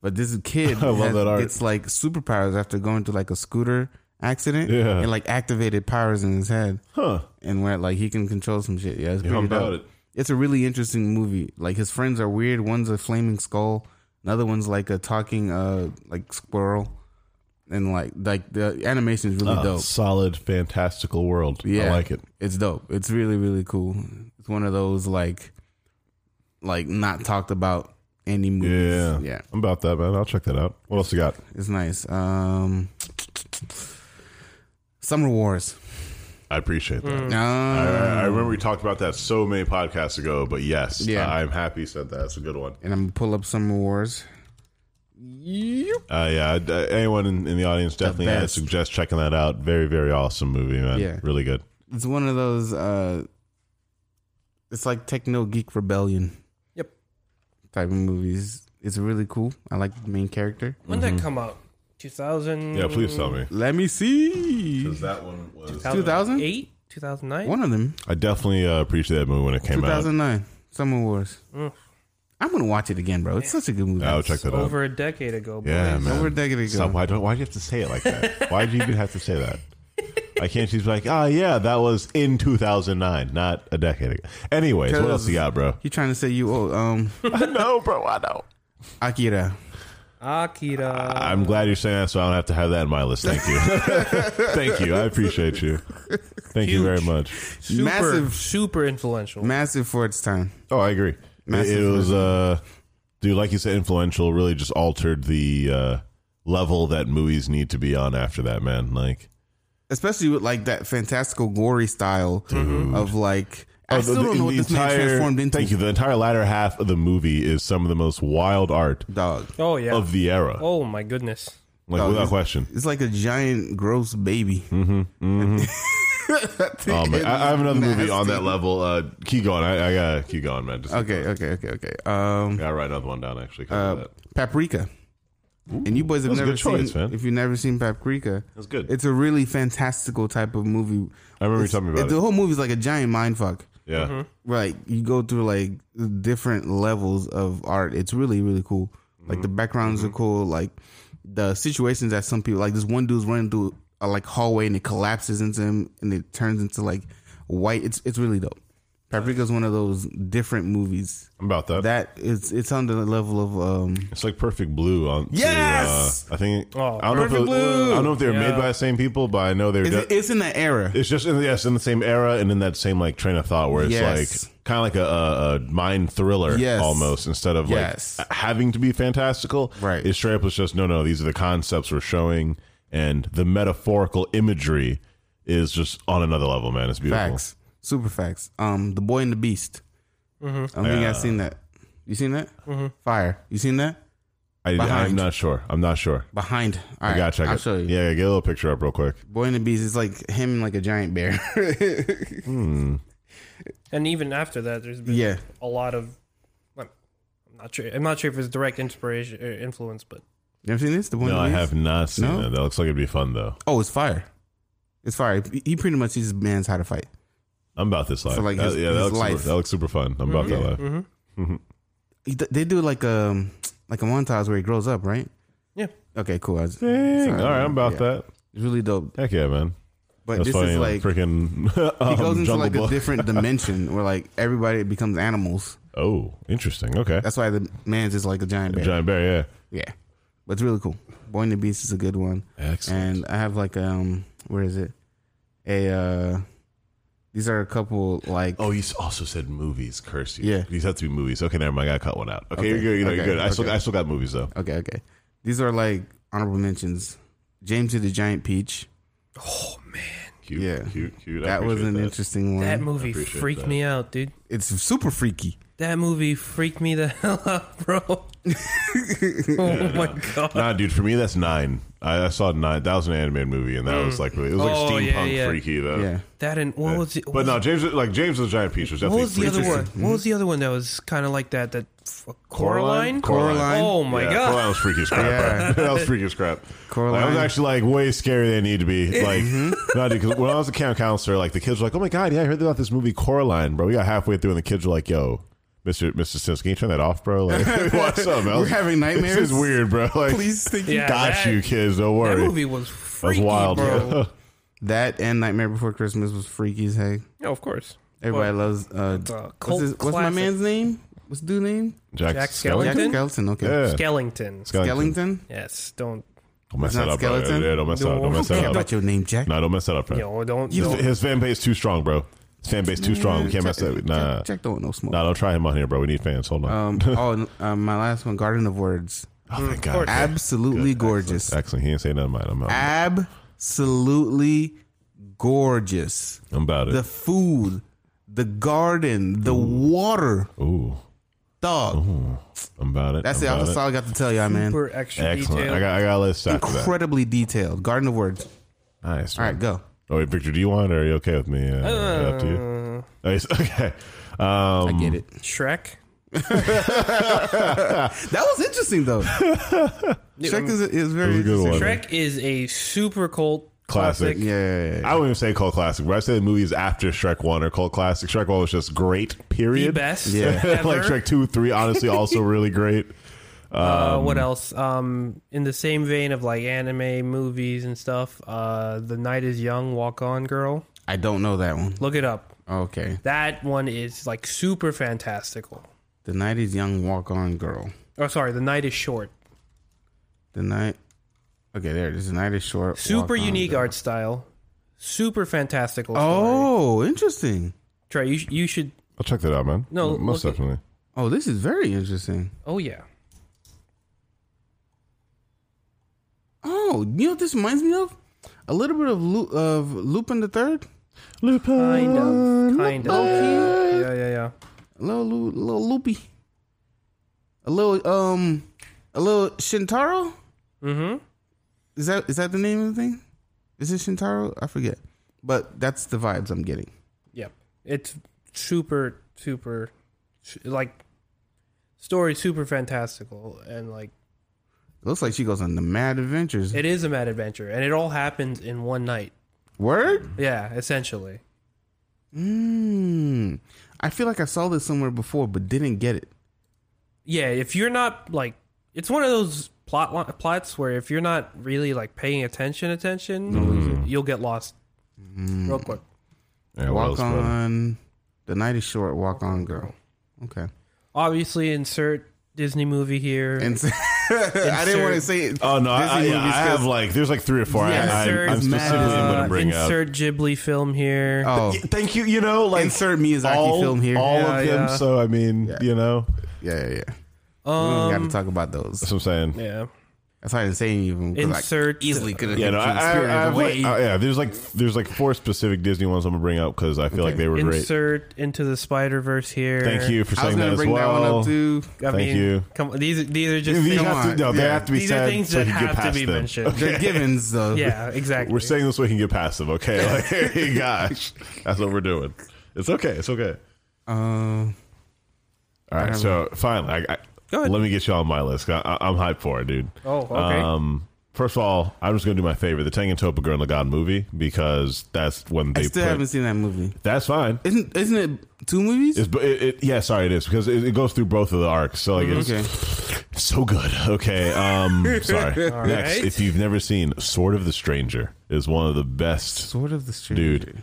[SPEAKER 2] But this kid
[SPEAKER 1] [LAUGHS] I love
[SPEAKER 2] has-
[SPEAKER 1] that art.
[SPEAKER 2] gets like superpowers after going to like a scooter accident.
[SPEAKER 1] Yeah.
[SPEAKER 2] And like activated powers in his head.
[SPEAKER 1] Huh.
[SPEAKER 2] And where like he can control some shit. Yeah, it's
[SPEAKER 1] Yeah,
[SPEAKER 2] pretty
[SPEAKER 1] I'm about
[SPEAKER 2] dope.
[SPEAKER 1] it.
[SPEAKER 2] It's a really interesting movie. Like his friends are weird. One's a flaming skull. Another one's like a talking uh like squirrel. And like like the animation is really
[SPEAKER 1] Ah,
[SPEAKER 2] dope.
[SPEAKER 1] solid, fantastical world. I
[SPEAKER 2] Yeah.
[SPEAKER 1] like it.
[SPEAKER 2] It's dope. It's really really cool. It's one of those like like not talked about any movies.
[SPEAKER 1] Yeah.
[SPEAKER 2] Yeah.
[SPEAKER 1] I'm about that, man. I'll check that out. What else you got?
[SPEAKER 2] It's nice. Um, Summer Wars. Ah.
[SPEAKER 1] I appreciate that.
[SPEAKER 2] No,
[SPEAKER 1] I, I remember we talked about that so many podcasts ago, but yes,
[SPEAKER 2] Yeah.
[SPEAKER 1] I- I'm happy you said that. It's a good one.
[SPEAKER 2] and I'm gonna pull up Summer Wars. Yep.
[SPEAKER 1] Uh, yeah, I- I- anyone in, in the audience definitely I
[SPEAKER 2] best.
[SPEAKER 1] suggest checking that out. Very, very awesome movie, man.
[SPEAKER 2] Yeah.
[SPEAKER 1] Really good.
[SPEAKER 2] It's one of those. Uh, it's like techno geek rebellion
[SPEAKER 3] Yep.
[SPEAKER 2] type of movies. It's really cool. I like the main character.
[SPEAKER 3] When did that come out? 2000.
[SPEAKER 1] Mm-hmm. Yeah, please tell me.
[SPEAKER 2] Let me see.
[SPEAKER 1] Because that one was.
[SPEAKER 2] 2000.
[SPEAKER 3] 2008, 2009.
[SPEAKER 2] One of them.
[SPEAKER 1] I definitely uh, appreciate that movie when it came out.
[SPEAKER 2] 2009. Summer Wars. I'm gonna watch it again, bro. It's such a good movie.
[SPEAKER 1] I would check that out.
[SPEAKER 3] Over a decade ago. Boys.
[SPEAKER 1] Yeah, man.
[SPEAKER 2] Over a decade ago.
[SPEAKER 1] Stop, why, do, why do you have to say it like that? why do you even have to say [LAUGHS] that? I can't just be like, oh, yeah, that was in 2009, not a decade ago. Anyways, what else you got, bro?
[SPEAKER 2] You trying to say you old? Um,
[SPEAKER 1] no, bro, [LAUGHS] I know.
[SPEAKER 2] Akira.
[SPEAKER 3] Akira.
[SPEAKER 1] I'm glad you're saying that, so I don't have to have that in my list. Thank you, thank you. [LAUGHS] I appreciate you. Thank you very much.
[SPEAKER 3] Super,
[SPEAKER 2] massive-
[SPEAKER 3] super influential.
[SPEAKER 2] Massive for its time.
[SPEAKER 1] Oh, I agree. It,
[SPEAKER 2] Massive
[SPEAKER 1] it was, uh, dude, like you said, influential. Really, just altered the uh, level that movies need to be on after that. Man, like
[SPEAKER 2] especially with like that fantastical gory style of like
[SPEAKER 1] Mm-hmm.
[SPEAKER 2] I
[SPEAKER 1] Oh,
[SPEAKER 2] still don't know what this man transformed into.
[SPEAKER 1] Thank you. The entire latter half of the movie is some of the most wild art
[SPEAKER 2] Dog,
[SPEAKER 3] oh yeah.
[SPEAKER 1] of the era,
[SPEAKER 3] oh my goodness.
[SPEAKER 1] like
[SPEAKER 2] Oh,
[SPEAKER 1] without
[SPEAKER 2] this- [LAUGHS]
[SPEAKER 1] question.
[SPEAKER 2] it's like a giant gross baby.
[SPEAKER 1] Mm-hmm. Oh man, I, I have another movie
[SPEAKER 2] Nasty.
[SPEAKER 1] on that level. Uh, keep going. I, I gotta keep going, man. Just
[SPEAKER 2] Okay, okay, okay, okay. Um,
[SPEAKER 1] gotta write another one down. Actually, 'cause of
[SPEAKER 2] uh,
[SPEAKER 1] that.
[SPEAKER 2] Paprika. and you boys have
[SPEAKER 1] that's a
[SPEAKER 2] never
[SPEAKER 1] good choice,
[SPEAKER 2] seen
[SPEAKER 1] man.
[SPEAKER 2] if you've never seen Paprika.
[SPEAKER 1] That's good.
[SPEAKER 2] It's a really fantastical type of movie.
[SPEAKER 1] I remember you
[SPEAKER 2] It's-
[SPEAKER 1] talking about it.
[SPEAKER 2] The whole movie's like a giant mind fuck.
[SPEAKER 1] Yeah.
[SPEAKER 2] mm-hmm. Right, you go through like different levels of art. It's really really cool. Like the
[SPEAKER 1] Mm-hmm.
[SPEAKER 2] backgrounds are cool. Like the situations that some people like this one dude's running through a like hallway and it collapses into him and it turns into like white. It's it's really dope. Paprika's one of those different movies
[SPEAKER 1] I'm about that.
[SPEAKER 2] that it's it's on the level of um
[SPEAKER 1] It's like Perfect Blue on. to,
[SPEAKER 2] Yes!
[SPEAKER 1] uh, I think.
[SPEAKER 3] Oh,
[SPEAKER 1] I don't know if
[SPEAKER 2] Perfect
[SPEAKER 1] it-
[SPEAKER 2] Blue!
[SPEAKER 1] I don't know if they were
[SPEAKER 3] Yeah.
[SPEAKER 1] made by the same people, but I know they were.
[SPEAKER 2] it's,
[SPEAKER 1] de-
[SPEAKER 2] it's in that era.
[SPEAKER 1] it's just in the, yes, in the same era and in that same like train of thought where it's
[SPEAKER 2] Yes.
[SPEAKER 1] like kind of like a, a, a mind thriller
[SPEAKER 2] Yes.
[SPEAKER 1] almost instead of like
[SPEAKER 2] Yes.
[SPEAKER 1] having to be fantastical.
[SPEAKER 2] Right.
[SPEAKER 1] It's straight up was just no, no. These are the concepts we're showing, and the metaphorical imagery is just on another level, man. It's beautiful.
[SPEAKER 2] Facts, super facts. Um, The Boy and the Beast.
[SPEAKER 1] Mm-hmm.
[SPEAKER 2] I don't think I've seen that. You seen that? Fire. You seen that?
[SPEAKER 1] I, I'm
[SPEAKER 2] Behind.
[SPEAKER 1] not sure. I'm not sure.
[SPEAKER 2] Behind. All right,
[SPEAKER 1] I gotta check
[SPEAKER 2] I'll
[SPEAKER 1] it.
[SPEAKER 2] show you.
[SPEAKER 1] Yeah, get a little picture up real quick. Hmm.
[SPEAKER 2] Boy and the Beast is like him and like a giant bear.
[SPEAKER 3] and even after that, there's
[SPEAKER 2] [LAUGHS]
[SPEAKER 3] been
[SPEAKER 2] Yeah.
[SPEAKER 3] a lot of. I'm not sure. I'm not sure if it's direct inspiration or influence, but
[SPEAKER 2] You ever seen this? The one.
[SPEAKER 1] No, I
[SPEAKER 2] with-
[SPEAKER 1] have not seen
[SPEAKER 2] No?
[SPEAKER 1] that. That looks like it'd be fun though.
[SPEAKER 2] Oh, it's fire. It's fire. He- He pretty much teaches man's how to fight.
[SPEAKER 1] I'm about this life.
[SPEAKER 2] like,
[SPEAKER 1] That-
[SPEAKER 2] his-
[SPEAKER 1] yeah, that
[SPEAKER 2] his
[SPEAKER 1] looks
[SPEAKER 2] life.
[SPEAKER 1] Super, that looks super fun. I'm about that life.
[SPEAKER 3] hmm
[SPEAKER 2] He d- They do like a like a montage where he grows up, right?
[SPEAKER 3] Yeah.
[SPEAKER 2] Okay, cool. I was-
[SPEAKER 1] Dang.
[SPEAKER 2] Sorry.
[SPEAKER 1] All right, I'm about
[SPEAKER 2] Yeah.
[SPEAKER 1] that.
[SPEAKER 2] It's really dope.
[SPEAKER 1] Heck yeah, man.
[SPEAKER 2] But
[SPEAKER 1] That's
[SPEAKER 2] this
[SPEAKER 1] funny.
[SPEAKER 2] is
[SPEAKER 1] like,
[SPEAKER 2] like
[SPEAKER 1] freaking. [LAUGHS] Um,
[SPEAKER 2] he goes into
[SPEAKER 1] Jungle
[SPEAKER 2] like
[SPEAKER 1] Book. [LAUGHS]
[SPEAKER 2] a different dimension where like everybody becomes animals.
[SPEAKER 1] Oh, interesting. Okay.
[SPEAKER 2] That's why the man's is like a giant bear.
[SPEAKER 1] Giant bear. Yeah.
[SPEAKER 2] Yeah, but it's really cool. Boy and the Beast is a good one,
[SPEAKER 1] Excellent.
[SPEAKER 2] and I have like um, where is it? A uh, these are a couple like
[SPEAKER 1] Oh, you s- also said movies. Curse you.
[SPEAKER 2] Yeah.
[SPEAKER 1] These have to be movies. Okay, never mind. I gotta cut one out. Okay,
[SPEAKER 2] Okay,
[SPEAKER 1] you're good. You're,
[SPEAKER 2] okay,
[SPEAKER 1] good. I still,
[SPEAKER 2] okay.
[SPEAKER 1] I still got movies though.
[SPEAKER 2] okay, okay. These are like honorable mentions. James and the Giant Peach.
[SPEAKER 1] Cute.
[SPEAKER 2] Yeah.
[SPEAKER 1] Cute. Cute. I
[SPEAKER 2] That was
[SPEAKER 1] appreciate
[SPEAKER 2] an
[SPEAKER 1] that.
[SPEAKER 2] interesting one.
[SPEAKER 1] Mm-hmm.
[SPEAKER 3] that movie
[SPEAKER 1] appreciate
[SPEAKER 3] freaked
[SPEAKER 1] that.
[SPEAKER 3] me out, dude.
[SPEAKER 2] it's super freaky.
[SPEAKER 3] That movie freaked me the [LAUGHS] hell
[SPEAKER 1] [LAUGHS]
[SPEAKER 3] out, bro. oh my god.
[SPEAKER 1] Nah, dude. For me, that's nine. I, I saw nine. That was an animated movie, and that was like really. It was like
[SPEAKER 3] Mm. Oh,
[SPEAKER 1] steampunk
[SPEAKER 3] yeah, yeah.
[SPEAKER 1] freaky though.
[SPEAKER 2] Yeah.
[SPEAKER 3] That and what was it?
[SPEAKER 1] But no, James like James the Giant Peach was
[SPEAKER 3] What
[SPEAKER 1] definitely
[SPEAKER 3] was the other
[SPEAKER 1] freaky.
[SPEAKER 3] one? What was the other one that was kind of like that? That f- uh, Coraline.
[SPEAKER 1] Coraline?
[SPEAKER 2] Coraline.
[SPEAKER 3] Oh my
[SPEAKER 1] yeah,
[SPEAKER 3] god.
[SPEAKER 1] Coraline was freaky as crap.
[SPEAKER 2] Yeah.
[SPEAKER 1] right? [LAUGHS] that was freaky as crap.
[SPEAKER 2] Coraline.
[SPEAKER 1] That was actually like way scarier than it needed to be. Like,
[SPEAKER 3] Mm-hmm.
[SPEAKER 1] [LAUGHS] no, dude, 'cause when I was a camp counselor, like the kids were like, "Oh my god, yeah, I heard about this movie Coraline, bro." We got halfway through, and the kids were like, "Yo, Mister Mister Sims, can you turn that off, bro?
[SPEAKER 2] [LAUGHS]
[SPEAKER 1] Like, [LAUGHS] what's up, man?
[SPEAKER 2] We're having
[SPEAKER 1] [LAUGHS]
[SPEAKER 2] nightmares.
[SPEAKER 1] This is weird, bro. [LAUGHS] Like,
[SPEAKER 2] Please think
[SPEAKER 3] Yeah,
[SPEAKER 1] got
[SPEAKER 3] that-
[SPEAKER 1] you, kids. Don't worry.
[SPEAKER 3] That movie was
[SPEAKER 1] that was
[SPEAKER 3] freaky,
[SPEAKER 1] wild,
[SPEAKER 3] bro.
[SPEAKER 1] bro. [LAUGHS]
[SPEAKER 2] that and Nightmare Before Christmas was freaky as heck.
[SPEAKER 3] No, of course.
[SPEAKER 2] Everybody loves uh,
[SPEAKER 3] It's a
[SPEAKER 2] what's,
[SPEAKER 3] cult
[SPEAKER 2] his, what's my
[SPEAKER 3] classic.
[SPEAKER 2] man's name? What's dude name?
[SPEAKER 1] Jack,
[SPEAKER 3] Jack
[SPEAKER 1] Skellington.
[SPEAKER 3] Skellington?
[SPEAKER 2] Jack Skeleton. Okay.
[SPEAKER 1] Yeah.
[SPEAKER 3] Skellington.
[SPEAKER 1] Skellington.
[SPEAKER 2] Skellington.
[SPEAKER 3] Yes, don't
[SPEAKER 1] Don't mess
[SPEAKER 2] It's
[SPEAKER 1] that
[SPEAKER 2] not
[SPEAKER 1] up, bro.
[SPEAKER 2] Skeleton?
[SPEAKER 1] Yeah, don't mess that up. Don't
[SPEAKER 3] No.
[SPEAKER 1] mess
[SPEAKER 2] Care
[SPEAKER 1] that up.
[SPEAKER 2] [LAUGHS] about your name, Jack.
[SPEAKER 1] No, don't mess that up, bro.
[SPEAKER 3] you know, don't
[SPEAKER 1] His,
[SPEAKER 3] don't-
[SPEAKER 1] his fan base too strong, bro. His fan base too strong. We can't mess
[SPEAKER 2] Jack-
[SPEAKER 1] that. Nah,
[SPEAKER 2] Jack, Jack don't want no smoke.
[SPEAKER 1] nah. Don't try him on here, bro. We need fans. Hold on. [LAUGHS]
[SPEAKER 2] Um, oh, and, um, my last one, Garden of Words.
[SPEAKER 1] oh thank God.
[SPEAKER 3] course.
[SPEAKER 2] Absolutely gorgeous.
[SPEAKER 1] Excellent. He ain't say nothing. Mine. I'm, I'm,
[SPEAKER 2] Absolutely gorgeous.
[SPEAKER 1] I'm about
[SPEAKER 2] The
[SPEAKER 1] it.
[SPEAKER 2] food, the garden, the water,
[SPEAKER 1] Ooh,
[SPEAKER 2] dog.
[SPEAKER 1] I'm about it.
[SPEAKER 2] That's
[SPEAKER 1] I'm
[SPEAKER 2] it.
[SPEAKER 1] about
[SPEAKER 2] That's all I got to tell y'all, man.
[SPEAKER 3] super extra
[SPEAKER 1] Excellent.
[SPEAKER 3] detail.
[SPEAKER 1] I got. I got a list after that.
[SPEAKER 2] Incredibly detailed. Garden of Words.
[SPEAKER 1] Nice.
[SPEAKER 2] All
[SPEAKER 1] man.
[SPEAKER 2] right, go.
[SPEAKER 1] Oh wait, Victor, do you want it or are you okay with me? Uh, up to
[SPEAKER 3] Uh,
[SPEAKER 1] you. Nice. [LAUGHS] Okay. Um,
[SPEAKER 2] I get it.
[SPEAKER 3] Shrek.
[SPEAKER 2] That was
[SPEAKER 1] [LAUGHS]
[SPEAKER 2] interesting, though. Shrek is, is very
[SPEAKER 1] It was a good
[SPEAKER 2] interesting.
[SPEAKER 1] one.
[SPEAKER 3] Shrek is a super cult
[SPEAKER 1] Classic.
[SPEAKER 3] classic.
[SPEAKER 2] Yeah.
[SPEAKER 1] I wouldn't even say cult classic, but I say the movies after Shrek One are cult classic. Shrek One was just great.
[SPEAKER 3] The
[SPEAKER 1] Period.
[SPEAKER 3] best.
[SPEAKER 2] Yeah.
[SPEAKER 3] Ever.
[SPEAKER 1] [LAUGHS] like Shrek Two, Three, honestly, also really great.
[SPEAKER 3] Uh, what else? Um, in the same vein of like anime movies and stuff, uh, The Night is Young, Walk On Girl.
[SPEAKER 2] I don't know that one.
[SPEAKER 3] Look it up.
[SPEAKER 2] Okay.
[SPEAKER 3] That one is like super fantastical.
[SPEAKER 2] The night is young, walk on girl.
[SPEAKER 3] Oh, sorry, The Night is Short.
[SPEAKER 2] The night. Okay, there it is. The night is short.
[SPEAKER 3] Super
[SPEAKER 2] walk on
[SPEAKER 3] unique
[SPEAKER 2] girl.
[SPEAKER 3] art style. Super fantastical. story.
[SPEAKER 2] Oh, interesting.
[SPEAKER 3] Trey, you, sh- you should.
[SPEAKER 1] I'll check that out, man.
[SPEAKER 3] No,
[SPEAKER 1] most
[SPEAKER 3] look-
[SPEAKER 1] definitely.
[SPEAKER 2] Oh, this is very interesting.
[SPEAKER 3] Oh yeah.
[SPEAKER 2] Oh, you know what this reminds me of? A little bit of Lu- of Lupin the Third.
[SPEAKER 3] Kind of. Kind of.
[SPEAKER 2] Okay.
[SPEAKER 3] Yeah, yeah, yeah.
[SPEAKER 2] A little, Lu- little loopy. A little um, a little Shintaro.
[SPEAKER 3] Mm-hmm.
[SPEAKER 2] Is that is that the name of the thing? Is it Shintaro? I forget. But that's the vibes I'm getting.
[SPEAKER 3] Yep. It's super, super, sh- like, story super fantastical and like
[SPEAKER 2] looks like she goes on the mad adventures.
[SPEAKER 3] it is a mad adventure and it all happens in one night.
[SPEAKER 2] Word.
[SPEAKER 3] Yeah, essentially.
[SPEAKER 2] Mm. I feel like I saw this somewhere before, but didn't get it.
[SPEAKER 3] Yeah, if you're not like, it's one of those plot li- plots where if you're not really like paying attention, attention, you'll get lost real quick.
[SPEAKER 1] Yeah, what else,
[SPEAKER 2] walk
[SPEAKER 1] bro?
[SPEAKER 2] on. The night is short. Walk on, girl. Okay. [LAUGHS]
[SPEAKER 3] Obviously, insert Disney movie here.
[SPEAKER 2] And so- I didn't want to say it.
[SPEAKER 1] Oh no, I,
[SPEAKER 2] Disney
[SPEAKER 1] I, yeah,
[SPEAKER 2] movies
[SPEAKER 1] I
[SPEAKER 2] 'cause-
[SPEAKER 1] have like there's like three or four.
[SPEAKER 2] Yeah,
[SPEAKER 1] I,
[SPEAKER 3] insert,
[SPEAKER 1] I, I'm specifically
[SPEAKER 3] uh,
[SPEAKER 1] going to bring up.
[SPEAKER 3] insert Ghibli film here.
[SPEAKER 2] oh,
[SPEAKER 1] [LAUGHS] Thank you. You know, like
[SPEAKER 2] insert Miyazaki
[SPEAKER 1] all,
[SPEAKER 2] film here.
[SPEAKER 1] All
[SPEAKER 3] Yeah,
[SPEAKER 1] of them.
[SPEAKER 3] yeah.
[SPEAKER 1] So I mean, you know,
[SPEAKER 2] yeah, yeah, yeah. we got
[SPEAKER 3] um,
[SPEAKER 2] to talk about those.
[SPEAKER 1] that's what I'm saying.
[SPEAKER 3] yeah.
[SPEAKER 2] That's why I didn't say any of them. 'cause I
[SPEAKER 3] Insert-
[SPEAKER 2] easily could have.
[SPEAKER 1] Yeah, no, I, I, I have, like, uh, yeah. There's like there's like four specific Disney ones I'm gonna bring up because I feel like they were great.
[SPEAKER 3] Insert into the Spider Verse here.
[SPEAKER 1] Thank you for
[SPEAKER 2] I was
[SPEAKER 1] saying
[SPEAKER 2] gonna
[SPEAKER 1] that as
[SPEAKER 2] bring that one
[SPEAKER 1] well.
[SPEAKER 2] up too.
[SPEAKER 3] I
[SPEAKER 1] Thank you.
[SPEAKER 3] Come on, these these are just
[SPEAKER 1] These
[SPEAKER 3] things,
[SPEAKER 1] have to,
[SPEAKER 2] on.
[SPEAKER 1] no, they
[SPEAKER 2] Yeah.
[SPEAKER 1] have to be
[SPEAKER 3] these
[SPEAKER 1] said
[SPEAKER 3] are things
[SPEAKER 1] so
[SPEAKER 3] that
[SPEAKER 1] he can get
[SPEAKER 3] have to
[SPEAKER 1] past
[SPEAKER 3] be
[SPEAKER 1] them.
[SPEAKER 3] mentioned.
[SPEAKER 2] They're givens though.
[SPEAKER 3] Yeah,
[SPEAKER 1] [LAUGHS]
[SPEAKER 3] exactly.
[SPEAKER 1] We're saying this way he can get past them. Okay, like gosh, that's what we're doing. It's okay. It's okay.
[SPEAKER 2] Um,
[SPEAKER 1] All right. So finally, I,
[SPEAKER 3] Go
[SPEAKER 1] I,
[SPEAKER 3] ahead.
[SPEAKER 1] let me get you on my list. I, I, I'm hyped for it, dude.
[SPEAKER 3] Oh, okay.
[SPEAKER 1] Um, first of all, I'm just gonna do my favorite, the Tengen Topa Gurren Lagann movie, because that's when they
[SPEAKER 2] I still
[SPEAKER 1] put-
[SPEAKER 2] haven't seen that movie.
[SPEAKER 1] That's fine.
[SPEAKER 2] Isn't isn't it two movies?
[SPEAKER 1] It's, it, it, yeah, sorry, it is because it, it goes through both of the arcs. So like,
[SPEAKER 3] Mm-hmm.
[SPEAKER 1] it's
[SPEAKER 2] okay.
[SPEAKER 1] so good. [LAUGHS] Okay, um, sorry.
[SPEAKER 3] [LAUGHS] All
[SPEAKER 1] Next,
[SPEAKER 3] right.
[SPEAKER 1] if you've never seen Sword of the Stranger, is one of the best.
[SPEAKER 2] Sword of the Stranger.
[SPEAKER 1] Dude.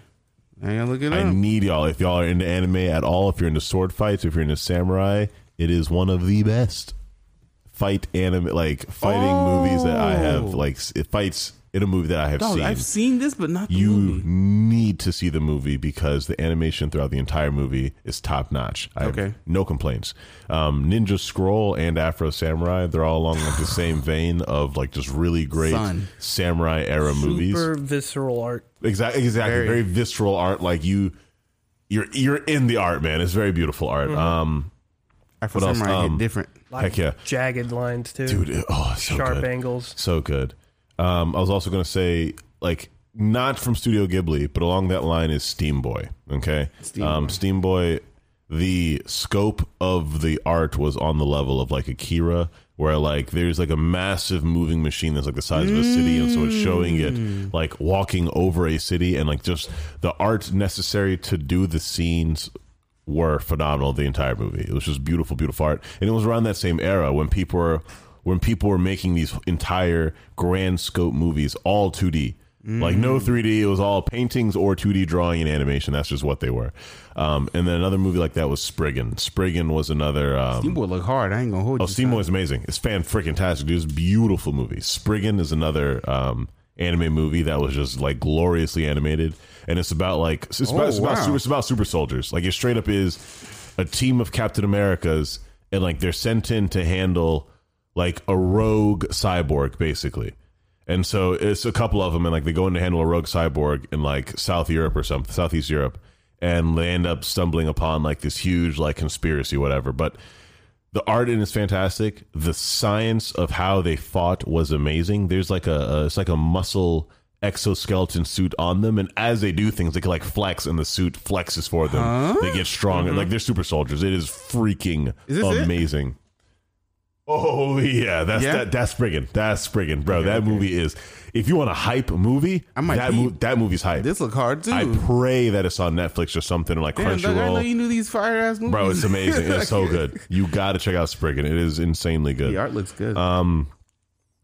[SPEAKER 2] I gotta look it
[SPEAKER 1] I
[SPEAKER 2] up.
[SPEAKER 1] need y'all. If y'all are into anime at all, if you're into sword fights, if you're into samurai, it is one of the best fight anime, like fighting movies that I have.
[SPEAKER 2] Oh.
[SPEAKER 1] Like s- it fights in a movie that I have
[SPEAKER 2] Dog,
[SPEAKER 1] seen.
[SPEAKER 2] I've seen this, but not the
[SPEAKER 1] you
[SPEAKER 2] movie.
[SPEAKER 1] need to see the movie because the animation throughout the entire movie is top notch. I have
[SPEAKER 2] Okay.
[SPEAKER 1] no complaints. Um, Ninja Scroll and Afro Samurai, they're all along like the same vein of like just really great
[SPEAKER 2] Son.
[SPEAKER 1] samurai era movies.
[SPEAKER 3] Super visceral art.
[SPEAKER 1] Exactly, exactly. Very,
[SPEAKER 2] Very.
[SPEAKER 1] visceral art. Like you, you're you're in the art, man. It's very beautiful art. Um,
[SPEAKER 2] I for
[SPEAKER 1] what else?
[SPEAKER 2] some reason
[SPEAKER 1] Um,
[SPEAKER 2] hit different.
[SPEAKER 3] Like
[SPEAKER 1] Heck yeah.
[SPEAKER 3] Jagged lines too.
[SPEAKER 1] dude. it- Oh, it's so
[SPEAKER 3] Sharp
[SPEAKER 1] good.
[SPEAKER 3] angles.
[SPEAKER 1] So good. Um, I was also gonna say like not from Studio Ghibli, but along that line is Steam Boy. Okay,
[SPEAKER 2] Steam
[SPEAKER 1] um,
[SPEAKER 2] Boy.
[SPEAKER 1] Steam Boy. The scope of the art was on the level of like Akira, where like there's like a massive moving machine that's like the size of a city, and so it's showing
[SPEAKER 2] Mm.
[SPEAKER 1] it like walking over a city, and like just the art necessary to do the scenes were phenomenal the entire movie. It was just beautiful, beautiful art. And it was around that same era when people were when people were making these entire grand scope movies all 2D. Like no 3D, it was all paintings or 2D drawing and animation. That's just what they were. Um, and then another movie like that was Spriggan. Spriggan was another um,
[SPEAKER 2] You boy look hard. I ain't gonna hold
[SPEAKER 1] Oh,
[SPEAKER 2] you. son.
[SPEAKER 1] Steamboy is amazing. It's fan freaking tastic. Dude, it's a beautiful movie. Spriggan is another um, anime movie that was just like gloriously animated, and it's about like it's, about, it's, about
[SPEAKER 2] Oh, wow.
[SPEAKER 1] super, it's about super soldiers. Like it straight up is a team of Captain Americas, and like they're sent in to handle like a rogue cyborg, basically. And so it's a couple of them, and like they go in to handle a rogue cyborg in like South Europe or something, Southeast Europe, and they end up stumbling upon like this huge like conspiracy, whatever. But the art in it is fantastic. The science of how they fought was amazing. There's like a, a it's like a muscle exoskeleton suit on them, and as they do things, they can like flex, and the suit flexes for them. They get stronger. Like they're super soldiers. It is freaking
[SPEAKER 2] Mm-hmm. Is this it?
[SPEAKER 1] amazing. Oh yeah, that's
[SPEAKER 2] Yeah?
[SPEAKER 1] that that's friggin' that's friggin', bro. that movie is. If you want a hype movie,
[SPEAKER 2] I might
[SPEAKER 1] that
[SPEAKER 2] be-
[SPEAKER 1] that movie's hype.
[SPEAKER 2] This look hard too.
[SPEAKER 1] I pray that it's on Netflix or something or like
[SPEAKER 2] Damn, dog, I didn't know
[SPEAKER 1] Crunchyroll.
[SPEAKER 2] you knew these fire ass movies.
[SPEAKER 1] Bro, it's amazing. It's so good. You got to check out Spriggan. It is insanely good.
[SPEAKER 2] The art looks good.
[SPEAKER 1] Uh,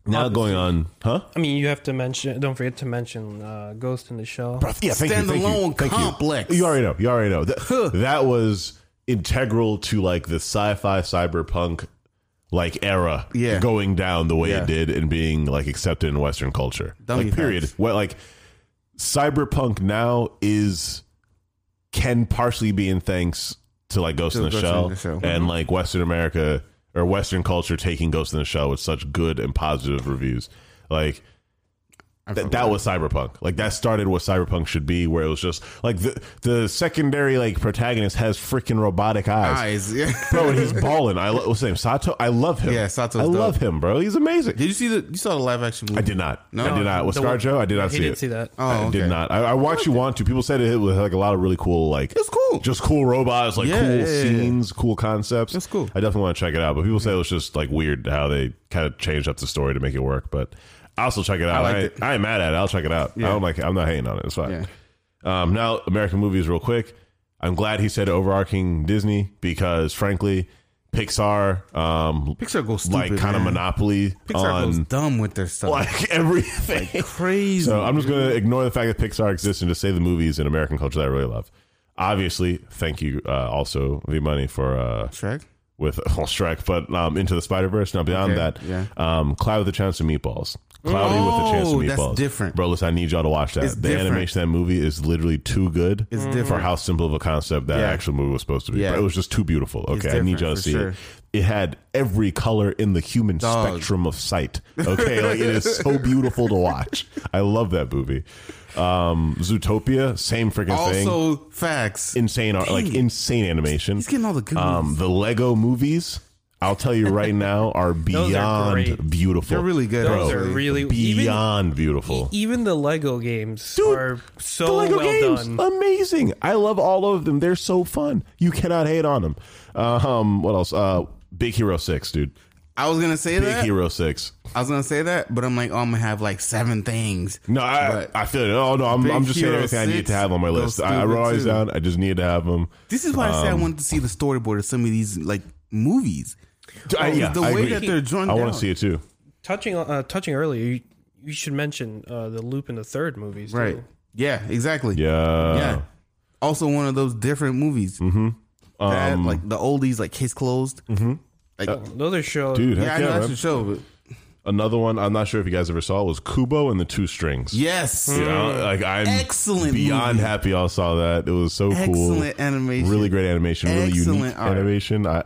[SPEAKER 1] now going on, huh?
[SPEAKER 3] I mean, you have to mention. Don't forget to mention uh, Ghost in the Shell.
[SPEAKER 1] Bro, yeah, thank you, thank you,
[SPEAKER 2] Standalone
[SPEAKER 1] thank you.
[SPEAKER 2] complex.
[SPEAKER 1] You. already know. You already know. That, that was integral to like the sci-fi cyberpunk like era
[SPEAKER 2] Yeah.
[SPEAKER 1] going down the way
[SPEAKER 2] Yeah.
[SPEAKER 1] it did and being like accepted in Western culture.
[SPEAKER 2] Dummy
[SPEAKER 1] like period.
[SPEAKER 2] facts.
[SPEAKER 1] What like cyberpunk now is can partially be in thanks to like Ghost, in, the
[SPEAKER 2] Ghost in
[SPEAKER 1] Shell
[SPEAKER 2] the Shell. Mm-hmm.
[SPEAKER 1] and like Western America or Western culture taking Ghost in the Shell with such good and positive reviews. Like
[SPEAKER 2] I
[SPEAKER 1] that,
[SPEAKER 2] forgot.
[SPEAKER 1] that was cyberpunk like that started what cyberpunk should be where it was just like the the secondary like protagonist has freaking robotic eyes
[SPEAKER 2] eyes. Yeah.
[SPEAKER 1] [LAUGHS] bro and he's balling i lo- what's his name sato i love him
[SPEAKER 2] Yeah, Sato's
[SPEAKER 1] i
[SPEAKER 2] dope.
[SPEAKER 1] love him bro he's amazing
[SPEAKER 2] Did you see the? You saw the live action movie?
[SPEAKER 1] i did not
[SPEAKER 2] No.
[SPEAKER 1] i did not with
[SPEAKER 3] The one-
[SPEAKER 1] scarjo i did not
[SPEAKER 3] he
[SPEAKER 1] see
[SPEAKER 3] didn't
[SPEAKER 1] it
[SPEAKER 3] see that.
[SPEAKER 2] Oh,
[SPEAKER 1] I
[SPEAKER 2] okay.
[SPEAKER 1] did not. I, I watched you want to. People said it was like a lot of really cool, like
[SPEAKER 2] It's cool.
[SPEAKER 1] just cool robots, like
[SPEAKER 2] Yeah,
[SPEAKER 1] cool
[SPEAKER 2] yeah, yeah.
[SPEAKER 1] scenes, cool concepts.
[SPEAKER 2] It's cool.
[SPEAKER 1] I definitely want to check it out. But people say it was just like weird how they kind of changed up the story to make it work. But I'll still check it out. I,
[SPEAKER 2] liked
[SPEAKER 1] I,
[SPEAKER 2] it.
[SPEAKER 1] ain't mad at it. I'll check it out. I don't like. I'm not hating on it. It's fine. Um, now American movies, real quick. I'm glad he said overarching Disney because frankly, Pixar, um,
[SPEAKER 2] Pixar goes stupid.
[SPEAKER 1] like kind of
[SPEAKER 2] man.
[SPEAKER 1] monopoly
[SPEAKER 2] Pixar goes
[SPEAKER 1] on
[SPEAKER 2] dumb with their
[SPEAKER 1] [LAUGHS]
[SPEAKER 2] stuff.
[SPEAKER 1] like everything.
[SPEAKER 2] Crazy.
[SPEAKER 1] So I'm just going to ignore the fact that Pixar exists and just say the movies in American culture that I really love. Obviously, thank you uh, also the money for uh,
[SPEAKER 2] Shrek.
[SPEAKER 1] with [LAUGHS] well, Shrek, but um, Into the Spider Verse. Now beyond
[SPEAKER 2] Okay,
[SPEAKER 1] that,
[SPEAKER 2] yeah.
[SPEAKER 1] um, Cloud with a Chance of Meatballs, Cloudy with a Chance of
[SPEAKER 2] Oh, that's
[SPEAKER 1] Meatballs.
[SPEAKER 2] different.
[SPEAKER 1] bro. Listen, I need y'all to watch that.
[SPEAKER 2] It's
[SPEAKER 1] the
[SPEAKER 2] different.
[SPEAKER 1] animation in that movie is literally too good.
[SPEAKER 2] It's
[SPEAKER 1] For
[SPEAKER 2] different.
[SPEAKER 1] how simple of a concept that
[SPEAKER 2] Yeah.
[SPEAKER 1] actual movie was supposed to be,
[SPEAKER 2] Yeah.
[SPEAKER 1] Bro, it was just too beautiful. Okay, I need
[SPEAKER 2] different,
[SPEAKER 1] y'all to
[SPEAKER 2] for
[SPEAKER 1] see
[SPEAKER 2] sure.
[SPEAKER 1] it. It had every color in the human
[SPEAKER 2] Dog.
[SPEAKER 1] spectrum of
[SPEAKER 2] [LAUGHS]
[SPEAKER 1] sight. Okay, like it is so beautiful to watch. I love that movie. Um, Zootopia, same freaking thing.
[SPEAKER 2] Also, facts.
[SPEAKER 1] Insane, art,
[SPEAKER 2] Dang
[SPEAKER 1] like
[SPEAKER 2] it.
[SPEAKER 1] insane animation.
[SPEAKER 2] He's getting all the good
[SPEAKER 1] Um, the Lego movies I'll tell you right
[SPEAKER 2] [LAUGHS]
[SPEAKER 1] now, are
[SPEAKER 3] Those are
[SPEAKER 1] beyond
[SPEAKER 3] great.
[SPEAKER 1] beautiful.
[SPEAKER 2] They're really good,
[SPEAKER 1] Bro,
[SPEAKER 3] Those are really-
[SPEAKER 1] beyond beautiful.
[SPEAKER 3] E-, Even the Lego games
[SPEAKER 1] Dude,
[SPEAKER 3] are so
[SPEAKER 1] the Lego
[SPEAKER 3] well
[SPEAKER 1] games,
[SPEAKER 3] done.
[SPEAKER 1] amazing. I love all of them. They're so fun. You cannot hate on them. Um, what else? Uh, Big Hero Six, dude.
[SPEAKER 2] I was gonna say
[SPEAKER 1] Big
[SPEAKER 2] that.
[SPEAKER 1] Hero Six.
[SPEAKER 2] I was gonna say that, but I'm like, oh, I'm gonna have like seven things.
[SPEAKER 1] No, I,
[SPEAKER 2] But-
[SPEAKER 1] I feel it. Oh no, I'm,
[SPEAKER 2] Big
[SPEAKER 1] I'm just saying
[SPEAKER 2] Hero
[SPEAKER 1] everything I need
[SPEAKER 2] 6
[SPEAKER 1] to have on my
[SPEAKER 2] goes
[SPEAKER 1] list. I, I
[SPEAKER 2] through
[SPEAKER 1] wrote
[SPEAKER 2] the
[SPEAKER 1] all these
[SPEAKER 2] two.
[SPEAKER 1] down. I just need to have them.
[SPEAKER 2] This is why I
[SPEAKER 1] Um,
[SPEAKER 2] said I wanted to see the storyboard of some of these like movies.
[SPEAKER 1] I,
[SPEAKER 2] Oh,
[SPEAKER 1] yeah,
[SPEAKER 2] the
[SPEAKER 1] I
[SPEAKER 2] way
[SPEAKER 1] agree.
[SPEAKER 2] that they're drawn
[SPEAKER 1] I want
[SPEAKER 2] down.
[SPEAKER 1] to see it too.
[SPEAKER 3] touching on- uh, touching earlier, you, you should mention uh, the Loop in the Third movies, too.
[SPEAKER 2] Right. Yeah. Exactly.
[SPEAKER 1] Yeah.
[SPEAKER 2] Yeah. Also, one of those different movies. Mm-hmm. That,
[SPEAKER 1] Um,
[SPEAKER 2] like the oldies, like Case Closed. Mm-hmm. Like,
[SPEAKER 3] Those are shows.
[SPEAKER 1] Dude,
[SPEAKER 2] yeah,
[SPEAKER 1] heck
[SPEAKER 2] I know
[SPEAKER 1] yeah,
[SPEAKER 2] that's
[SPEAKER 1] man.
[SPEAKER 2] the show. But
[SPEAKER 1] Another one I'm not sure if you guys ever saw was Kubo and the Two Strings.
[SPEAKER 2] yes.
[SPEAKER 1] You know, like I'm
[SPEAKER 2] Excellent
[SPEAKER 1] beyond
[SPEAKER 2] movie.
[SPEAKER 1] happy I saw that. It was so
[SPEAKER 2] Excellent
[SPEAKER 1] cool.
[SPEAKER 2] animation.
[SPEAKER 1] Really great animation, really
[SPEAKER 2] Excellent
[SPEAKER 1] unique
[SPEAKER 2] art.
[SPEAKER 1] animation. I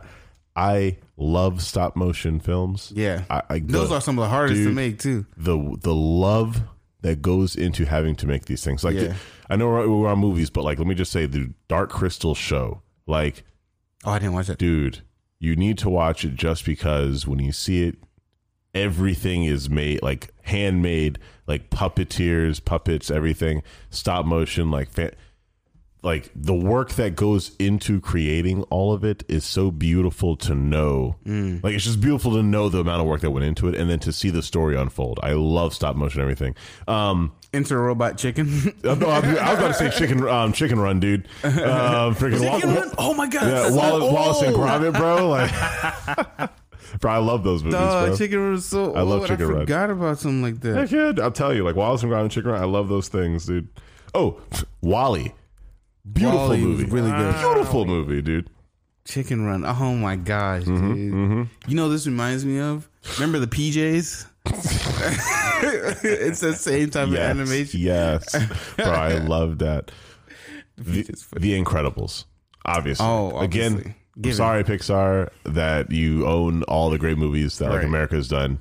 [SPEAKER 1] I love stop motion films.
[SPEAKER 2] Yeah.
[SPEAKER 1] I, I,
[SPEAKER 2] Those
[SPEAKER 1] the,
[SPEAKER 2] are some of the hardest to
[SPEAKER 1] dude.
[SPEAKER 2] make too.
[SPEAKER 1] the the love that goes into having to make these things. Like
[SPEAKER 2] Yeah.
[SPEAKER 1] I know we're, we're on movies, but like let me just say the Dark Crystal show. Like
[SPEAKER 2] Oh, I didn't watch that.
[SPEAKER 1] dude, you need to watch it just because when you see it, everything is made like handmade, like puppeteers, puppets, everything, stop motion, like fa- like the work that goes into creating all of it is so beautiful to know.
[SPEAKER 2] Mm.
[SPEAKER 1] Like it's just beautiful to know the amount of work that went into it, and then to see the story unfold. I love stop motion everything. Um, uh,
[SPEAKER 2] Enter
[SPEAKER 1] [LAUGHS]
[SPEAKER 2] Robot Chicken. [LAUGHS]
[SPEAKER 1] I was about I was about to say chicken, um, chicken run, dude. Um, freaking Wal-
[SPEAKER 2] Chicken Run? Oh my god!
[SPEAKER 1] yeah,
[SPEAKER 2] [LAUGHS] that's
[SPEAKER 1] Wallace,
[SPEAKER 2] so
[SPEAKER 1] Wallace and
[SPEAKER 2] old.
[SPEAKER 1] Gromit, bro. Like,
[SPEAKER 2] [LAUGHS]
[SPEAKER 1] bro, I love those movies,
[SPEAKER 2] Dog,
[SPEAKER 1] bro.
[SPEAKER 2] Chicken Run was so. I
[SPEAKER 1] love
[SPEAKER 2] love
[SPEAKER 1] Chicken
[SPEAKER 2] Chicken
[SPEAKER 1] Run.
[SPEAKER 2] I forgot about something like that.
[SPEAKER 1] Heck yeah, I'll tell you, like Wallace and Gromit, Chicken Run. I love those things, dude. Oh, Wally, beautiful
[SPEAKER 2] Wall-E was
[SPEAKER 1] movie,
[SPEAKER 2] really good.
[SPEAKER 1] beautiful movie, dude.
[SPEAKER 2] Chicken Run. Oh my gosh,
[SPEAKER 1] Mm-hmm,
[SPEAKER 2] dude. You know what this reminds me of? Remember the PJs? [LAUGHS]
[SPEAKER 1] [LAUGHS]
[SPEAKER 2] it's the same type
[SPEAKER 1] Yes,
[SPEAKER 2] of animation.
[SPEAKER 1] yes,
[SPEAKER 2] [LAUGHS]
[SPEAKER 1] bro, I love that. The,
[SPEAKER 2] feature's
[SPEAKER 1] The Incredibles, obviously.
[SPEAKER 2] Oh,
[SPEAKER 1] again,
[SPEAKER 2] obviously. Give it.
[SPEAKER 1] sorry, Pixar, that you own all the great movies that like
[SPEAKER 2] Right.
[SPEAKER 1] America's done,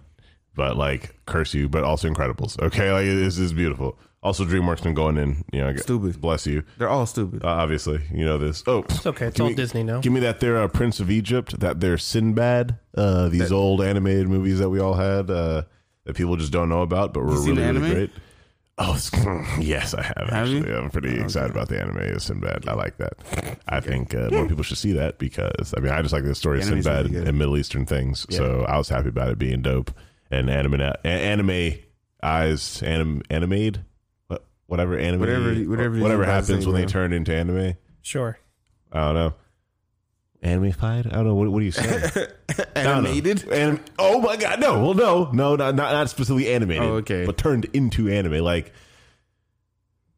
[SPEAKER 1] but like curse you, but also Incredibles. Okay, like this is beautiful. Also, DreamWorks been going in. You know, I g-
[SPEAKER 2] Stupid.
[SPEAKER 1] Bless you.
[SPEAKER 2] They're all stupid.
[SPEAKER 1] Uh, obviously, you know this. Oh,
[SPEAKER 3] It's okay. It's
[SPEAKER 1] Give
[SPEAKER 3] all
[SPEAKER 1] me-
[SPEAKER 3] Disney now.
[SPEAKER 1] Give me that there uh, Prince of Egypt, that there Sinbad, uh, these old animated movies that we all had uh, that people just don't know about, but were
[SPEAKER 2] seen
[SPEAKER 1] really,
[SPEAKER 2] the
[SPEAKER 1] really
[SPEAKER 2] anime?
[SPEAKER 1] great. Oh, it's- [LAUGHS] yes, I have
[SPEAKER 2] Have you? Oh,
[SPEAKER 1] actually. I'm pretty excited about the anime of Sinbad. I like that. I think uh, more people should see that because I mean, I just like the story of
[SPEAKER 2] Hmm. The anime's
[SPEAKER 1] Sinbad
[SPEAKER 2] really good.
[SPEAKER 1] and Middle Eastern things. So I was happy about it being dope and anime, a- anime eyes, anim, animated, What- whatever anime,
[SPEAKER 2] Whatever- whatever you
[SPEAKER 1] whatever
[SPEAKER 2] guys
[SPEAKER 1] happens
[SPEAKER 2] say,
[SPEAKER 1] when they
[SPEAKER 2] bro.
[SPEAKER 1] turn into anime.
[SPEAKER 3] Sure.
[SPEAKER 1] I don't know. Animified? I don't know. What, what do you
[SPEAKER 2] [LAUGHS]
[SPEAKER 1] say?
[SPEAKER 2] Animated?
[SPEAKER 1] And oh my god, no. Well, no, no, not not, not specifically animated.
[SPEAKER 2] Oh, okay.
[SPEAKER 1] but turned into anime. Like,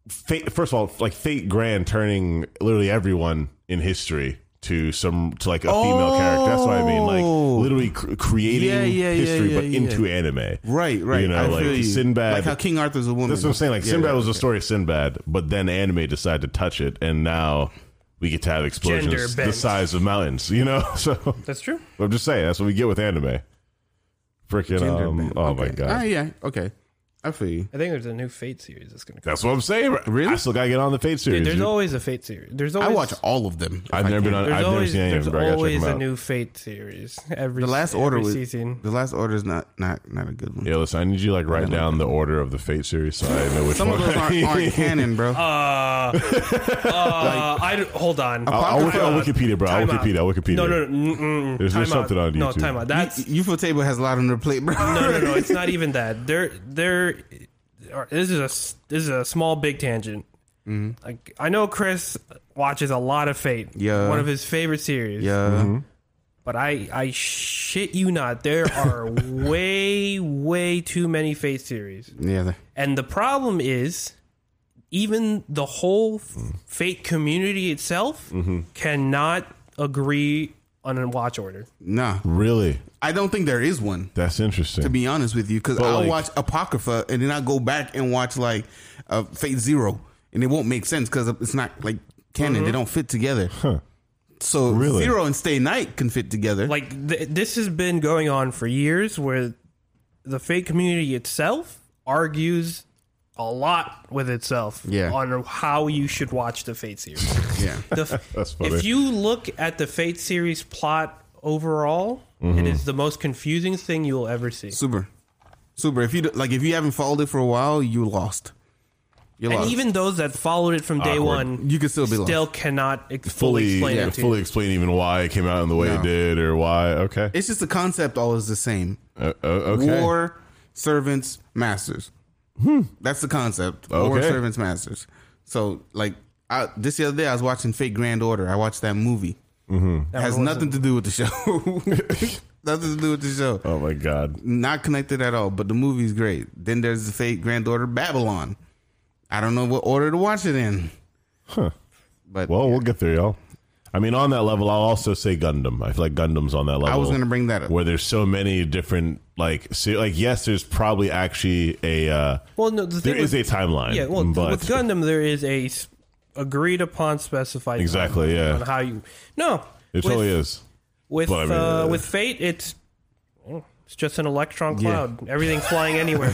[SPEAKER 1] fate, first of all, like Fate Grand turning literally everyone in history to some to like a female character. That's what I mean. Like
[SPEAKER 2] Oh.
[SPEAKER 1] literally cr- creating
[SPEAKER 2] Yeah, yeah, yeah,
[SPEAKER 1] history,
[SPEAKER 2] yeah,
[SPEAKER 1] but
[SPEAKER 2] yeah.
[SPEAKER 1] into anime.
[SPEAKER 2] Right, right.
[SPEAKER 1] You know,
[SPEAKER 2] I
[SPEAKER 1] like
[SPEAKER 2] feel you.
[SPEAKER 1] Sinbad.
[SPEAKER 2] Like how King Arthur's a woman.
[SPEAKER 1] That's what I'm saying. Like
[SPEAKER 2] Yeah,
[SPEAKER 1] Sinbad
[SPEAKER 2] yeah,
[SPEAKER 1] was the
[SPEAKER 2] okay.
[SPEAKER 1] story of Sinbad, but then anime decided to touch it, and now we get to have explosions the
[SPEAKER 3] Gender-bent.
[SPEAKER 1] size of mountains. You know, [LAUGHS] so
[SPEAKER 3] That's true.
[SPEAKER 1] I'm just saying that's what we get with anime. Freaking um,
[SPEAKER 2] Gender-bent.
[SPEAKER 1] oh my
[SPEAKER 2] Okay. Ah,
[SPEAKER 1] god,
[SPEAKER 2] yeah. Okay. I feel you.
[SPEAKER 3] I think there's a new Fate series that's going to come.
[SPEAKER 1] that's what I'm saying. Really, I still gotta get on the Fate series.
[SPEAKER 3] Dude, there's
[SPEAKER 1] dude.
[SPEAKER 3] always a Fate series. There's
[SPEAKER 2] I
[SPEAKER 3] always
[SPEAKER 2] watch all of them. if
[SPEAKER 1] I've
[SPEAKER 2] I
[SPEAKER 1] never been
[SPEAKER 2] can.
[SPEAKER 1] on.
[SPEAKER 3] There's
[SPEAKER 1] I've never
[SPEAKER 3] always
[SPEAKER 1] seen any of
[SPEAKER 3] there's
[SPEAKER 1] them. But I gotta check
[SPEAKER 3] always
[SPEAKER 1] them
[SPEAKER 3] a
[SPEAKER 1] out.
[SPEAKER 3] new Fate series every
[SPEAKER 2] The last
[SPEAKER 3] every
[SPEAKER 2] order was
[SPEAKER 3] season.
[SPEAKER 2] the last order is not not not a good one.
[SPEAKER 1] yeah, listen, I need you to, like write down the order of the Fate series so I know which
[SPEAKER 2] Some of
[SPEAKER 1] one.
[SPEAKER 2] those
[SPEAKER 1] [LAUGHS]
[SPEAKER 2] aren't, aren't canon, bro.
[SPEAKER 3] [LAUGHS] Uh, uh, I don't- hold on.
[SPEAKER 1] I'll, I'll, Wiki- I'll
[SPEAKER 3] Time out.
[SPEAKER 1] Wikipedia, bro. I'll
[SPEAKER 3] Time out.
[SPEAKER 1] Wikipedia. I'll Wikipedia.
[SPEAKER 3] No, no, no. Mm-mm.
[SPEAKER 1] There's-
[SPEAKER 3] time
[SPEAKER 1] there's something
[SPEAKER 3] out.
[SPEAKER 1] on
[SPEAKER 3] No,
[SPEAKER 1] YouTube.
[SPEAKER 3] time out. That's
[SPEAKER 2] You- UFO table has a lot on their plate, [LAUGHS] bro.
[SPEAKER 3] no, no, no. It's not even that. They're they're. are- This is a s- this is a small big tangent.
[SPEAKER 2] Mm-hmm.
[SPEAKER 3] Like I know Chris watches a lot of Fate.
[SPEAKER 2] Yeah.
[SPEAKER 3] one of his favorite series.
[SPEAKER 2] Yeah.
[SPEAKER 1] Mm-hmm.
[SPEAKER 3] but I I shit you not. There
[SPEAKER 2] [LAUGHS]
[SPEAKER 3] are way way too many Fate series,
[SPEAKER 2] Yeah. they-
[SPEAKER 3] and the problem is. Even the whole
[SPEAKER 2] Mm.
[SPEAKER 3] Fate community itself
[SPEAKER 2] Mm-hmm.
[SPEAKER 3] cannot agree on a watch order.
[SPEAKER 2] Nah.
[SPEAKER 1] Really,
[SPEAKER 2] I don't think there is one.
[SPEAKER 1] that's interesting.
[SPEAKER 2] To be honest with you, because
[SPEAKER 1] But,
[SPEAKER 2] I'll
[SPEAKER 1] like-
[SPEAKER 2] watch Apocrypha and then I go back and watch like uh, Fate Zero, and it won't make sense because it's not like canon. They don't fit together. So
[SPEAKER 1] Mm-hmm. Really?
[SPEAKER 2] Zero and Stay Night can fit together.
[SPEAKER 3] like th- this has been going on for years where the fake community itself argues a lot with itself
[SPEAKER 2] Yeah.
[SPEAKER 3] on how you should watch the Fate series.
[SPEAKER 2] [LAUGHS] yeah,
[SPEAKER 3] The
[SPEAKER 1] [LAUGHS]
[SPEAKER 3] f-
[SPEAKER 1] That's funny.
[SPEAKER 3] If you look at the Fate series plot overall,
[SPEAKER 1] Mm-hmm.
[SPEAKER 3] it is the most confusing thing you will ever see.
[SPEAKER 2] Super, super. If you do- like, if you haven't followed it for a while, you lost. You
[SPEAKER 3] and
[SPEAKER 2] lost.
[SPEAKER 3] even those that followed it from day
[SPEAKER 1] Awkward.
[SPEAKER 3] one
[SPEAKER 2] you could still be lost.
[SPEAKER 3] still cannot ex- fully
[SPEAKER 1] fully
[SPEAKER 3] explain
[SPEAKER 1] yeah,
[SPEAKER 3] it to
[SPEAKER 1] fully
[SPEAKER 3] you.
[SPEAKER 1] explain even why it came out in the way
[SPEAKER 2] No.
[SPEAKER 1] it did or why. Okay,
[SPEAKER 2] It's just the concept always the same.
[SPEAKER 1] uh, uh, okay. Hmm.
[SPEAKER 2] War, servants, masters. That's the concept. War,
[SPEAKER 1] Okay.
[SPEAKER 2] servants, masters. So, like, I, this the other day, I was watching Fake Grand Order. I watched that movie.
[SPEAKER 1] Mm-hmm.
[SPEAKER 3] That
[SPEAKER 2] has
[SPEAKER 3] wasn't-
[SPEAKER 2] nothing to do with the show. [LAUGHS] nothing to do with the show.
[SPEAKER 1] Oh my god.
[SPEAKER 2] Not connected at all. But the movie's great. Then there's the Fake Granddaughter Babylon. I don't know what order to watch it in.
[SPEAKER 1] Huh.
[SPEAKER 2] But
[SPEAKER 1] Well, we'll get there, y'all. I mean, on that level, I'll also say Gundam. I feel like Gundam's on that level.
[SPEAKER 2] I was going to bring that up.
[SPEAKER 1] where there's so many different like se- like yes, there's probably actually a uh,
[SPEAKER 3] Well, no, the
[SPEAKER 1] there
[SPEAKER 3] thing
[SPEAKER 1] is
[SPEAKER 3] with,
[SPEAKER 1] a timeline.
[SPEAKER 3] yeah. Well,
[SPEAKER 1] but
[SPEAKER 3] with Gundam, there is a s- agreed upon specified
[SPEAKER 1] Exactly,
[SPEAKER 3] timeline
[SPEAKER 1] yeah.
[SPEAKER 3] on how you no
[SPEAKER 1] it
[SPEAKER 3] uh, with,
[SPEAKER 1] totally is.
[SPEAKER 3] with
[SPEAKER 1] but I mean,
[SPEAKER 3] uh,
[SPEAKER 1] uh,
[SPEAKER 3] with Fate it's. It's just an electron
[SPEAKER 2] Yeah.
[SPEAKER 3] cloud. Everything flying anywhere.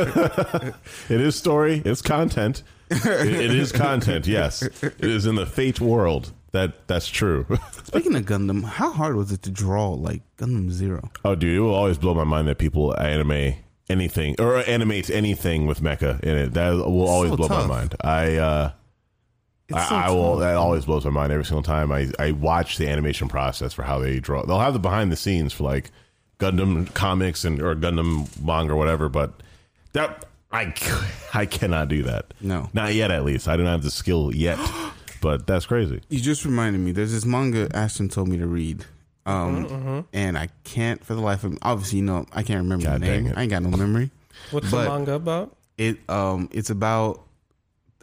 [SPEAKER 1] It is story. It's
[SPEAKER 2] [LAUGHS]
[SPEAKER 1] content. it, it is content. Yes, it is in the fate world. That that's true. [LAUGHS]
[SPEAKER 2] Speaking of Gundam, how hard was it to draw like Gundam Zero?
[SPEAKER 1] oh, dude, it will always blow my mind that people anime anything or animate anything with mecha in it. That will always
[SPEAKER 2] so
[SPEAKER 1] blow
[SPEAKER 2] tough.
[SPEAKER 1] my mind. I. uh I,
[SPEAKER 2] so
[SPEAKER 1] I will.
[SPEAKER 2] tough.
[SPEAKER 1] That always blows my mind every single time. I, I watch the animation process for how they draw. They'll have the behind the scenes for like Gundam comics and or Gundam manga or whatever. But that I c- I cannot do that.
[SPEAKER 2] No.
[SPEAKER 1] not yet. At least I don't have the skill
[SPEAKER 2] [GASPS]
[SPEAKER 1] yet. but that's crazy.
[SPEAKER 2] You just reminded me. There's this manga Ashton told me to read, um, and I can't for the life of me. Obviously, you know, I can't remember
[SPEAKER 1] God
[SPEAKER 2] the
[SPEAKER 1] dang
[SPEAKER 2] name.
[SPEAKER 1] it.
[SPEAKER 2] I ain't got no memory.
[SPEAKER 3] What's
[SPEAKER 2] But-
[SPEAKER 3] the manga about?
[SPEAKER 2] It um, it's about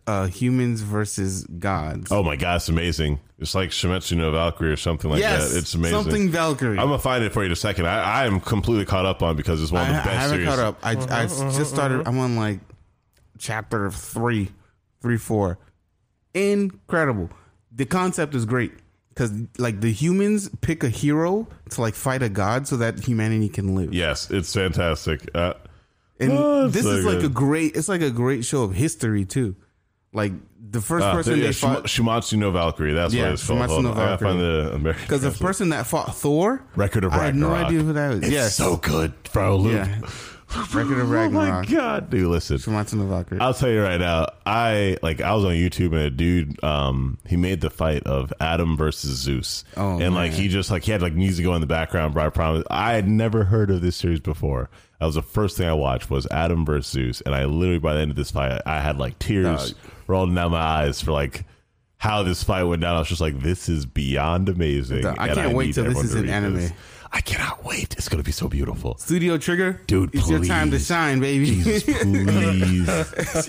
[SPEAKER 2] uh, humans versus gods.
[SPEAKER 1] Oh my god, it's amazing. It's like Shimetsu no Valkyrie or something like that. It's amazing.
[SPEAKER 2] Something Valkyrie.
[SPEAKER 1] I'm gonna find it for you in a second. I, I am completely caught up on because it's one of
[SPEAKER 2] I,
[SPEAKER 1] the
[SPEAKER 2] I
[SPEAKER 1] best
[SPEAKER 2] haven't
[SPEAKER 1] series.
[SPEAKER 2] caught up. I, I just started. I'm on like chapter three, three, four. Incredible. The concept is great because like the humans pick a hero to like fight a god so that humanity can live.
[SPEAKER 1] Yes, it's fantastic. Uh,
[SPEAKER 2] And
[SPEAKER 1] Oh, it's
[SPEAKER 2] this
[SPEAKER 1] so
[SPEAKER 2] is like a
[SPEAKER 1] good.
[SPEAKER 2] great. It's like a great show of history too. Like the first
[SPEAKER 1] Ah,
[SPEAKER 2] person
[SPEAKER 1] yeah,
[SPEAKER 2] they
[SPEAKER 1] Shima-
[SPEAKER 2] fought.
[SPEAKER 1] Shimatsu no Valkyrie. That's
[SPEAKER 2] Yeah,
[SPEAKER 1] what it's called.
[SPEAKER 2] Shimatsu
[SPEAKER 1] Hold
[SPEAKER 2] no
[SPEAKER 1] on. I gotta
[SPEAKER 2] Valkyrie.
[SPEAKER 1] find the American.
[SPEAKER 2] Because the
[SPEAKER 1] translation.
[SPEAKER 2] person that fought Thor,
[SPEAKER 1] record of
[SPEAKER 2] I had no
[SPEAKER 1] Ragnarok.
[SPEAKER 2] idea who that was.
[SPEAKER 1] It's
[SPEAKER 2] yes,
[SPEAKER 1] so good, bro. Luke.
[SPEAKER 2] yeah, record
[SPEAKER 1] [LAUGHS] Oh
[SPEAKER 2] of
[SPEAKER 1] my
[SPEAKER 2] Ragnarok.
[SPEAKER 1] god, dude! Listen,
[SPEAKER 2] Shimatsu no Valkyrie.
[SPEAKER 1] I'll tell you right now. I like I was on YouTube and a dude um he made the fight of Adam versus Zeus.
[SPEAKER 2] Oh,
[SPEAKER 1] and like he just like he had like music going in the background. But I promise, I had never heard of this series before. That was the first thing I watched was Adam versus Zeus, and I literally by the end of this fight, I had like tears rolling down my eyes for like. How this fight went down, I was just like, "This is beyond amazing."
[SPEAKER 2] I
[SPEAKER 1] and
[SPEAKER 2] can't wait
[SPEAKER 1] need
[SPEAKER 2] till this
[SPEAKER 1] everyone
[SPEAKER 2] is
[SPEAKER 1] to
[SPEAKER 2] an
[SPEAKER 1] read
[SPEAKER 2] anime.
[SPEAKER 1] this. I cannot wait. It's going to be so beautiful.
[SPEAKER 2] Studio Trigger,
[SPEAKER 1] Dude,
[SPEAKER 2] it's your time to
[SPEAKER 1] please.
[SPEAKER 2] shine, baby.
[SPEAKER 1] Jesus, please.
[SPEAKER 2] [LAUGHS]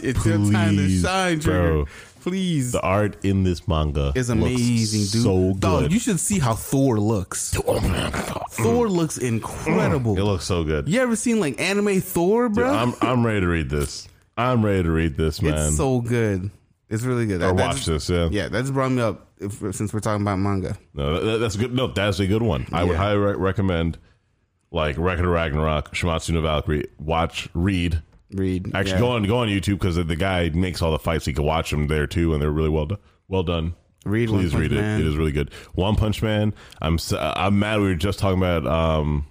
[SPEAKER 2] it's your time
[SPEAKER 1] [LAUGHS]
[SPEAKER 2] to
[SPEAKER 1] Please,
[SPEAKER 2] shine, Trigger.
[SPEAKER 1] bro.
[SPEAKER 2] Please,
[SPEAKER 1] the art in this manga
[SPEAKER 2] it's amazing,
[SPEAKER 1] looks
[SPEAKER 2] dude.
[SPEAKER 1] So
[SPEAKER 2] Dog,
[SPEAKER 1] good. mm.
[SPEAKER 2] you should Oh, see how Thor looks. Thor looks incredible.
[SPEAKER 1] it looks so good.
[SPEAKER 2] you ever seen like anime Thor, bro?
[SPEAKER 1] Mm. I'm I'm ready to read this. I'm ready to read this, man.
[SPEAKER 2] It's so good. It's really good.
[SPEAKER 1] or
[SPEAKER 2] That-
[SPEAKER 1] watch
[SPEAKER 2] that's-
[SPEAKER 1] this. Yeah,
[SPEAKER 2] Yeah, that just brought me up if, since we're talking about manga.
[SPEAKER 1] No, that, that's good. No, that's a good one. I would
[SPEAKER 2] Yeah.
[SPEAKER 1] highly re- recommend. Like Record of Ragnarok, Shimatsu no Valkyrie. Watch, read.
[SPEAKER 2] Read.
[SPEAKER 1] Actually,
[SPEAKER 2] yeah.
[SPEAKER 1] go on, go on YouTube because the, the guy makes all the fights. You can watch them there too, and they're really well done. Well done.
[SPEAKER 2] Read One
[SPEAKER 1] Please
[SPEAKER 2] Punch
[SPEAKER 1] read
[SPEAKER 2] Man.
[SPEAKER 1] it. It is really good. One Punch Man. I'm s- uh, I'm mad. We were just talking about um,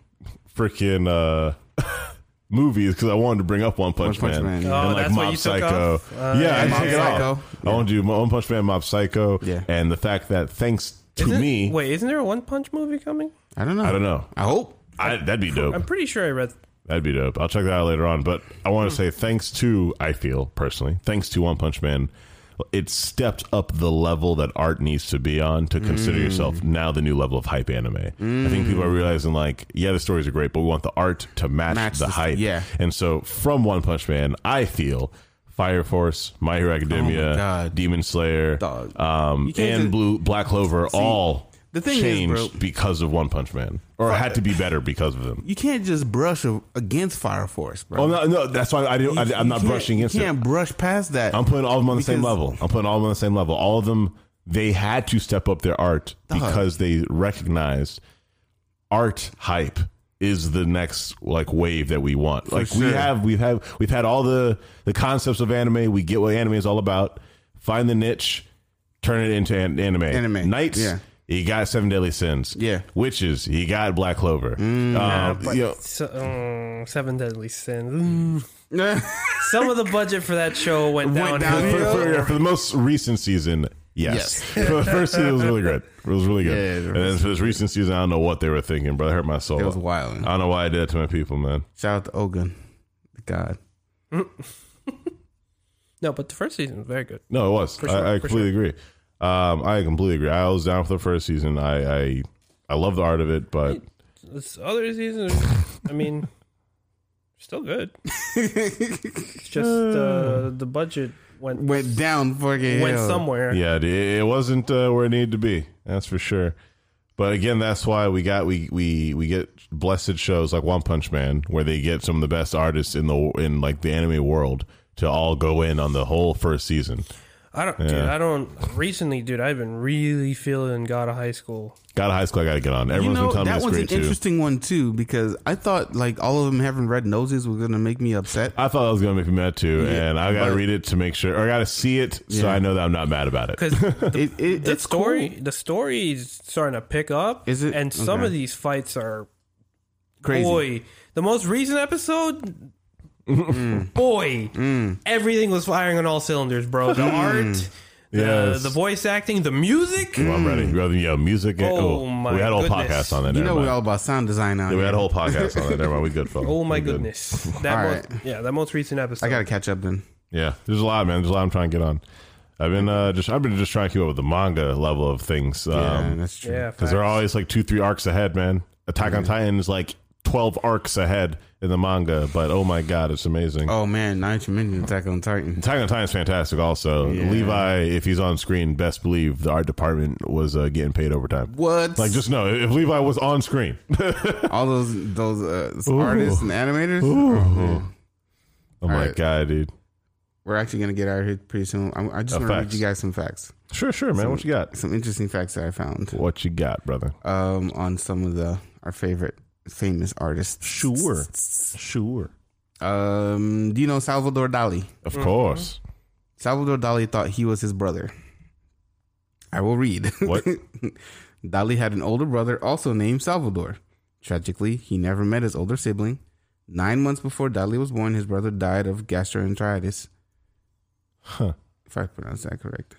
[SPEAKER 1] freaking uh, [LAUGHS] movies because I wanted to bring up One Punch,
[SPEAKER 2] Punch Man,
[SPEAKER 1] Man,
[SPEAKER 2] yeah.
[SPEAKER 3] Oh, that's what you took off? Uh,
[SPEAKER 1] yeah, I
[SPEAKER 2] Mob
[SPEAKER 1] took it off.
[SPEAKER 2] Psycho.
[SPEAKER 1] I want to do One Punch Man, Mob Psycho,
[SPEAKER 2] Yeah.
[SPEAKER 1] and the fact that thanks to
[SPEAKER 3] Isn't-
[SPEAKER 1] me,
[SPEAKER 3] Wait, isn't there a One Punch movie coming?
[SPEAKER 2] I don't know.
[SPEAKER 1] I don't know.
[SPEAKER 2] I hope.
[SPEAKER 1] I, that'd be
[SPEAKER 3] I'm
[SPEAKER 1] dope.
[SPEAKER 3] pretty sure I read
[SPEAKER 1] That'd be dope. I'll check that out later on. But I want to
[SPEAKER 2] Hmm.
[SPEAKER 1] say thanks to, I feel personally, thanks to One Punch Man, it stepped up the level that art needs to be on to
[SPEAKER 2] Hmm.
[SPEAKER 1] consider yourself now the new level of hype anime. I think people are realizing, like, yeah, the stories are great, but we want the art to match,
[SPEAKER 2] Match
[SPEAKER 1] the,
[SPEAKER 2] the-
[SPEAKER 1] hype.
[SPEAKER 2] yeah.
[SPEAKER 1] And so from One Punch Man, I feel Fire Force, My Hero Academia,
[SPEAKER 2] Oh God.
[SPEAKER 1] Demon Slayer,
[SPEAKER 2] Dog.
[SPEAKER 1] um,
[SPEAKER 2] You can't
[SPEAKER 1] and
[SPEAKER 2] just-
[SPEAKER 1] Blue Black Clover all
[SPEAKER 2] the thing is,
[SPEAKER 1] changed
[SPEAKER 2] bro-
[SPEAKER 1] because of One Punch Man, or had to be better because of them.
[SPEAKER 2] You can't just brush a, against Fire Force, bro.
[SPEAKER 1] Oh no, no, that's why I don't.
[SPEAKER 2] You-
[SPEAKER 1] I,
[SPEAKER 2] you
[SPEAKER 1] I'm not
[SPEAKER 2] can't-
[SPEAKER 1] brushing against
[SPEAKER 2] You
[SPEAKER 1] it.
[SPEAKER 2] can't brush past that.
[SPEAKER 1] I'm putting all of them on the same
[SPEAKER 2] because-
[SPEAKER 1] level. I'm putting all of them on the same level. All of them, they had to step up their art because they recognized art hype is the next like wave that we want. like we
[SPEAKER 2] sure.
[SPEAKER 1] have, we've had, we've had all the the concepts of anime. We get what anime is all about. Find the niche, turn it into an, anime.
[SPEAKER 2] Anime,
[SPEAKER 1] Knights
[SPEAKER 2] yeah.
[SPEAKER 1] You got Seven Deadly Sins.
[SPEAKER 2] Yeah. Mm,
[SPEAKER 1] Witches. You got Black Clover. Um,
[SPEAKER 3] But
[SPEAKER 1] you know,
[SPEAKER 3] so- mm, Seven Deadly Sins. Mm.
[SPEAKER 2] yes.
[SPEAKER 3] Some of the budget for that show went down.
[SPEAKER 2] Went
[SPEAKER 1] for,
[SPEAKER 2] downhill.
[SPEAKER 1] for- for the most recent season, yes. [LAUGHS] for the first season, it was really good. It was really good.
[SPEAKER 2] Yeah, yeah, the
[SPEAKER 1] and then for this recent season, I don't know what they were thinking, but it hurt my soul.
[SPEAKER 2] It was wild.
[SPEAKER 1] I don't know why I did that to my people, man.
[SPEAKER 2] Shout out to Ogun, the god.
[SPEAKER 3] No, but the first season was very good.
[SPEAKER 1] No, it was.
[SPEAKER 3] sure,
[SPEAKER 1] I, I
[SPEAKER 3] for
[SPEAKER 1] completely agree. Um, I completely agree. I was down for the first season. I I, I love the art of it, but
[SPEAKER 3] This other season, I mean, still good. It's just uh, the budget went
[SPEAKER 2] Went down fucking
[SPEAKER 3] went
[SPEAKER 2] hill.
[SPEAKER 3] somewhere.
[SPEAKER 1] yeah, it, it wasn't uh, where it needed to be. That's for sure. But again, that's why we got we we we get blessed shows like One Punch Man, where they get some of the best artists in the in like the anime world to all go in on the whole first season.
[SPEAKER 3] I don't, dude. I don't. Recently, dude, I've been really feeling God of High School.
[SPEAKER 1] Got a high school, I got to get on.
[SPEAKER 2] You
[SPEAKER 1] Everyone's
[SPEAKER 2] know,
[SPEAKER 1] been telling me
[SPEAKER 2] that
[SPEAKER 1] it's
[SPEAKER 2] was an
[SPEAKER 1] great too.
[SPEAKER 2] interesting one too because I thought like all of them having red noses was gonna make
[SPEAKER 1] [LAUGHS]
[SPEAKER 2] me upset.
[SPEAKER 1] I thought that was gonna make me mad too, and I gotta
[SPEAKER 2] but-
[SPEAKER 1] read it to make sure, or I gotta see it so
[SPEAKER 2] Yeah.
[SPEAKER 1] I know that I'm not mad about
[SPEAKER 2] [LAUGHS]
[SPEAKER 1] it.
[SPEAKER 3] Because
[SPEAKER 2] It, it,
[SPEAKER 3] the
[SPEAKER 2] it's
[SPEAKER 3] story, the story is starting to pick up.
[SPEAKER 2] Is it?
[SPEAKER 3] And some
[SPEAKER 2] Okay.
[SPEAKER 3] of these fights are
[SPEAKER 2] cool. crazy.
[SPEAKER 3] boy. The most recent episode,
[SPEAKER 2] Mm.
[SPEAKER 3] boy, everything was firing on all cylinders, bro.
[SPEAKER 2] Mm.
[SPEAKER 3] The art,
[SPEAKER 1] Yes.
[SPEAKER 3] the, the voice acting, the music.
[SPEAKER 2] Mm.
[SPEAKER 1] Well, I'm ready. Rather, yeah, music. And,
[SPEAKER 3] Oh,
[SPEAKER 1] oh,
[SPEAKER 3] my
[SPEAKER 1] we had a whole
[SPEAKER 3] goodness.
[SPEAKER 1] podcast on that.
[SPEAKER 2] You
[SPEAKER 1] Never
[SPEAKER 2] know
[SPEAKER 1] mind.
[SPEAKER 2] we're all about sound design now.
[SPEAKER 1] we had a whole podcast on that. Never mind. We good, folks.
[SPEAKER 3] [LAUGHS] Oh my
[SPEAKER 1] We good.
[SPEAKER 2] [LAUGHS]
[SPEAKER 3] goodness! That
[SPEAKER 2] All
[SPEAKER 3] most, yeah, that most recent episode.
[SPEAKER 2] I gotta catch up then.
[SPEAKER 1] Yeah, there's a lot, man. There's a lot I'm trying to get on. I've been uh, just I've been just trying to keep up with the manga level of things.
[SPEAKER 2] Yeah,
[SPEAKER 1] Um
[SPEAKER 2] that's true.
[SPEAKER 3] yeah,
[SPEAKER 1] because
[SPEAKER 2] [LAUGHS]
[SPEAKER 3] facts.
[SPEAKER 1] they're always like two, three arcs ahead, man. Attack on Titan is like twelve arcs ahead in the manga, but oh my god, it's amazing.
[SPEAKER 2] Oh man, now that you mentioned Attack on Titan.
[SPEAKER 1] Attack on Titan's fantastic. Also,
[SPEAKER 2] Yeah.
[SPEAKER 1] Levi, if he's on screen, best believe the art department was uh, getting paid overtime.
[SPEAKER 2] What?
[SPEAKER 1] Like, just know if Levi was on screen, [LAUGHS]
[SPEAKER 2] all those those uh, artists and animators. Oh, man.
[SPEAKER 1] oh my
[SPEAKER 2] right.
[SPEAKER 1] god, dude.
[SPEAKER 2] We're actually gonna get out here pretty soon. I'm, I just
[SPEAKER 1] Uh,
[SPEAKER 2] want to read
[SPEAKER 1] facts.
[SPEAKER 2] you guys some facts,
[SPEAKER 1] Sure, sure, man. What you got?
[SPEAKER 2] some interesting facts that I found
[SPEAKER 1] What you got, brother?
[SPEAKER 2] um, on some of the our favorite famous artists.
[SPEAKER 1] Sure, sure.
[SPEAKER 2] Um, do you know Salvador Dali?
[SPEAKER 1] Of course.
[SPEAKER 2] Salvador Dali thought he was his brother. I will read. [LAUGHS]
[SPEAKER 1] What?
[SPEAKER 2] Dali had an older brother also named Salvador. Tragically, he never met his older sibling. Nine months before Dali was born, his brother died of gastroenteritis.
[SPEAKER 1] Huh.
[SPEAKER 2] If I pronounced that correct.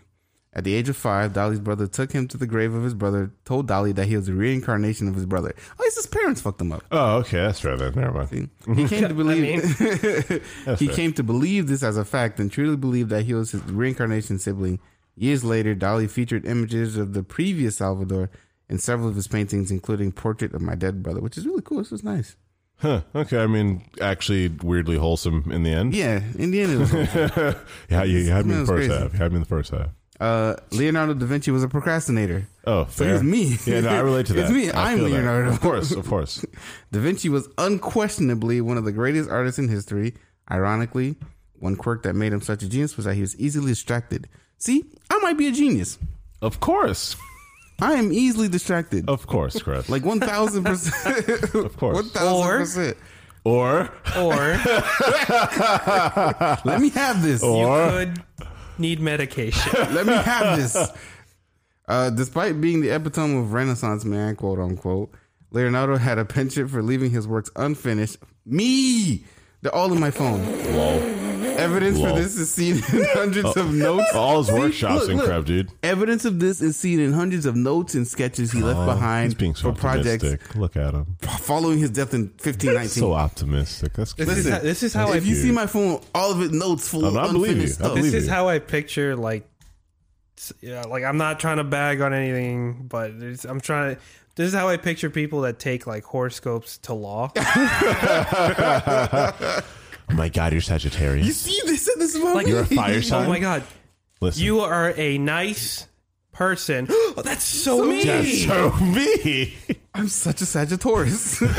[SPEAKER 2] At the age of five, Dali's brother took him to the grave of his brother, told Dali that he was a reincarnation of his brother. At least his parents fucked him up.
[SPEAKER 1] Oh, okay. That's right. Then. Never mind.
[SPEAKER 2] He came to believe [LAUGHS] he
[SPEAKER 1] fair.
[SPEAKER 2] came to believe this as a fact and truly believed that he was his reincarnation sibling. Years later, Dali featured images of the previous Salvador in several of his paintings, including Portrait of My Dead Brother, which is really cool. This was nice.
[SPEAKER 1] Huh. Okay. I mean, actually, weirdly wholesome in the end.
[SPEAKER 2] Yeah, in the end, it
[SPEAKER 1] [LAUGHS]
[SPEAKER 2] was cool.
[SPEAKER 1] yeah, you, you had me in the
[SPEAKER 2] That's
[SPEAKER 1] first
[SPEAKER 2] crazy.
[SPEAKER 1] half. You had me in the first half.
[SPEAKER 2] uh, Leonardo da Vinci was a procrastinator.
[SPEAKER 1] Oh,
[SPEAKER 2] So
[SPEAKER 1] fair.
[SPEAKER 2] he's me.
[SPEAKER 1] Yeah, no, I relate to that.
[SPEAKER 2] [LAUGHS] It's me.
[SPEAKER 1] I
[SPEAKER 2] I'm
[SPEAKER 1] feel that.
[SPEAKER 2] Leonardo.
[SPEAKER 1] Of course, of course.
[SPEAKER 2] Da Vinci was unquestionably one of the greatest artists in history. Ironically, one quirk that made him such a genius was that he was easily distracted. See, I might be a genius.
[SPEAKER 1] Of course.
[SPEAKER 2] I am easily distracted.
[SPEAKER 1] Of course,
[SPEAKER 2] [LAUGHS]
[SPEAKER 1] Chris. [LAUGHS]
[SPEAKER 2] Like 1000%.
[SPEAKER 1] of course.
[SPEAKER 2] 1000%.
[SPEAKER 1] or,
[SPEAKER 3] or
[SPEAKER 2] Let me have this.
[SPEAKER 1] or,
[SPEAKER 3] could need medication.
[SPEAKER 2] [LAUGHS] Let
[SPEAKER 1] [LAUGHS]
[SPEAKER 2] me have this. Uh, despite being the epitome of Renaissance man, quote unquote, Leonardo had a penchant for leaving his works unfinished. Me! They're all in my phone.
[SPEAKER 1] lol.
[SPEAKER 2] Evidence
[SPEAKER 1] Lol.
[SPEAKER 2] for this is seen in [LAUGHS] hundreds
[SPEAKER 1] Oh.
[SPEAKER 2] of notes.
[SPEAKER 1] All his workshops
[SPEAKER 2] look,
[SPEAKER 1] and
[SPEAKER 2] look.
[SPEAKER 1] crap, dude.
[SPEAKER 2] Evidence of this is seen in hundreds of notes and sketches he left
[SPEAKER 1] Oh, He's
[SPEAKER 2] behind
[SPEAKER 1] being so
[SPEAKER 2] for projects
[SPEAKER 1] optimistic. Look at him.
[SPEAKER 2] following his death in 1519.
[SPEAKER 1] So optimistic. That's cute.
[SPEAKER 3] This is how, this is how I
[SPEAKER 2] if you see my phone, all of it notes full
[SPEAKER 1] I
[SPEAKER 2] of
[SPEAKER 1] believe you.
[SPEAKER 2] unfinished
[SPEAKER 1] I
[SPEAKER 2] stuff.
[SPEAKER 1] believe
[SPEAKER 3] this is
[SPEAKER 1] you.
[SPEAKER 3] how I picture like s- yeah, like I'm not trying to bag on anything, but there's- I'm trying to this is how I picture people that take like horoscopes to law.
[SPEAKER 1] oh my God, you're
[SPEAKER 2] You
[SPEAKER 1] Sagittarius.
[SPEAKER 2] see, they said this about
[SPEAKER 3] Like
[SPEAKER 2] me.
[SPEAKER 3] [LAUGHS]
[SPEAKER 1] You're a fire sign.
[SPEAKER 3] oh my god.
[SPEAKER 1] Listen.
[SPEAKER 3] You are a nice person. [GASPS] Oh, that's so, mean.
[SPEAKER 1] That's so me. [LAUGHS]
[SPEAKER 2] I'm such a Sagittarius. [LAUGHS]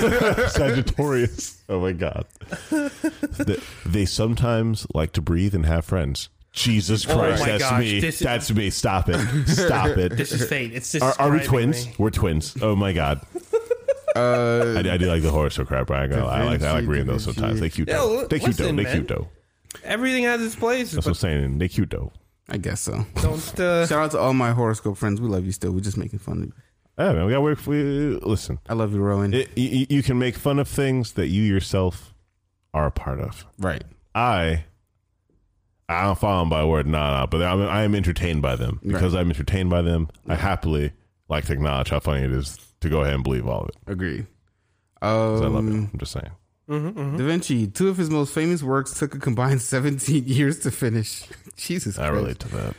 [SPEAKER 1] Sagittarius. Oh my God. they, they sometimes like to breathe and have friends. Jesus Christ,
[SPEAKER 3] Oh my
[SPEAKER 1] that's
[SPEAKER 3] gosh,
[SPEAKER 1] me.
[SPEAKER 3] this is-
[SPEAKER 1] that's me. Stop it.
[SPEAKER 3] [LAUGHS]
[SPEAKER 1] Stop
[SPEAKER 3] This
[SPEAKER 1] it.
[SPEAKER 3] is fate. It's just
[SPEAKER 1] Are, are we twins? We're twins. Oh my God.
[SPEAKER 2] uh,
[SPEAKER 1] I, do- I do like the horoscope crap. I, ain't gonna lie. I like I like reading those sometimes. They cute
[SPEAKER 3] Yeah,
[SPEAKER 1] though.
[SPEAKER 3] well,
[SPEAKER 1] They cute though.
[SPEAKER 3] listen,
[SPEAKER 1] They
[SPEAKER 3] man.
[SPEAKER 1] cute though.
[SPEAKER 3] Everything has its place.
[SPEAKER 1] That's what I'm
[SPEAKER 3] But
[SPEAKER 1] saying. They cute though.
[SPEAKER 2] I guess so.
[SPEAKER 3] Don't. [LAUGHS] Uh,
[SPEAKER 2] Shout out to all my horoscope friends. We love you still. We're just making fun of you.
[SPEAKER 1] Yeah, man, we got work. We listen.
[SPEAKER 2] I love you, Rowan.
[SPEAKER 1] It, you, you can make fun of things that you yourself are a part of.
[SPEAKER 2] right.
[SPEAKER 1] I I don't follow them by word, nah, nah, but I'm, I am entertained by them because I'm entertained by them. I happily like to acknowledge how funny it is to go ahead and believe all of it.
[SPEAKER 2] Agreed.
[SPEAKER 1] 'Cause I love it.
[SPEAKER 2] Um,
[SPEAKER 1] I'm just saying.
[SPEAKER 2] Da Vinci, two of his most famous works took a combined [LAUGHS] 17 years to finish. [LAUGHS] Jesus
[SPEAKER 1] I
[SPEAKER 2] Christ.
[SPEAKER 1] relate to that.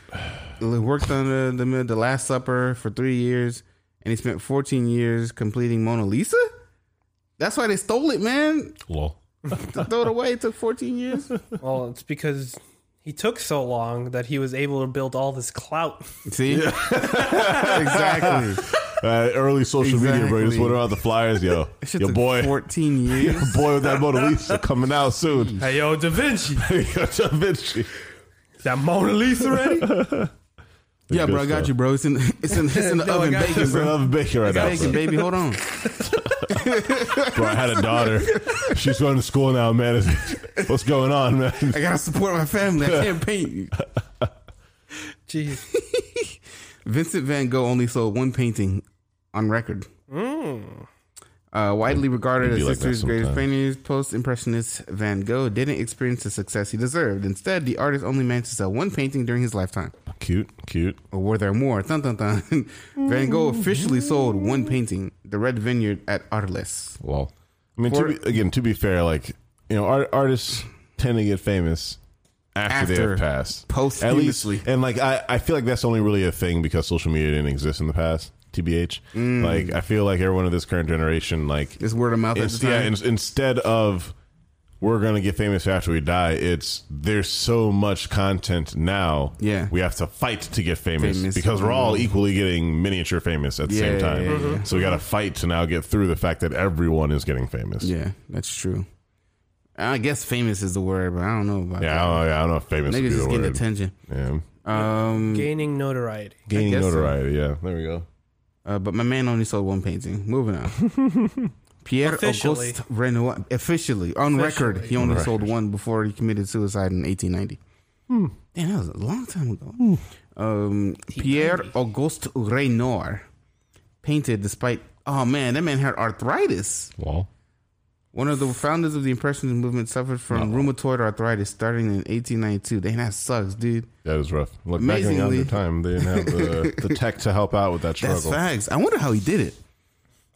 [SPEAKER 2] He worked on the, the, the Last Supper for three years, and he spent 14 years completing Mona Lisa? That's why they stole it, man.
[SPEAKER 1] Lol.
[SPEAKER 2] To throw it away, it took 14 years.
[SPEAKER 3] well, it's because he took so long that he was able to build all this clout.
[SPEAKER 2] See? [LAUGHS] exactly.
[SPEAKER 1] Uh, early social media, bro. Just
[SPEAKER 2] Exactly.
[SPEAKER 1] went around the flyers, yo.
[SPEAKER 2] Shit
[SPEAKER 1] Your
[SPEAKER 2] took
[SPEAKER 1] boy, [LAUGHS]
[SPEAKER 2] 14 years.
[SPEAKER 1] boy with that Mona Lisa coming out
[SPEAKER 3] [LAUGHS]
[SPEAKER 1] soon. [LAUGHS]
[SPEAKER 3] Hey, yo, Da Vinci,
[SPEAKER 1] Yo, Da Vinci.
[SPEAKER 3] is that Mona Lisa ready?
[SPEAKER 2] yeah, bro, I
[SPEAKER 1] Good
[SPEAKER 2] got
[SPEAKER 1] stuff.
[SPEAKER 2] you, bro. It's in, it's in, it's in
[SPEAKER 3] [LAUGHS]
[SPEAKER 2] the
[SPEAKER 3] No, I
[SPEAKER 2] oven
[SPEAKER 3] got
[SPEAKER 2] baking,
[SPEAKER 1] It's
[SPEAKER 2] bro.
[SPEAKER 1] another baker right now.
[SPEAKER 2] Baking,
[SPEAKER 1] Bro.
[SPEAKER 2] baby. Hold on.
[SPEAKER 1] Bro, I had a daughter. She's going to school now, man. It's- What's going on, man?
[SPEAKER 2] [LAUGHS] I gotta support my family. I
[SPEAKER 1] [LAUGHS]
[SPEAKER 2] can't paint.
[SPEAKER 3] [LAUGHS] Jeez.
[SPEAKER 2] Vincent Van Gogh only sold one painting on record.
[SPEAKER 3] Mm.
[SPEAKER 2] Uh, widely regarded
[SPEAKER 1] It'd be
[SPEAKER 2] as
[SPEAKER 1] like that
[SPEAKER 2] history's greatest
[SPEAKER 1] sometimes.
[SPEAKER 2] painters, post impressionist Van Gogh didn't experience the success he deserved. Instead, the artist only managed to sell one painting during his lifetime.
[SPEAKER 1] Cute, cute.
[SPEAKER 2] Or were there more? Dun, dun, [LAUGHS] dun. Van Gogh
[SPEAKER 3] Mm.
[SPEAKER 2] officially sold one painting, The Red Vineyard at Arles.
[SPEAKER 1] Well, I mean,
[SPEAKER 2] For-
[SPEAKER 1] to be, again, to be fair, like you know, art, artists tend to get famous after, they
[SPEAKER 2] After.
[SPEAKER 1] have passed,
[SPEAKER 2] Posthumously.
[SPEAKER 1] At least, and like I, I feel like that's only really a thing because social media didn't exist in the past. Tbh, like I feel like everyone of this current generation, like
[SPEAKER 2] Mm. It's word of mouth at the
[SPEAKER 1] it's, yeah,
[SPEAKER 2] time.
[SPEAKER 1] in, instead of we're gonna get famous after we die, it's there's so much content now.
[SPEAKER 2] Yeah.
[SPEAKER 1] we have to fight to get famous,
[SPEAKER 2] Famous. Mm-hmm.
[SPEAKER 1] because we're all equally getting miniature famous at the
[SPEAKER 2] Yeah,
[SPEAKER 1] same
[SPEAKER 2] yeah,
[SPEAKER 1] time.
[SPEAKER 2] yeah, yeah.
[SPEAKER 1] So we got to fight to now get through the fact that everyone is getting famous. Yeah,
[SPEAKER 2] yeah, that's true. I guess famous is the word, but I don't know
[SPEAKER 1] I,
[SPEAKER 2] about
[SPEAKER 1] don't, yeah, I don't know if
[SPEAKER 2] that.
[SPEAKER 1] famous
[SPEAKER 2] Niggas just
[SPEAKER 1] would be
[SPEAKER 2] getting
[SPEAKER 1] the word.
[SPEAKER 2] attention.
[SPEAKER 1] yeah,
[SPEAKER 2] Um,
[SPEAKER 3] Gaining notoriety.
[SPEAKER 1] gaining
[SPEAKER 2] guess so.
[SPEAKER 1] notoriety. Yeah, there we go.
[SPEAKER 2] Uh, but my man only sold one painting. Moving on.
[SPEAKER 3] [LAUGHS]
[SPEAKER 2] Pierre
[SPEAKER 3] Officially.
[SPEAKER 2] Auguste Renoir, officially on
[SPEAKER 3] Officially.
[SPEAKER 2] record, he only sold one before he committed suicide in 1890.
[SPEAKER 3] Hmm.
[SPEAKER 2] Damn, that was a long time ago. Um, Pierre Auguste Renoir painted despite. Oh man, that man had arthritis.
[SPEAKER 1] Well,
[SPEAKER 2] One of the founders of the Impressionist movement suffered from rheumatoid arthritis starting in 1892. Damn, that sucks, dude.
[SPEAKER 1] that is rough. Look, back in
[SPEAKER 2] Amazingly-
[SPEAKER 1] the time, they didn't have
[SPEAKER 2] [LAUGHS]
[SPEAKER 1] the, the tech to help out with that struggle.
[SPEAKER 2] That's facts. I wonder how he did it.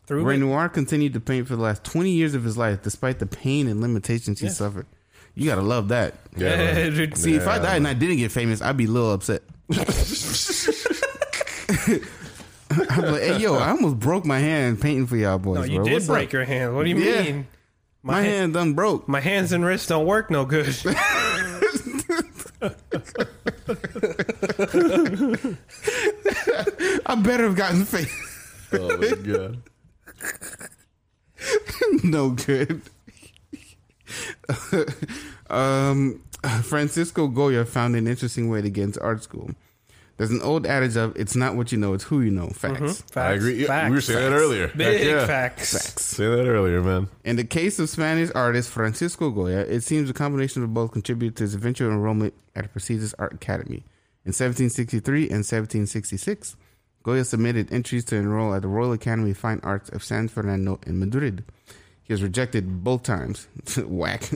[SPEAKER 3] Through it.
[SPEAKER 2] Renoir continued to paint for the last 20 years of his life, despite the pain and limitations he suffered. You gotta love that.
[SPEAKER 3] [LAUGHS]
[SPEAKER 1] Yeah, right.
[SPEAKER 3] dude.
[SPEAKER 2] See, if I died and I didn't get famous, I'd be a little [LAUGHS] upset. I'd be like, hey, yo, I almost broke my hand painting for y'all boys.
[SPEAKER 3] No, Oh, you
[SPEAKER 2] bro.
[SPEAKER 3] did
[SPEAKER 2] What's
[SPEAKER 3] break
[SPEAKER 2] up?
[SPEAKER 3] your hand. What do you
[SPEAKER 2] Yeah.
[SPEAKER 3] mean?
[SPEAKER 2] My,
[SPEAKER 3] hand-
[SPEAKER 2] hand done broke.
[SPEAKER 3] My hands and wrists don't work
[SPEAKER 1] [LAUGHS]
[SPEAKER 3] no good.
[SPEAKER 2] I better have gotten famous.
[SPEAKER 1] Oh my
[SPEAKER 2] [LAUGHS]
[SPEAKER 1] god.
[SPEAKER 2] no good. [LAUGHS] um, Francisco Goya found an interesting way to get into art school. There's an old adage of "It's not what you know, it's who you know." Facts.
[SPEAKER 1] I agree. Yeah,
[SPEAKER 3] Facts.
[SPEAKER 1] we were saying that
[SPEAKER 3] Facts.
[SPEAKER 1] earlier.
[SPEAKER 3] Big
[SPEAKER 1] Heck yeah.
[SPEAKER 3] facts.
[SPEAKER 1] Say that earlier, man.
[SPEAKER 2] In the case of Spanish artist Francisco Goya, it seems a combination of both contributed to his eventual enrollment at a prestigious art academy. In 1763 and 1766, Goya submitted entries to enroll at the Royal Academy of Fine Arts of San Fernando in Madrid. He was rejected both times. [LAUGHS] Whack.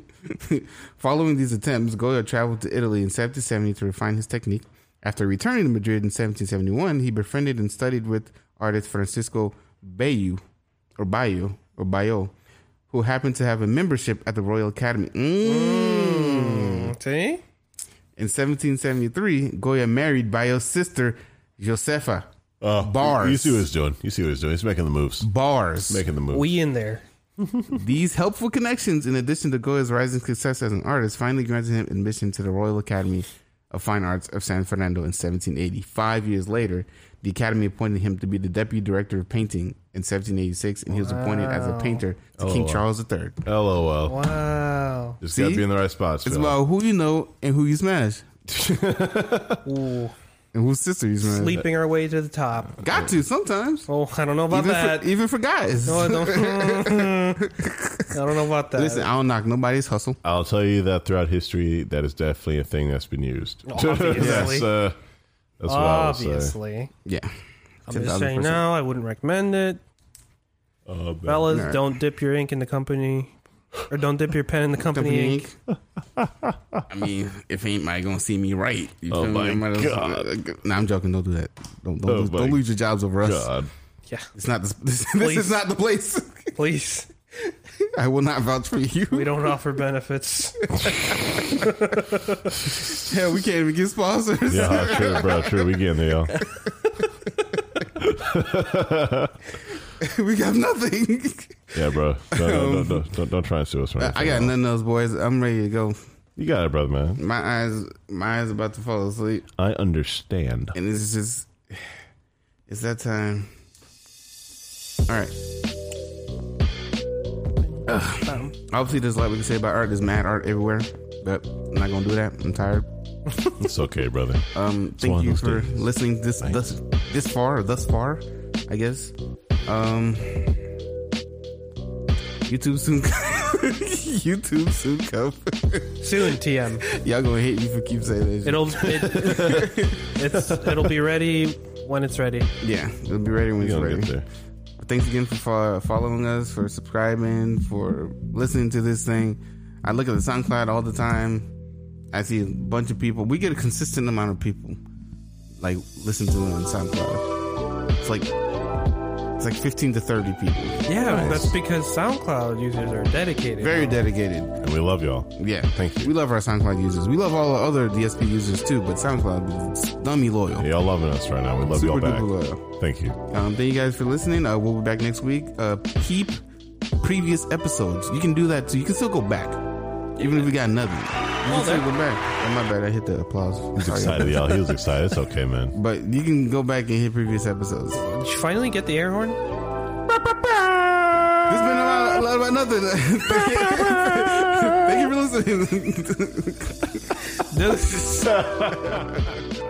[SPEAKER 2] Following these attempts, Goya traveled to Italy in 1770 to refine his technique. After returning to Madrid in 1771, he befriended and studied with artist Francisco Bayou, or Bayou, or Bayo, who happened to have a membership at the Royal Academy. Mm.
[SPEAKER 3] See?
[SPEAKER 2] In 1773, Goya married Bayo's sister, Josefa.
[SPEAKER 1] Oh,
[SPEAKER 2] Uh, Bars.
[SPEAKER 1] You see what he's doing. You see what he's doing. He's making the moves.
[SPEAKER 2] Bars.
[SPEAKER 1] Making the moves.
[SPEAKER 3] We in there.
[SPEAKER 2] These helpful connections, in addition to Goya's rising success as an artist, finally granted him admission to the Royal Academy of Fine Arts of San Fernando in 1780. Five years later, the Academy appointed him to be the Deputy Director of Painting in 1786, and he was appointed as a painter to King Charles III.
[SPEAKER 1] LOL.
[SPEAKER 3] Wow.
[SPEAKER 1] Just got to
[SPEAKER 2] See?
[SPEAKER 1] be in the right spots.
[SPEAKER 2] It's
[SPEAKER 1] fella.
[SPEAKER 2] about who you know and who you smash.
[SPEAKER 3] Ooh.
[SPEAKER 2] And whose sister he's married?
[SPEAKER 3] Sleeping our way to the top.
[SPEAKER 2] Got to sometimes.
[SPEAKER 3] Oh, I don't know about
[SPEAKER 2] Even
[SPEAKER 3] that.
[SPEAKER 1] [LAUGHS]
[SPEAKER 2] for, even for guys.
[SPEAKER 3] No, I don't. [LAUGHS] I don't know about that.
[SPEAKER 2] Listen, I don't knock nobody's hustle.
[SPEAKER 1] I'll tell you that throughout history, that is definitely a thing that's been used. [LAUGHS]
[SPEAKER 3] Obviously.
[SPEAKER 1] that's uh, that's what I would say.
[SPEAKER 3] Obviously,
[SPEAKER 2] Yeah.
[SPEAKER 3] I'm just saying
[SPEAKER 2] 10,000%.
[SPEAKER 3] no. I wouldn't recommend it,
[SPEAKER 1] Oh, man.
[SPEAKER 3] fellas.
[SPEAKER 2] Alright.
[SPEAKER 3] Don't dip your ink in the company, or don't dip your pen in the company,
[SPEAKER 2] Company
[SPEAKER 3] ink.
[SPEAKER 2] Inc. I mean, if anybody gonna see me right, you
[SPEAKER 1] Oh
[SPEAKER 2] feel me?
[SPEAKER 1] my
[SPEAKER 2] I might as-
[SPEAKER 1] God.
[SPEAKER 2] Nah, I'm joking. Don't do that. Don't don't,
[SPEAKER 1] Oh
[SPEAKER 2] lose,
[SPEAKER 1] my
[SPEAKER 2] don't lose your jobs over us.
[SPEAKER 1] God.
[SPEAKER 3] Yeah,
[SPEAKER 2] It's not this. [LAUGHS] This, this
[SPEAKER 3] Please.
[SPEAKER 2] is not the place. [LAUGHS]
[SPEAKER 3] please.
[SPEAKER 2] I will not vouch for you.
[SPEAKER 3] We don't
[SPEAKER 1] [LAUGHS]
[SPEAKER 3] offer benefits.
[SPEAKER 2] Hell, we can't even get sponsors.
[SPEAKER 1] Yeah, sure, bro. Sure, we getting there, y'all.
[SPEAKER 2] [LAUGHS] we got nothing.
[SPEAKER 1] Yeah, bro. No, no, no, no, don't, don't try and sue us. or
[SPEAKER 2] I
[SPEAKER 1] anything,
[SPEAKER 2] got
[SPEAKER 1] y'all.
[SPEAKER 2] nothing else, boys. I'm ready to go.
[SPEAKER 1] You got it, brother, man.
[SPEAKER 2] My eyes, my eyes about to fall asleep,
[SPEAKER 1] I understand.
[SPEAKER 2] and it's just, it's that time. All right. Ugh. Obviously, there's a lot we can say about art. There's mad art everywhere, but I'm not gonna do that. I'm tired.
[SPEAKER 1] It's okay,
[SPEAKER 2] [LAUGHS]
[SPEAKER 1] brother.
[SPEAKER 2] Um,
[SPEAKER 1] one
[SPEAKER 2] thank
[SPEAKER 1] of
[SPEAKER 2] you
[SPEAKER 1] those
[SPEAKER 2] for
[SPEAKER 1] days.
[SPEAKER 2] listening this
[SPEAKER 1] Thanks.
[SPEAKER 2] thus this far, or thus far, I guess. Um, YouTube soon. [LAUGHS] YouTube soon come.
[SPEAKER 3] Soon, TM.
[SPEAKER 2] Y'all gonna hate me for keep saying that. shit.
[SPEAKER 3] It'll it, it's it'll be ready when it's ready.
[SPEAKER 2] yeah, it'll be ready when
[SPEAKER 1] We're
[SPEAKER 2] it's
[SPEAKER 1] gonna get
[SPEAKER 2] ready.
[SPEAKER 1] there.
[SPEAKER 2] Thanks again for fo- following us, for subscribing, for listening to this thing. I look at the SoundCloud all the time. I see a bunch of people. We get a consistent amount of people like listen to it on SoundCloud. It's like it's like fifteen to thirty people.
[SPEAKER 3] Yeah, that's because SoundCloud users are dedicated.
[SPEAKER 2] Very dedicated.
[SPEAKER 1] And we love y'all.
[SPEAKER 2] Yeah,
[SPEAKER 1] Thank you.
[SPEAKER 2] We love our SoundCloud users. We love all our other DSP users too, but SoundCloud is dummy loyal.
[SPEAKER 1] Y'all loving us right now. We love y'all
[SPEAKER 2] Super
[SPEAKER 1] back.
[SPEAKER 2] duper loyal.
[SPEAKER 1] Thank you.
[SPEAKER 2] Um, thank you guys for listening. Uh, we'll be back next week. Uh, keep previous episodes. You can do that too. You can still go back, even if we got nothing. You can still go back. Oh, my bad. I hit the applause. Sorry.
[SPEAKER 1] Excited, y'all. He was excited. It's okay, man.
[SPEAKER 2] But you can go back and hit previous episodes. It's
[SPEAKER 3] Did you finally get the air horn?
[SPEAKER 2] been a lot, a lot about nothing. [LAUGHS] thank you for listening.
[SPEAKER 3] This-